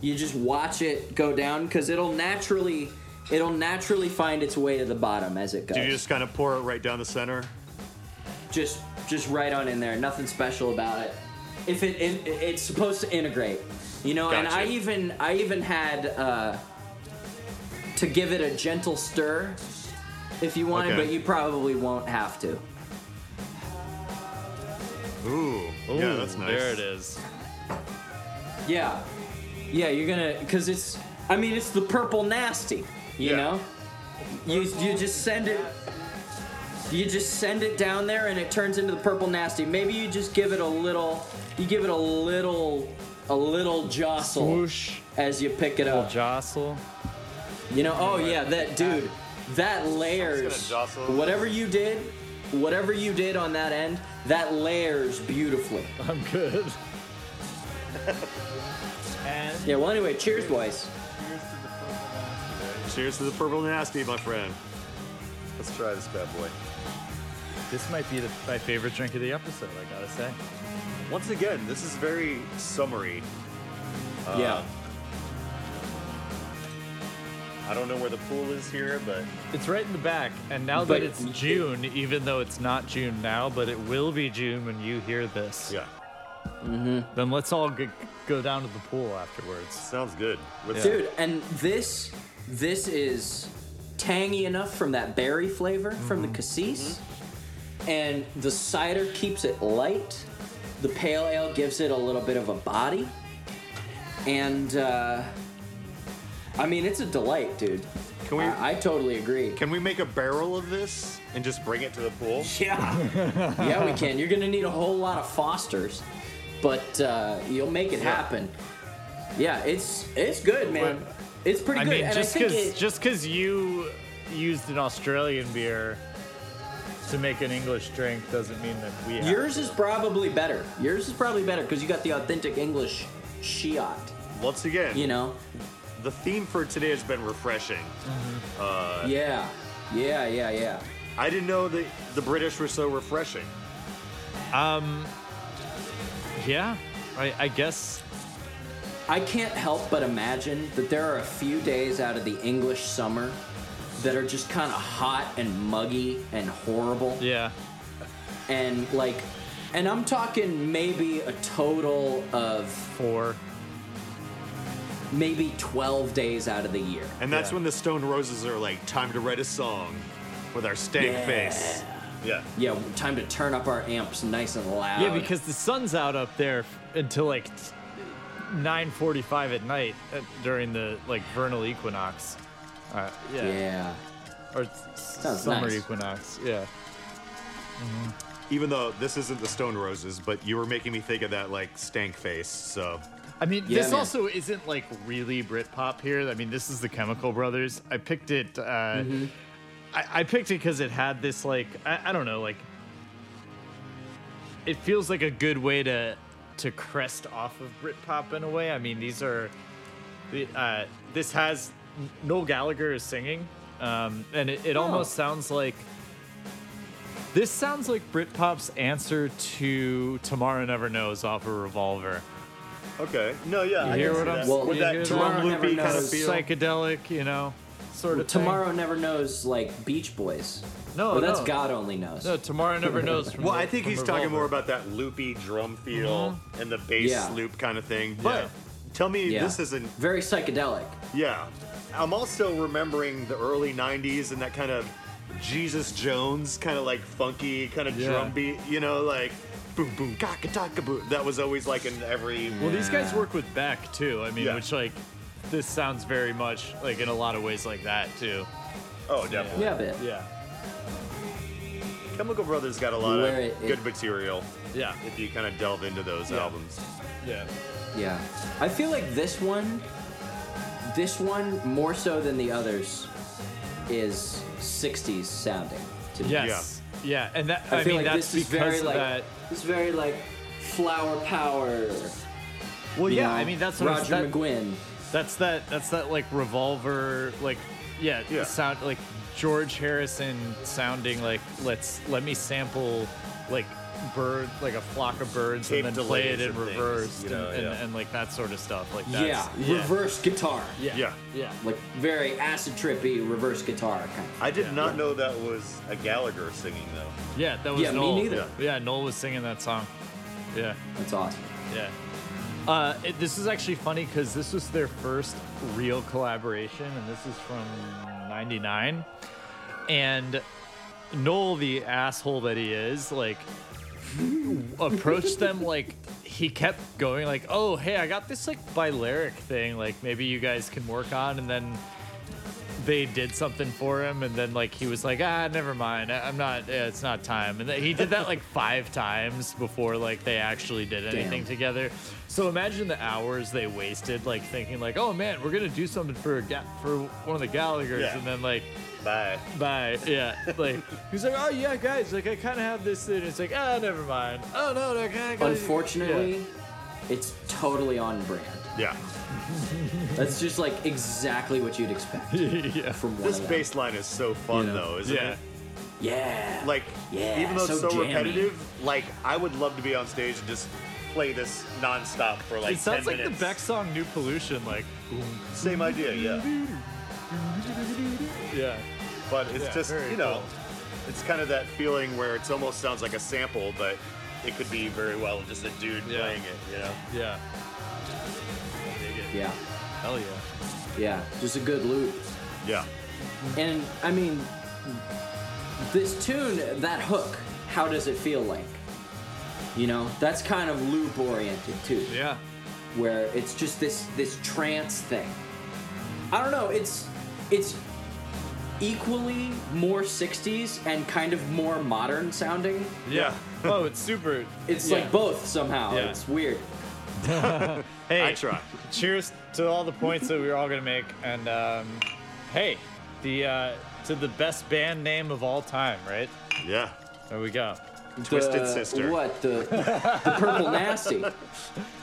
You just watch it go down because it'll naturally it'll naturally find its way to the bottom as it goes.
Do you just kind of pour it right down the center?
just just right on in there. Nothing special about it. If it, it it's supposed to integrate, you know. And
Gotcha.
I even I even had uh, to give it a gentle stir if you wanted,
Okay.
but you probably won't have to.
Ooh.
in?
yeah, that's
Ooh,
nice.
There it is.
Yeah, yeah. You're gonna because it's I mean it's the purple nasty. You
Yeah.
know. You you just send it. You just send it down there and it turns into the purple nasty. Maybe you just give it a little. You give it a little. A little jostle
Swoosh.
as you pick it up.
Jostle.
You know, oh yeah, that dude, that layers.
jostle.
Whatever you did, whatever you did on that end, that layers beautifully.
I'm good. and
Yeah. Well, anyway, cheers, boys.
Cheers to the purple nasty, my friend. Let's try this bad boy.
this might be the, my favorite drink of the episode. I gotta say.
Once again, this is very summery. Uh,
yeah.
I don't know where the pool is here, but
It's right in the back, and now
But-
that it's June, even though it's not June now, but it will be June when you hear this.
yeah,
Then let's all g- go down to the pool afterwards.
sounds good. Let's-
Dude, and this this is tangy enough from that berry flavor from the cassis. And the cider keeps it light. The pale ale gives it a little bit of a body. And uh I mean it's a delight, dude.
Can we
I, I totally agree.
can we make a barrel of this and just bring it to the pool?
yeah. yeah, we can. You're gonna need a whole lot of fosters, but uh, you'll make it happen. Yeah, it's it's good, man. It's pretty
I
good.
mean,
and
just
I think
because
it-
just because you used an Australian beer to make an English drink doesn't mean that we. have
Yours
to.
is probably better. Yours is probably better because you got the authentic English shiat.
Once again,
You know?
the theme for today has been refreshing.
Yeah. Yeah, yeah, yeah.
I didn't know that the British were so refreshing.
Yeah, I, I guess.
I can't help but imagine that there are a few days out of the English summer that are just kind of hot and muggy and horrible.
Yeah.
And like, and I'm talking maybe a total of
Four.
maybe 12 days out of the year.
And that's when the Stone Roses are like, time to write a song with our stank
Yeah.
face. Yeah.
Yeah, time to turn up our amps nice and loud.
Yeah, because the sun's out up there until like 9:45 at night uh, during the like vernal equinox. Uh, yeah.
Yeah.
Or s-
Sounds
summer
nice.
equinox. Yeah.
Even though this isn't the Stone Roses, but you were making me think of that like stank face, so.
I mean,
Yeah,
this
man.
also isn't like really Britpop here. I mean, this is the Chemical Brothers. I picked it. Uh,
Mm-hmm.
I, I picked it because it had this like I, I don't know like. It feels like a good way to to crest off of Britpop in a way. I mean, these are the uh, this has Noel Gallagher is singing, um, and it,
Oh.
it almost sounds like. This sounds like Britpop's answer to Tomorrow Never Knows off of Revolver.
Okay. No, yeah.
You hear what I'm
Well,
With
you
that
hear
drum
Tomorrow
loopy
Never
kind of
Knows.
feel.
psychedelic, you know, sort of thing.
Tomorrow never knows like Beach Boys.
No,
well, that's
no.
God only knows.
No, tomorrow never knows. From
Well,
Re-
I think
from
he's talking more
Revolver.
about that loopy drum feel and the bass
Mm-hmm. Yeah.
loop kind of thing. But
Yeah.
tell me
Yeah.
this isn't.
Very psychedelic.
Yeah. I'm also remembering the early 90s and that kind of Jesus Jones kind of like funky kind of
Yeah.
drum beat, you know, like boom, boom, kaka, taka, boom. That was always like in every.
Well, these guys work with Beck too. I mean,
Yeah.
which like this sounds very much like in a lot of ways like that too.
Oh, definitely.
Yeah, but
Yeah,
Chemical Brothers got a lot
Where
of
it-
good material
yeah,
if you kind of delve into those albums.
yeah.
yeah. I feel like this one, this one more so than the others, is '60s sounding. To me.
Yes, yeah, and that I, mean
feel like
that's
this is
because
very
of
like
that.
this is very like flower power.
Well,
you
yeah,
know,
I mean that's what I'm-
Roger
that-
McGuinn.
That's that. That's that like revolver, like yeah,
Yeah.
sound like George Harrison sounding like let's let me sample like bird like a flock of birds
Tape
and then play
delays
it in
and things,
reverse
you
and,
know,
and,
yeah.
and, like that sort of stuff like that.
Yeah, reverse guitar.
yeah,
Yeah.
yeah.
Like very acid trippy reverse guitar kind of.
I did not know that was a Gallagher singing though.
Yeah, that was
Yeah, me
Noel.
neither.
Yeah. yeah, Noel was singing that song. Yeah,
That's awesome.
yeah. Uh, it, this is actually funny because this was their first real collaboration, and this is from '99. And Noel, the asshole that he is, like approached them like he kept going like, "Oh, hey, I got this like bilaric thing. Like maybe you guys can work on." And then they did something for him, and then like he was like, "Ah, never mind. I- I'm not. eh, It's not time." And then he did that like five times before like they actually did anything together. So imagine the hours they wasted like thinking like, "Oh man, we're gonna do something for a ga- for one of the Gallagher's,"
Yeah.
and then like
Bye.
bye. Yeah. Like he's like, oh yeah, guys. Like I kind of have this thing. It's like, ah, never mind. Oh no, no, kind of.
Unfortunately, it's totally on brand.
Yeah.
That's just like exactly what you'd expect
yeah.
from one
This
of them.
bass line is so fun
You know?
though, isn't
Yeah.
it?
Yeah.
Like,
Yeah,
even though it's
so
so
jammy.
repetitive, like I would love to be on stage and just play this nonstop for like
it sounds
10
like the
minutes.
Beck song "New Pollution." Like,
Same idea, yeah.
yeah.
But it's
Yeah,
just
very
you know, it's kind of that feeling where it almost sounds like a sample, but it could be very well just a dude
Yeah.
playing it. You know?
Yeah. I dig it.
yeah.
Hell yeah.
Yeah. Just a good loop.
Yeah.
And I mean, this tune, that hook, how does it feel like? You know, that's kind of loop oriented too,
Yeah.
where it's just this this trance thing. I don't know. It's it's equally more 60s and kind of more modern sounding.
Yeah. oh, it's super.
It's
yeah.
like both somehow.
Yeah.
It's weird.
Hey,
I try.
cheers to all the points that we were all gonna make, and um, hey, the uh, to the best band name of all time, right?
Yeah.
There we go.
Twisted
The-
Sister.
What the the purple nasty, the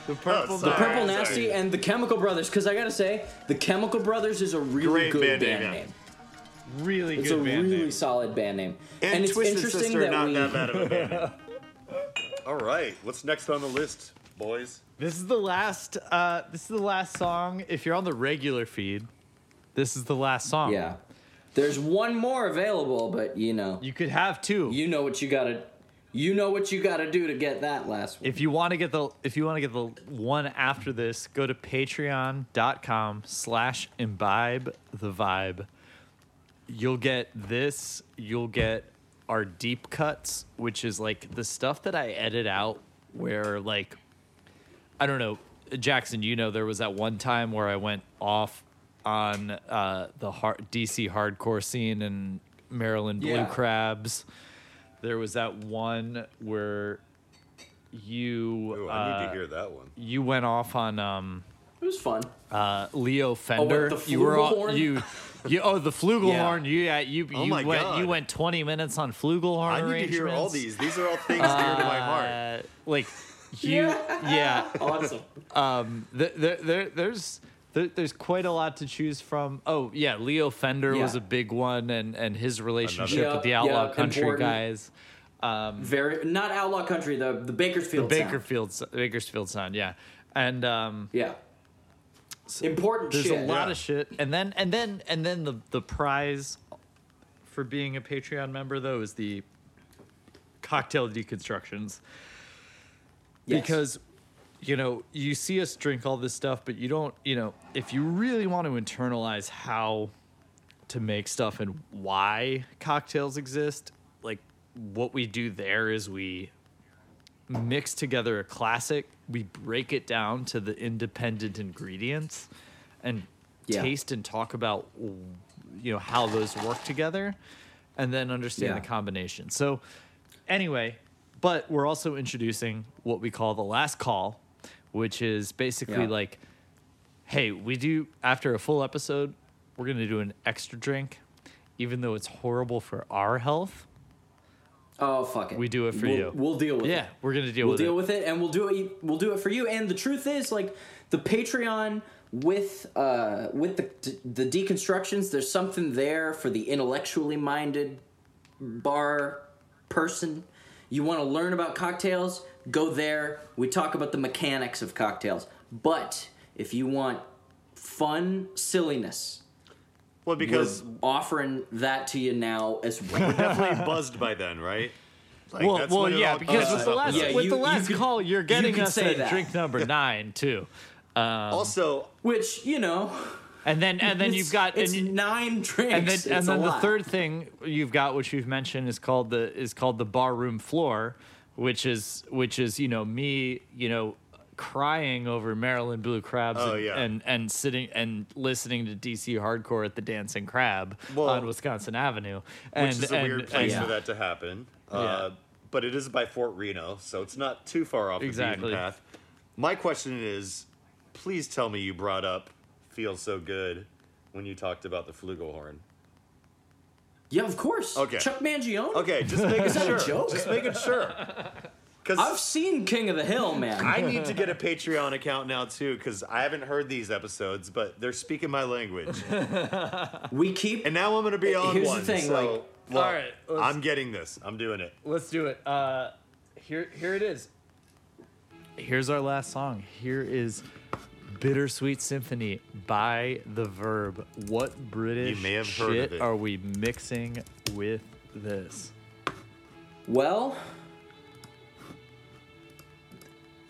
The purple,
purple nasty, and the Chemical Brothers. Because I gotta say, the Chemical Brothers is a really
Great
good
band
band,
name,
name.
yeah.
Really
It's
good
a
band
really
name.
solid band name,
And,
it's
Twisted
interesting
Sister,
that
not
we.
that bad of a band. All right, what's next on the list, boys?
This is the last. Uh, this is the last song. If you're on the regular feed, this is the last song.
Yeah, there's one more available, but you know,
You could have two.
you know what you gotta, you know what you gotta do to get that last one.
if you want to get the if you want to get the one after this, go to patreon.com slash imbibe the vibe. You'll get this, you'll get our deep cuts, which is like the stuff that I edit out where like I don't know, Jackson, you know there was that one time where I went off on uh, the hard, DC hardcore scene and Maryland Blue
Yeah.
Crabs. There was that one where you
Ooh,
uh,
I need to hear that one.
you went off on um,
It was fun.
uh, Leo Fender.
Oh, the
you were
flugelhorn?
you you oh the flugelhorn. You yeah you
Oh
you
my
went
God.
you went twenty minutes on flugelhorn.
I need to hear all
arrangements.
these. These are all things dear to my heart.
Uh, like you yeah
Awesome.
there, there, there- there's there, there's quite a lot to choose from. Oh yeah, Leo Fender
Yeah.
was a big one, and and his relationship
Another-
with the
Yeah,
Outlaw
yeah,
Country
important.
guys,
Very not outlaw country. The the Bakersfield. sound.
Bakerfield, Bakersfield sound, yeah, and um,
Yeah. Important
there's
shit.
a lot
Yeah.
of shit, and then and then and then the the prize for being a Patreon member though is the cocktail deconstructions.
Yes.
because you know you see us drink all this stuff but you don't you know if you really want to internalize how to make stuff and why cocktails exist like what we do there is we mix together a classic we break it down to the independent ingredients and
Yeah.
taste and talk about you know how those work together and then understand
Yeah.
the combination so anyway but we're also introducing what we call the last call which is basically
Yeah.
like hey we do after a full episode we're going to do an extra drink even though it's horrible for our health
oh fuck it.
we do it for
We'll-
you.
We'll deal with it.
yeah we're going to deal
we'll
with
deal
it
with it and we'll do it we'll do it for you and the truth is like the patreon with uh with the the deconstructions there's something there for the intellectually minded bar person you want to learn about cocktails go there we talk about the mechanics of cocktails but if you want fun silliness
Well, because
offering that to you now as well
definitely buzzed by then, right? Like,
well,
that's
well
when it
yeah
all
because
comes
with the
up.
last
Yeah,
with
you-
the
you
last
could-
call you're
you
getting
could
us
say
at
that.
drink number 9 too
also,
which you know
and then and then
it's-
you've got
it's
and you-
nine drinks
and then,
It's
and
a
then the
lot.
third thing you've got, which you've mentioned, is called the is called the barroom floor, which is which is you know me you know crying over Maryland Blue Crabs
Oh,
and,
yeah.
and and sitting and listening to DC hardcore at the Dancing Crab
Well,
on Wisconsin Avenue,
which
and,
is a
and-
weird
and-
place
yeah.
for that to happen. Uh, But it is by Fort Reno, so it's not too far off
Exactly.
the beaten path. My question is, please tell me you brought up "Feels So Good" when you talked about the flugelhorn.
yeah of course
Okay.
chuck mangione
Okay, just making
that
sure.
a joke?
Just making sure.
I've
Because
seen King of the Hill, man.
I need to get a Patreon account now too, because I haven't heard these episodes, but they're speaking my language,
we keep
and now I'm gonna be on
Here's the
one.
thing,
so,
like-
look,
All right, let's-
I'm getting this. I'm doing it.
Let's do it. Uh, here here it is. Here's our last song. Here is. Bittersweet Symphony by the Verb. What British
may have
shit
heard of it.
are we mixing with this?
well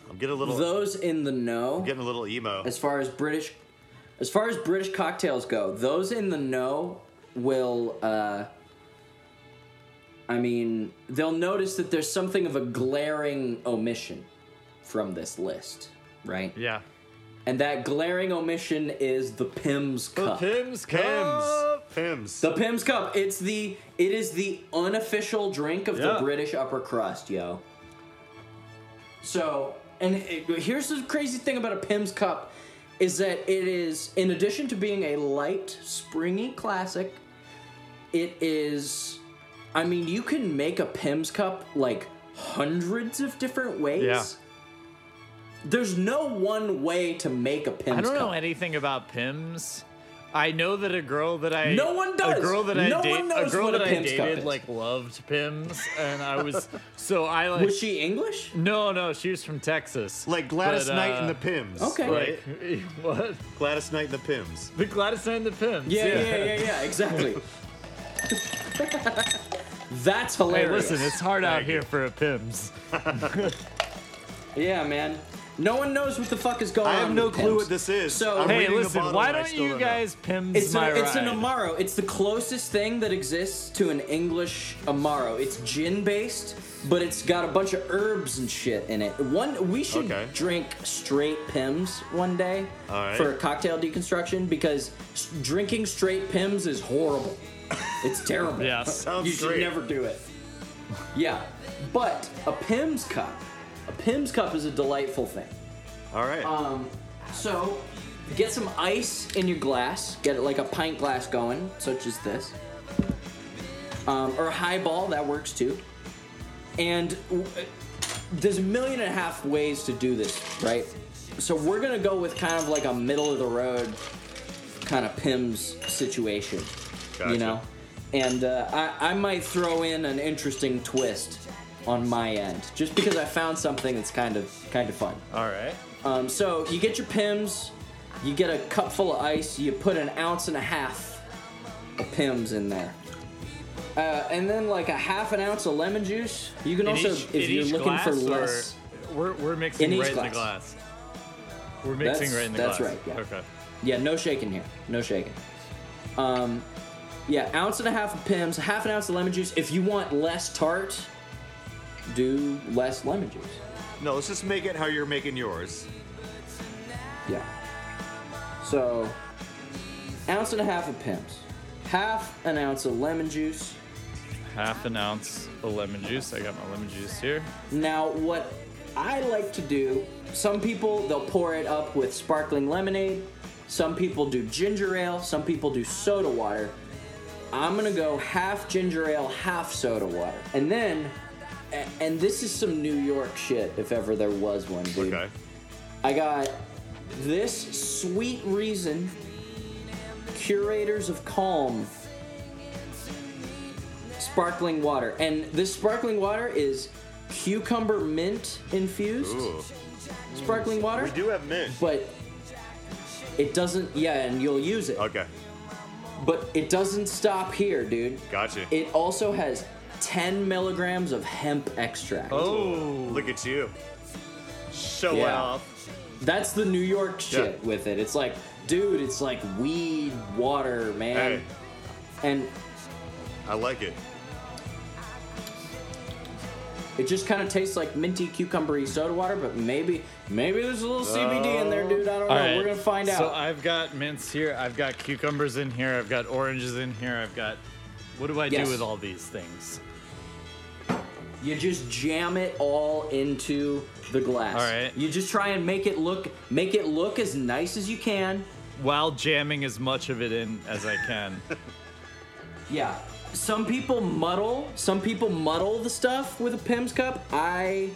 I'm getting a little,
those in the know
getting a little emo.
as far as British as far as British cocktails go. Those in the know will. Uh, I mean, they'll notice that there's something of a glaring omission from this list, right?
Yeah.
And that glaring omission is the Pim's Cup.
Pims,
Pims. Pims.
The Pim's Cup. It's the it is the unofficial drink of
Yeah.
the British upper crust, yo. So, and it- here's the crazy thing about a Pim's Cup is that it is in addition to being a light, springy classic, it is I mean, you can make a Pim's cup like hundreds of different ways.
Yeah.
There's no one way to make a Pim's
I don't
cup.
know anything about Pims. I know that a girl that I
No one does.
a girl that
No
I
one
date a
knows
girl
what
that
a
I
Pimm's cup
dated
is.
like loved Pims and I was so I like
Was she English?
no no she was from Texas
Like Gladys
But, uh,
Knight and the Pims.
Okay.
Right?
like what
Gladys Knight and the Pims.
the Gladys Knight and the Pims
Yeah, yeah, yeah, yeah, yeah, exactly. That's
Hey,
hilarious.
listen, it's hard out here for a Pims.
yeah, man. No one knows what the fuck is going on.
I have no
with
clue
Pimm's.
what this is.
So-
I'm
Hey,
Hey,
reading the
listen,
bottle
why
and I
don't
still
you
know.
guys Pims
It's,
my
an, it's an
ride?
Amaro. It's the closest thing that exists to an English Amaro. It's gin based, but it's got a bunch of herbs and shit in it. One, we should
Okay.
drink straight Pims one day
Alright.
for a cocktail deconstruction because s- drinking straight Pims is horrible. It's terrible.
Yes.
Sounds
you should
great.
never do it. Yeah, but a Pims cup, a Pims cup is a delightful thing.
All right.
Um, So, get some ice in your glass. Get it like a pint glass going, such as this, um, or a highball that works too. And w- uh, there's a million and a half ways to do this, right? So we're gonna go with kind of like a middle of the road kind of Pim's situation,
Gotcha.
you know. And uh, I, I might throw in an interesting twist on my end, just because I found something that's kind of kind of fun.
All right.
Um, so you get your pims, you get a cup full of ice, you put an ounce and a half of pims in there. Uh, and then like a half an ounce of lemon juice. You can
In
also,
each-
if
in
you're
each
looking for
glass, or-
less,
We're, we're mixing
In each
right in the
glass.
glass. We're mixing
That's-
right in the
that's
glass.
right, yeah.
Okay.
yeah, no shaking here, no shaking. Um, yeah, ounce and a half of pims, half an ounce of lemon juice. If you want less tart, do less lemon juice.
no, let's just make it how you're making yours.
Yeah. So, ounce and a half of pims, half an ounce of lemon juice.
Half an ounce of lemon juice. I got my lemon juice here.
Now, what I like to do, some people they'll pour it up with sparkling lemonade, some people do ginger ale, some people do soda water. I'm gonna go half ginger ale, half soda water. And then, a- and this is some New York shit if ever there was one, dude.
Okay.
I got this sweet reason, curators of calm, sparkling water, and this sparkling water is cucumber mint infused
Ooh.
sparkling water,
We do have mint.
but it doesn't. Yeah, and you'll use
Uh,
it,
Okay.
but it doesn't stop here, dude.
Gotcha.
It also has 10 milligrams of hemp extract.
Oh. Look at you.
Show it
Yeah.
off.
That's the New York shit
Yeah.
with it. It's like, dude, it's like weed water, man.
Hey.
And
I like it.
it just kind of tastes like minty cucumbery soda water, but maybe maybe there's a little CBD in there, dude. I don't know. We're gonna find out.
So I've got mints here. I've got cucumbers in here. I've got oranges in here. I've got. What do I
Yes.
do with all these things?
you just jam it all into the glass.
All right.
You just try and make it look make it look as nice as you can.
While jamming as much of it in as I can.
Yeah. Some people muddle. Some people muddle the stuff with a Pim's cup. I,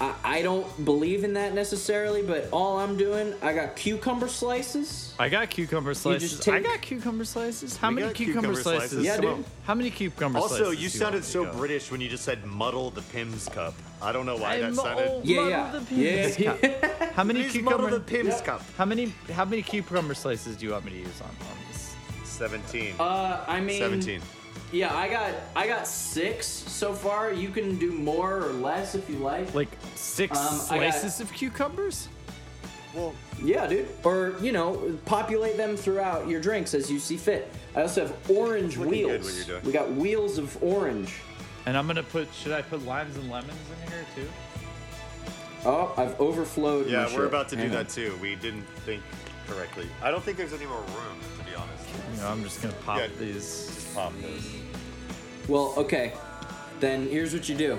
I, I don't believe in that necessarily. But all I'm doing, I got cucumber slices.
I got cucumber slices.
just
I
take-
got cucumber slices. How
We
many
got
cucumber,
cucumber
slices?
slices.
Yeah,
Come
dude.
on.
How many cucumber slices?
Also,
do
you
want
sounded
me to
so
go?
British when you just said muddle the Pims cup. I don't know why
I
that
mu-
sounded.
Yeah,
muddle
yeah.
the
Yeah,
Pims cup. How many
Please muddle
cucumber?
the Pims cup.
How many how many cucumber slices do you want me to use on, on this?
17.
Uh, I mean,
17.
Yeah, I got I got six so far. You can do more or less if you like.
Like six
Um, I got-
slices of cucumbers?
Well,
Yeah, dude. Or you know, populate them throughout your drinks as you see fit. I also have orange
Looking good
wheels.
what you're doing.
We got wheels of orange.
And I'm gonna put should I put limes and lemons in here too?
Oh, I've overflowed.
yeah,
my
we're
shit.
about to do
Hang on.
that too. We didn't think correctly. I don't think there's any more room, to be honest.
You know, I'm just gonna pop
Yeah.
these.
Pop this.
Well, okay. Then here's what you do.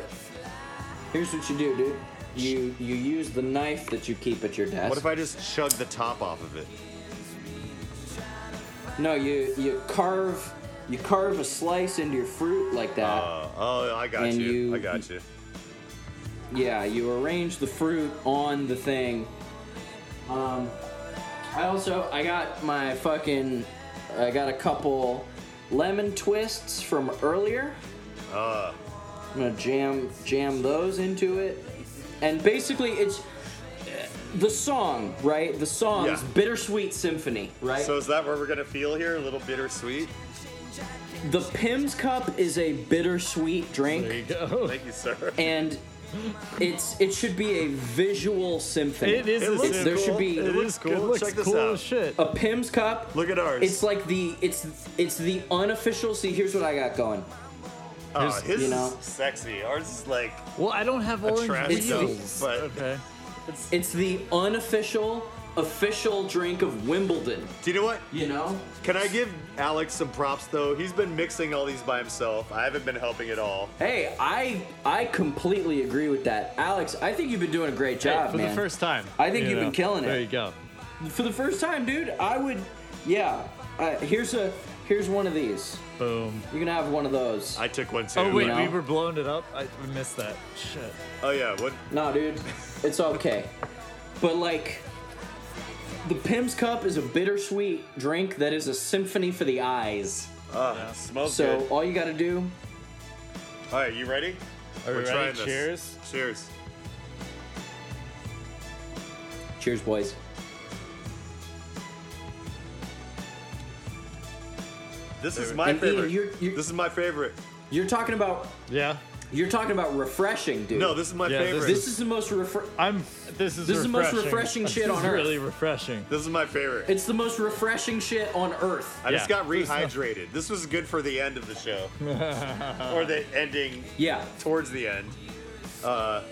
Here's what you do, dude. You you use the knife that you keep at your desk.
What if I just chug the top off of it?
No, you you carve you carve a slice into your fruit like that.
Uh, oh, I got
And
you.
you-
I got you.
Yeah, you arrange the fruit on the thing. Um, I also I got my fucking I got a couple lemon twists from earlier.
Uh,
I'm gonna jam jam those into it, and basically it's the song, right? The song is
Yeah.
"Bittersweet Symphony," right?
so is that where we're gonna feel here? A little bittersweet.
the Pim's Cup is a bittersweet drink.
Thank you, sir.
and it's it should be a visual symphony.
It is
It
a
looks
sim-
there
cool.
should be
It
It
looks
is cool. It
cool.
looks
Check this
cool
out.
as shit.
a Pim's cup.
Look at ours.
It's like the it's it's the unofficial. See, here's what I got going.
Oh, his
you know.
is sexy. Ours is like
Well, I don't have
a
orange
trash
It's-
dump,
wheels.
but
Okay.
It's the unofficial official drink of Wimbledon.
do you know what?
You know,
Can I give Alex some props though? He's been mixing all these by himself. I haven't been helping at all.
hey, I I completely agree with that, Alex. I think you've been doing a great job,
for
man.
the first time.
I think
you
you've been
know.
killing it.
There you go.
for the first time, dude. I would, yeah. Uh, here's a here's one of these.
Boom.
You're gonna have one of those.
I took one too.
Oh wait,
know?
we were blowing it up. I we missed that. Shit.
Oh yeah. What?
No, dude, it's okay. But like, the Pim's Cup is a bittersweet drink that is a symphony for the eyes.
Uh, Smells
So
good.
all you gotta do,
All right, you ready?
Are we
We're trying
ready?
this.
Cheers.
Cheers.
cheers, boys.
This is my
And Ian,
favorite.
you're- you're-
this is my favorite.
You're talking about
Yeah.
you're talking about refreshing, dude.
No, this is my
Yeah, this
favorite. This,
this is the most refre-
I'm. This is.
This is the most refreshing
refreshing.
shit
This
on
is
earth.
Really refreshing.
is my favorite.
It's the most refreshing shit on earth.
I just
yeah.
got rehydrated. This was good for the end of the show, or the ending
Yeah,
towards the end.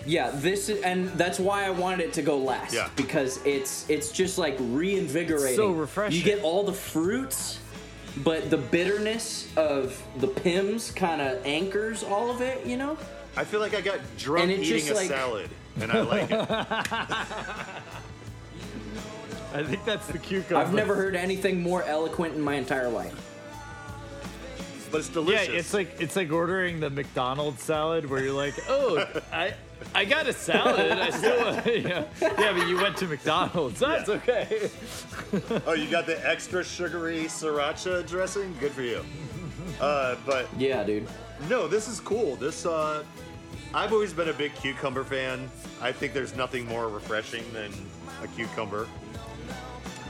yeah. This is, and that's why I wanted it to go last.
Yeah.
Because it's it's just like reinvigorating.
So refreshing.
You get all the fruits, but the bitterness of the pims kind of anchors all of it. You know.
I feel like I got drunk
And it
eating
just,
a
like-
salad, and I like it.
I think that's the cucumber.
I've never heard anything more eloquent in my entire life.
But it's
Yeah,
delicious.
it's like it's like ordering the McDonald's salad where you're like, oh, I I got a salad. I still yeah. yeah, but you went to McDonald's. That's
Yeah.
okay.
oh, you got the extra sugary sriracha dressing. Good for you. Uh, but
Yeah, dude.
No, this is cool. This uh I've always been a big cucumber fan. I think there's nothing more refreshing than a cucumber.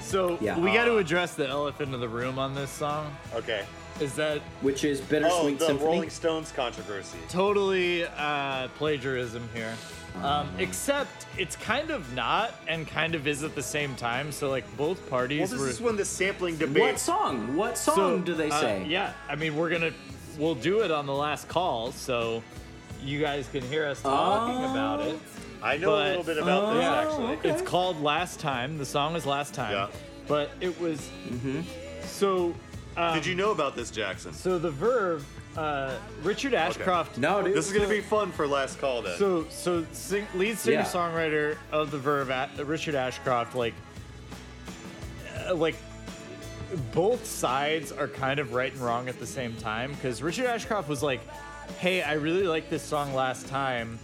So
Yeah.
we got to address the elephant in the room on this song.
Okay.
Is that
Which is
Oh,
bittersweet
the
symphony.
Rolling Stones controversy.
totally uh, plagiarism here? Um, except it's kind of not, and kind of is at the same time. So like both
Well,
parties
this
were.
is when the sampling
What
debate.
song? What song
So,
do they
uh,
say?
yeah, I mean we're gonna we'll do it on the last call, so you guys can hear us talking
Oh.
about it.
I know a
But- uh,
little bit about this actually.
It's called Last Time. The song is Last Time.
Yeah.
But it was
Mm-hmm.
so
Did you know about this, Jackson?
so the verb uh, Richard Ashcroft
No, dude.
This is gonna be fun for last call then.
So, so sing, lead singer
Yeah.
songwriter of the Verve, A- Richard Ashcroft, like, uh, like both sides are kind of right and wrong at the same time because Richard Ashcroft was like, "Hey, I really liked this song last time,"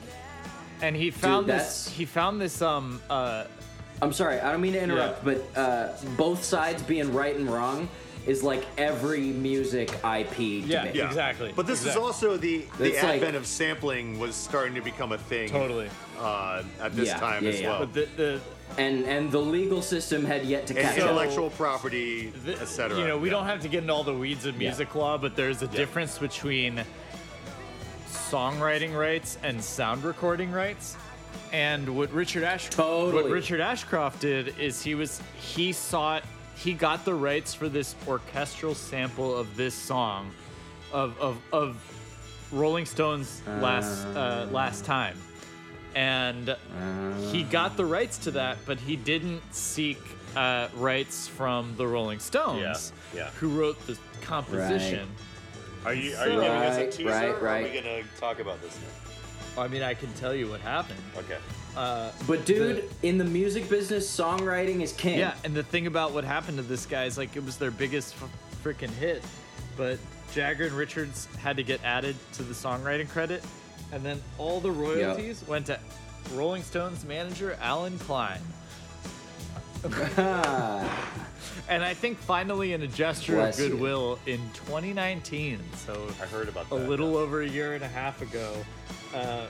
and he found
that's-
this. He found this. Um, uh,
I'm sorry, I don't mean to interrupt,
Yeah.
but uh, both sides being right and wrong is like every music IP
Yeah,
debate.
yeah. exactly,
But this
exactly.
is also the the
It's like-
advent of sampling was starting to become a thing.
Totally.
Uh, at this
Yeah,
time
yeah,
as
yeah.
well.
but the, the
And and the legal system had yet to catch up.
Intellectual property,
the-
etc.
You know, we
Yeah.
don't have to get into all the weeds of music law, but there's a difference between songwriting rights and sound recording rights. And what Richard Ash
Totally.
what Richard Ashcroft did is he was he sought he got the rights for this orchestral sample of this song of of, of Rolling Stones last uh, last time. And he
Uh.
got the rights to that, but he didn't seek uh, rights from the Rolling Stones,
Yeah, yeah.
who wrote the composition.
Are you are you giving us a
Right,
teaser?
right,
or Are
right.
we gonna talk about this now?
I mean, I can tell you what happened.
Okay.
But dude, in the music business, songwriting is king.
Yeah, and the thing about what happened to this guy is like it was their biggest f- freaking hit, but Jagger and Richards had to get added to the songwriting credit, and then all the royalties went to Rolling Stones manager Alan Klein. and I think finally, in a gesture
Bless you.
of goodwill, in 2019, so
I heard about
a
that.
little over a year and a half ago, uh,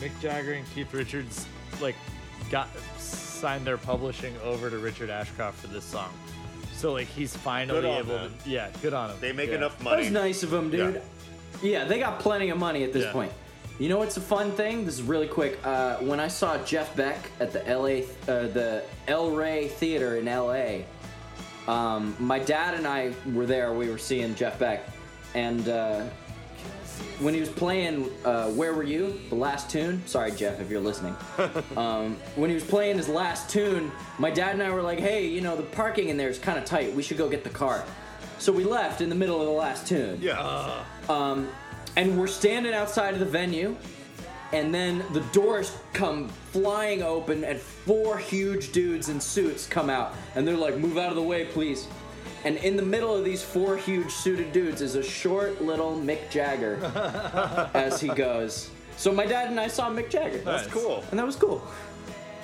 Mick Jagger and Keith Richards like got signed their publishing over to Richard Ashcroft for this song. So like he's finally
Good on
able
them.
to yeah, good on him.
They make
Yeah.
enough
That
money.
was nice of them, dude. Yeah. they got plenty of money at this
Yeah.
point. You know what's a fun thing? This is really quick. Uh, when I saw Jeff Beck at the LA, uh, the El Rey Theater in LA, um, my dad and I were there. We were seeing Jeff Beck, and uh, when he was playing uh, "Where Were You," the last tune. Sorry, Jeff, if you're listening. um, when he was playing his last tune, my dad and I were like, "Hey, you know, the parking in there is kind of tight. We should go get the car." So we left in the middle of the last tune Um,
Yeah.
and we're standing outside of the venue and then the doors come flying open and four huge dudes in suits come out and they're like move out of the way please and in the middle of these four huge suited dudes is a short little mick jagger as he goes so my dad and i saw mick jagger
That's cool.
and that was cool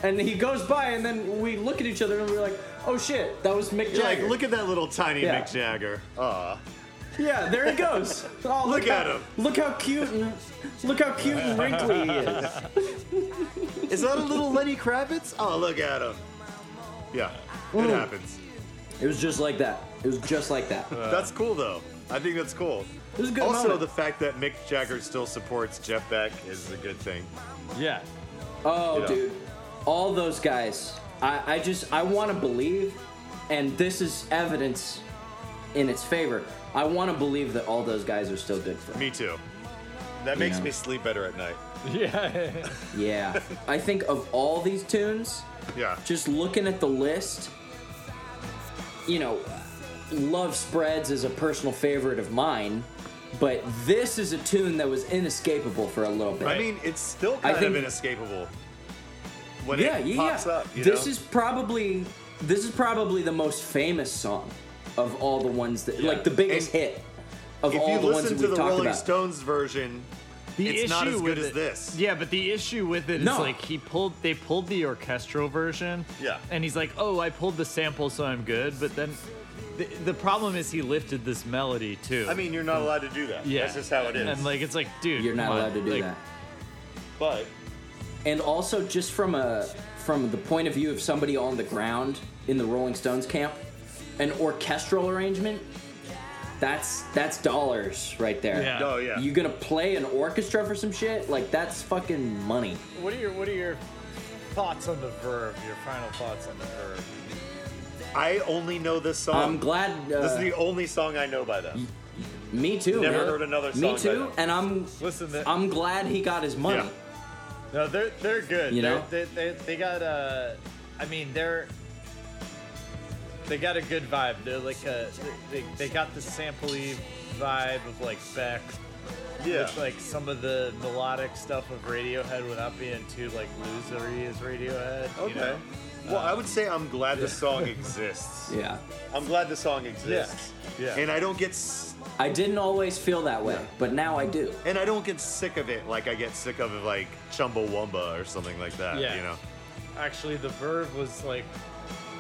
and he goes by and then we look at each other and we're like oh shit that was mick
You're
jagger
like, look at that little tiny
Yeah.
Mick Jagger. Aw.
yeah there he goes oh, look,
Look at
how-
him.
look how cute and look how cute and wrinkly he is
Is that a little Lenny Kravitz? Oh, look at him. Yeah,
Mm.
it happens.
It was just like that. It was just like that.
That's cool though. I think that's cool.
It was a good
also,
moment.
the fact that Mick Jagger still supports Jeff Beck is a good thing.
Yeah.
oh,
yeah.
dude, all those guys. I, I just I want to believe, and this is evidence in its favor. I want to believe that all those guys are still good for.
Me too. That makes
Yeah.
me sleep better at night.
Yeah.
Yeah, I think of all these tunes,
Yeah.
just looking at the list, you know, Love Spreads is a personal favorite of mine, but this is a tune that was inescapable for a little bit.
I mean, it's still kind
think-
of inescapable when
yeah,
it
yeah,
pops
yeah.
up. You
this
know?
is probably this is probably the most famous song of all the ones that like the biggest
And
hit of
if
all
you
the ones
listen
that
to
we've
the
talked
Rolling
about.
Stones version,
The
it's not
issue
as good
with
as
it-
this.
Yeah, but the issue with it is
No.
like he pulled they pulled the orchestral version.
Yeah.
And he's like, "Oh, I pulled the sample so I'm good." But then the, the problem is he lifted this melody too.
I mean, you're not allowed to do that.
yeah.
That's just how it is.
And like it's like, dude,
You're not
come on,
allowed to do
like,
that.
but
And also just from a from the point of view of somebody on the ground in the Rolling Stones camp, an orchestral arrangement, that's that's dollars right there.
uh,
Yeah.
oh yeah,
You gonna play an orchestra for some shit? Like that's fucking money.
what are your what are your thoughts on the verb? Your final thoughts on the verb?
I only know this song.
I'm glad. Uh,
This is the only song I know by them.
me too.
Never
man.
heard another song
Me
by
too.
them.
And I'm
Listen, the,
I'm glad he got his money.
Yeah.
No, they're they're good.
You know?
they, they, they they got uh, I mean they're they got a good vibe. They're like uh they, they got the sampley vibe of like Beck,
Yeah.
with like some of the melodic stuff of Radiohead without being too like losery as Radiohead.
Okay.
You know? uh,
well, I would say I'm glad the song exists.
Yeah.
I'm glad the song exists.
Yeah.
And I don't get s-
I didn't always feel that way, but now I do.
and I don't get sick of it like I get sick of like Chumbawamba or something like that.
Yeah.
You know.
Actually, the verb was like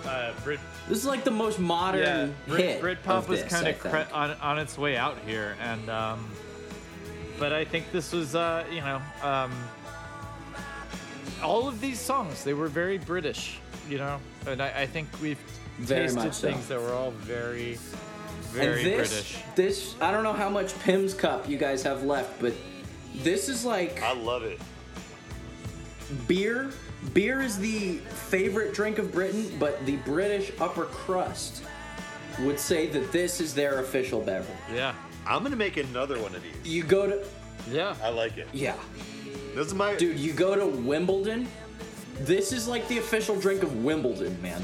uh, Brit
This is like the most modern
Brit,
hit.
Britpop
of
was
this,
kind
I
of
think.
cre- on, on its way out here, and um, but I think this was, uh, you know, um, all of these songs they were very British, you know, and I, I think we've
Very
tasted
much so.
things that were all very,
and
very
this,
British.
this, I don't know how much Pim's cup you guys have left, but this is like
I love it.
beer. Beer is the favorite drink of Britain, but the British upper crust would say that this is their official beverage.
Yeah,
I'm gonna make another one of these.
You go to,
yeah.
I like it.
yeah,
This is my
dude, you go to Wimbledon. This is like the official drink of Wimbledon, man.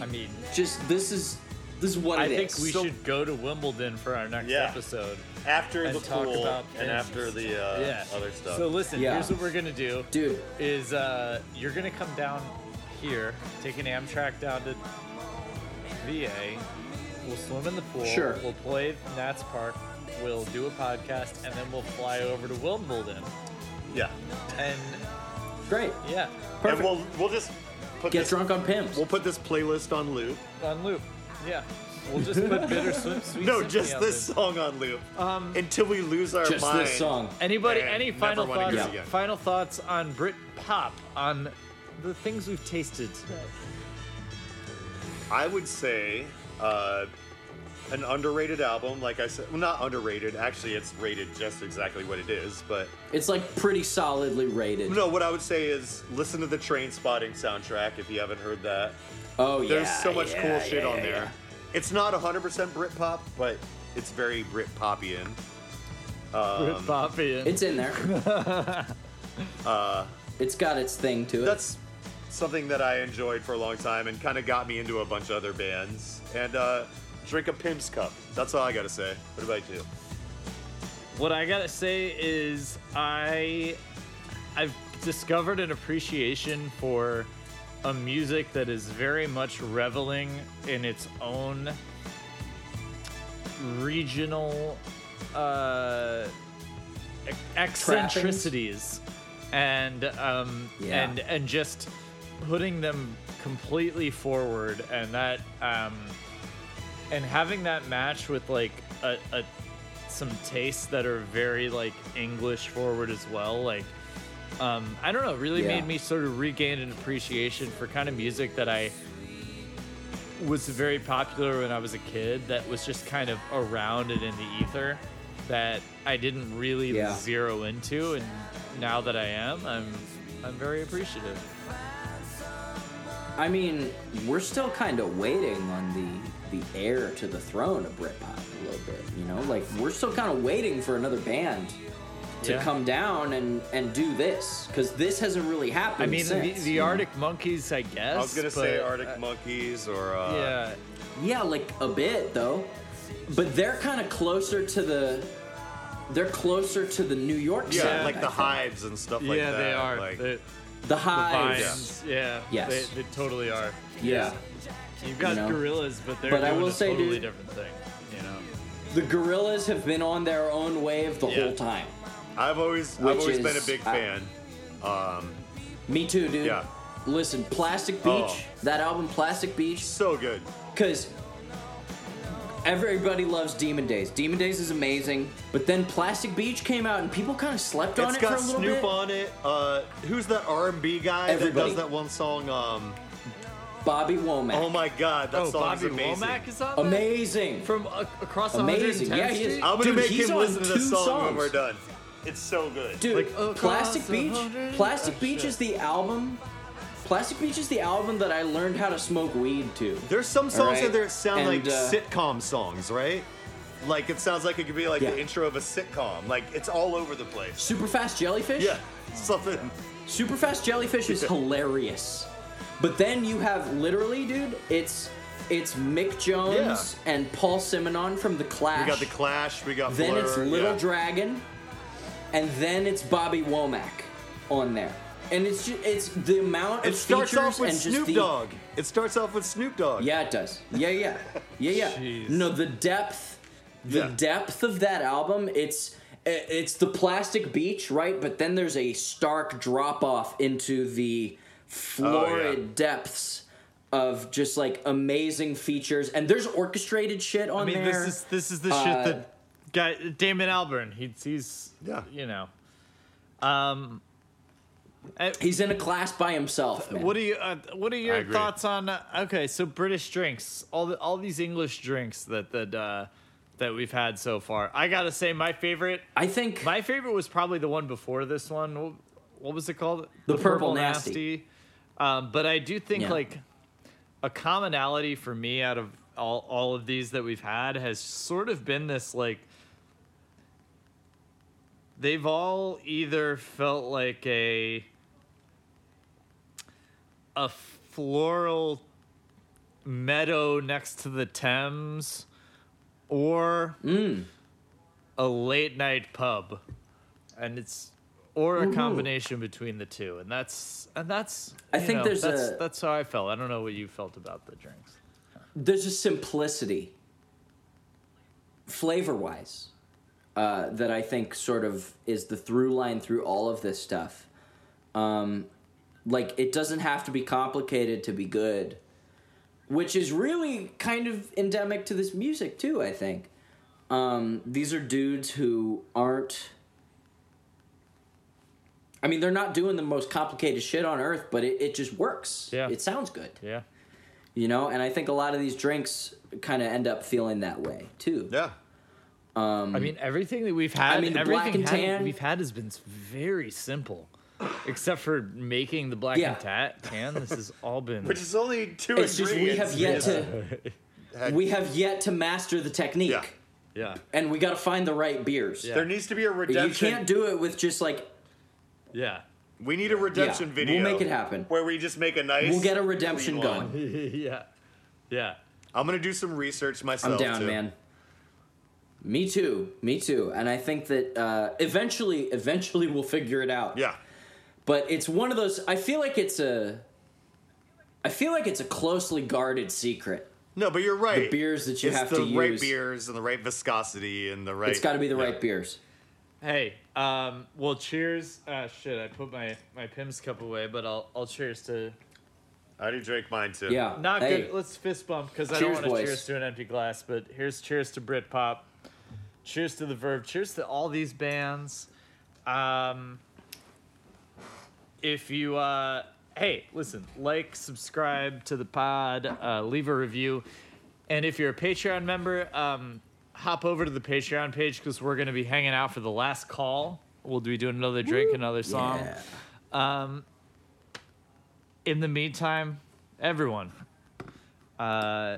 I mean,
Just this is this is what
I
it is.
think we
so-
should go to Wimbledon for our next
Yeah.
episode.
after
and
the
talk
pool
about
and
things.
after the uh,
yeah.
other stuff.
So listen,
Yeah.
here's what we're gonna do.
Dude,
is uh, you're gonna come down here, take an Amtrak down to VA. We'll swim in the pool.
Sure.
We'll play Nats Park. We'll do a podcast, and then we'll fly over to Wimbledon.
Yeah.
And
Great.
yeah,
And we'll we'll just put
Get
this,
drunk on Pimps.
We'll put this playlist on loop.
on loop. Yeah, we'll just put bittersweet. Sweet
No,
Symphony
just
on
this
there.
song on loop. Um, until we lose our
Just
mind.
this song.
Anybody?
And
Any
never
final
wanna hear
thoughts?
it again.
Final thoughts on Brit Pop on the things we've tasted today.
I would say uh, an underrated album. Like I said, well, not underrated. Actually, it's rated just exactly what it is. But
It's like pretty solidly rated.
no, what I would say is listen to the Train Spotting soundtrack if you haven't heard that.
Oh yeah.
There's so much
yeah,
cool
yeah,
shit on
yeah,
there.
yeah.
It's not 100% Britpop, but it's very Britpopian.
Brit Pop Ian.
It's in there.
Uh,
it's got its thing to it.
That's something that I enjoyed for a long time and kind of got me into a bunch of other bands. And uh, drink a pimp's cup. That's all I gotta say. What about you?
What I gotta say is I I've discovered an appreciation for a music that is very much reveling in its own regional uh, ec- eccentricities and um,
Yeah.
and and just putting them completely forward and that um, and having that match with like a, a some tastes that are very like English forward as well like um, I don't know really
Yeah.
made me sort of regain an appreciation for kind of music that I was very popular when I was a kid that was just kind of around and in the ether that I didn't really
Yeah.
zero into and now that I am I'm I'm very appreciative.
I mean, we're still kind of waiting on the the heir to the throne of Britpop a little bit. You know, like we're still kind of waiting for another band to
Yeah.
come down and and do this because this hasn't really happened.
I mean the,
since,
the
you know?
Arctic Monkeys I guess
I was gonna say
but,
Arctic Monkeys or uh,
yeah
Yeah, like a bit though. But they're kind of closer to the they're closer to the New York
yeah,
sound. I
like the
think.
hives and stuff like
yeah
that.
they are
Like,
the,
The
the
hives.
vines yeah,
Yes.
they, they totally are
Yeah.
you've got
You know?
gorillas but they're
But I
doing
will
a
say,
totally
dude-
different thing you know
The gorillas have been on their own wave the
Yeah.
whole time.
I've always
Which
I've always been a
is- uh,
big
I-
fan. Um,
Me too, dude.
Yeah.
Listen, Plastic Beach,
Oh.
that album Plastic Beach,
so good.
because everybody loves Demon Days. Demon Days is amazing, but then Plastic Beach came out and people kind of slept on
it's
it
got
for a little
Snoop
bit.
on it. Uh, who's that R&B guy
Everybody.
that does that one song? Um,
Bobby Womack.
oh my God, that
oh
song's
Bobby
amazing.
Womack is on that?
amazing.
from a- across
Amazing.
110th
Yeah, he is.
Street?
I'm gonna
Dude,
make
he's
him
on
listen to this
two
song when
songs.
we're done. It's so good.
Dude,
across
Plastic
the
Beach.
hundred-
Plastic
Oh,
Beach
shit.
is the album. Plastic Beach is the album that I learned how to smoke weed to.
There's some songs
right.
in there that sound
And,
like
uh,
sitcom songs, right? Like it sounds like it could be like
Yeah.
the intro of a sitcom. Like it's all over the place.
Super Fast Jellyfish.
Yeah, something.
Super Fast Jellyfish is hilarious. But then you have literally, dude. It's it's Mick Jones and Paul Simonon from the Clash.
We got the Clash. We got
then
Blur,
it's Little
yeah.
Dragon, and then it's Bobby Womack on there. And it's just, it's the amount of
It starts
features
off with
and just
Snoop
the
Dogg. It starts off with Snoop Dogg.
Yeah, it does. Yeah, yeah, yeah, yeah.
Jeez.
No, the depth, the
Yeah.
depth of that album. It's i- it's the plastic beach, right? But then there's a stark drop off into the florid
Oh, yeah.
depths of just like amazing features, and there's orchestrated shit on
I mean, this
there.
is this is the
uh,
shit that guy Damon Albarn. He, he's
Yeah.
you know. Um, eh,
He's in a class by himself. man.
what are you? Uh, what are your
agree.
thoughts on? Uh, okay, so British drinks, all the, all these English drinks that that uh, that we've had so far. I gotta say, my favorite,
I think
my favorite was probably the one before this one. Wh- What was it called?
The Purple Nasty.
Um, but I do think
Yeah.
like a commonality for me out of all, all of these that we've had has sort of been this like they've all either felt like a a floral meadow next to the Thames or
Mm.
a late night pub and it's or a combination between the two and that's and that's
I
you
think
know,
there's
that's,
a-
that's how I felt I don't know what you felt about the drinks
there's a simplicity, flavor wise, uh, that I think sort of is the through line through all of this stuff. Um, like, it doesn't have to be complicated to be good, which is really kind of endemic to this music, too, I think. Um, these are dudes who aren't. I mean, they're not doing the most complicated shit on earth, but it, it just works.
Yeah.
It sounds good
Yeah.
you know and i think a lot of these drinks kind of end up feeling that way too
Yeah.
I mean, everything that we've had,
Um, I mean, the black
everything
and
had-
tan-
we've had has been s- very simple, except for making the black
Yeah.
and tat tan. This has all been.
Which is only two
it's just we have
ingredients.
yet to
Heck,
we have yet to master the technique
Yeah.
yeah,
and we got to find the right beers
There needs to be a
you
redemption.
can't do it with just like
yeah,
we need a redemption
we'll
video.
make it happen.
Where we just make a nice.
we'll get a redemption
clean one.
going
yeah, yeah.
I'm gonna do some research myself.
i'm down
too.
man me too me too and i think that uh, eventually eventually we'll figure it out
Yeah.
but it's one of those i feel like it's a i feel like it's a closely guarded secret
No, but you're right.
The beers that you
it's
have
the
to
right
use.
beers and the right viscosity and the right.
it's got to be the right beers
Hey, um, well, cheers. Uh, shit, I put my my Pim's cup away, but I'll I'll cheers to.
I already drank mine too.
yeah
Not
Hey.
good. Let's fist bump because I don't
Cheers,
want to
boys.
cheers to an empty glass. But here's cheers to Britpop. Cheers to the Verve. Cheers to all these bands. Um, if you, uh, hey, listen, like, subscribe to the pod, uh, leave a review, and if you're a Patreon member, um, hop over to the Patreon page because we're gonna be hanging out for the last call. We'll be doing another drink, another song.
Yeah.
in the meantime, everyone. Uh,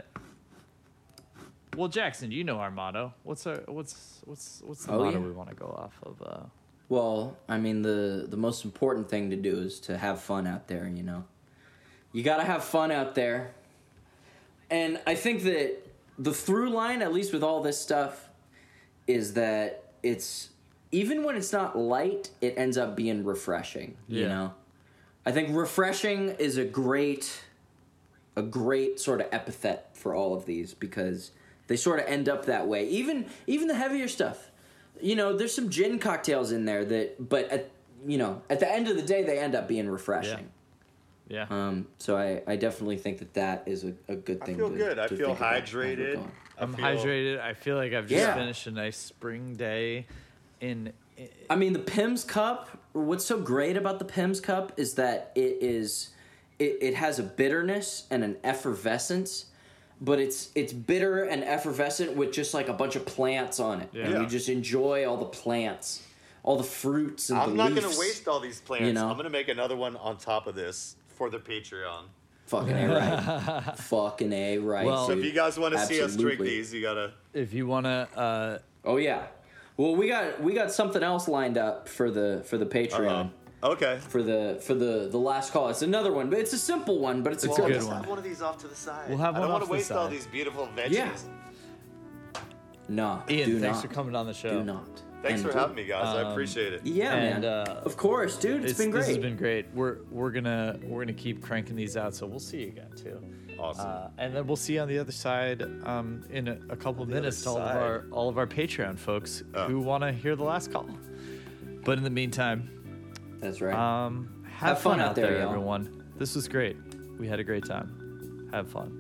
well, Jackson, you know our motto. What's our what's what's what's the
Oh,
motto
yeah.
we want to go off of? Uh,
Well, I mean the the most important thing to do is to have fun out there, you know. You got to have fun out there. And I think that the through line at least with all this stuff is that it's even when it's not light, it ends up being refreshing, you
Yeah.
know. I think refreshing is a great a great sort of epithet for all of these because they sort of end up that way. Even even the heavier stuff, you know, there's some gin cocktails in there that, but at, you know, at the end of the day, they end up being refreshing.
yeah.
Um, so I, I definitely think that that is a, a good
I
thing.
feel
to-
good. I
to
feel
think about as we're
hydrated.
going.
I
I'm
feel-
hydrated. I feel like I've just
Yeah.
finished a nice spring day. In, in
I mean, the Pim's Cup. What's so great about the Pim's Cup is that it is, it, it has a bitterness and an effervescence, but it's it's bitter and effervescent with just like a bunch of plants on it, and
Yeah.
you just enjoy all the plants, all the fruits and
I'm
the
not
leaves.
gonna waste all these plants.
you know?
I'm gonna make another one on top of this for the Patreon.
Fucking a right. Fucking a right.
Well-
So if
dude.
you guys want to see us drink
Absolutely.
these, you gotta.
if you wanna, uh,
oh yeah. Well, we got we got something else lined up for the for the Patreon.
Oh, okay.
For the for the the last call, it's another one, but it's a simple one, but it's, a good,
good
one.
one.
Have one of these off to the side.
We'll have
I don't
one
wanna
off the
waste all
side.
these beautiful veggies.
Yeah. No,
Ian,
do
thanks for
not.
coming on the show.
Do not.
Thanks
And-
for having me, guys.
um,
I appreciate it.
Yeah,
And,
man.
uh,
of course, dude.
It's,
it's been
This has
great.
been great. We're we're gonna we're gonna keep cranking these out. So we'll see you again too.
Awesome.
Uh, and then we'll see you on the other side um, in a, a couple minutes to all of
side. Oh.
our all of our Patreon folks who want to hear the last call. But in the meantime,
That's right.
um, have, fun, out there,
y'all.
everyone. This was great. We had a great time. Have fun.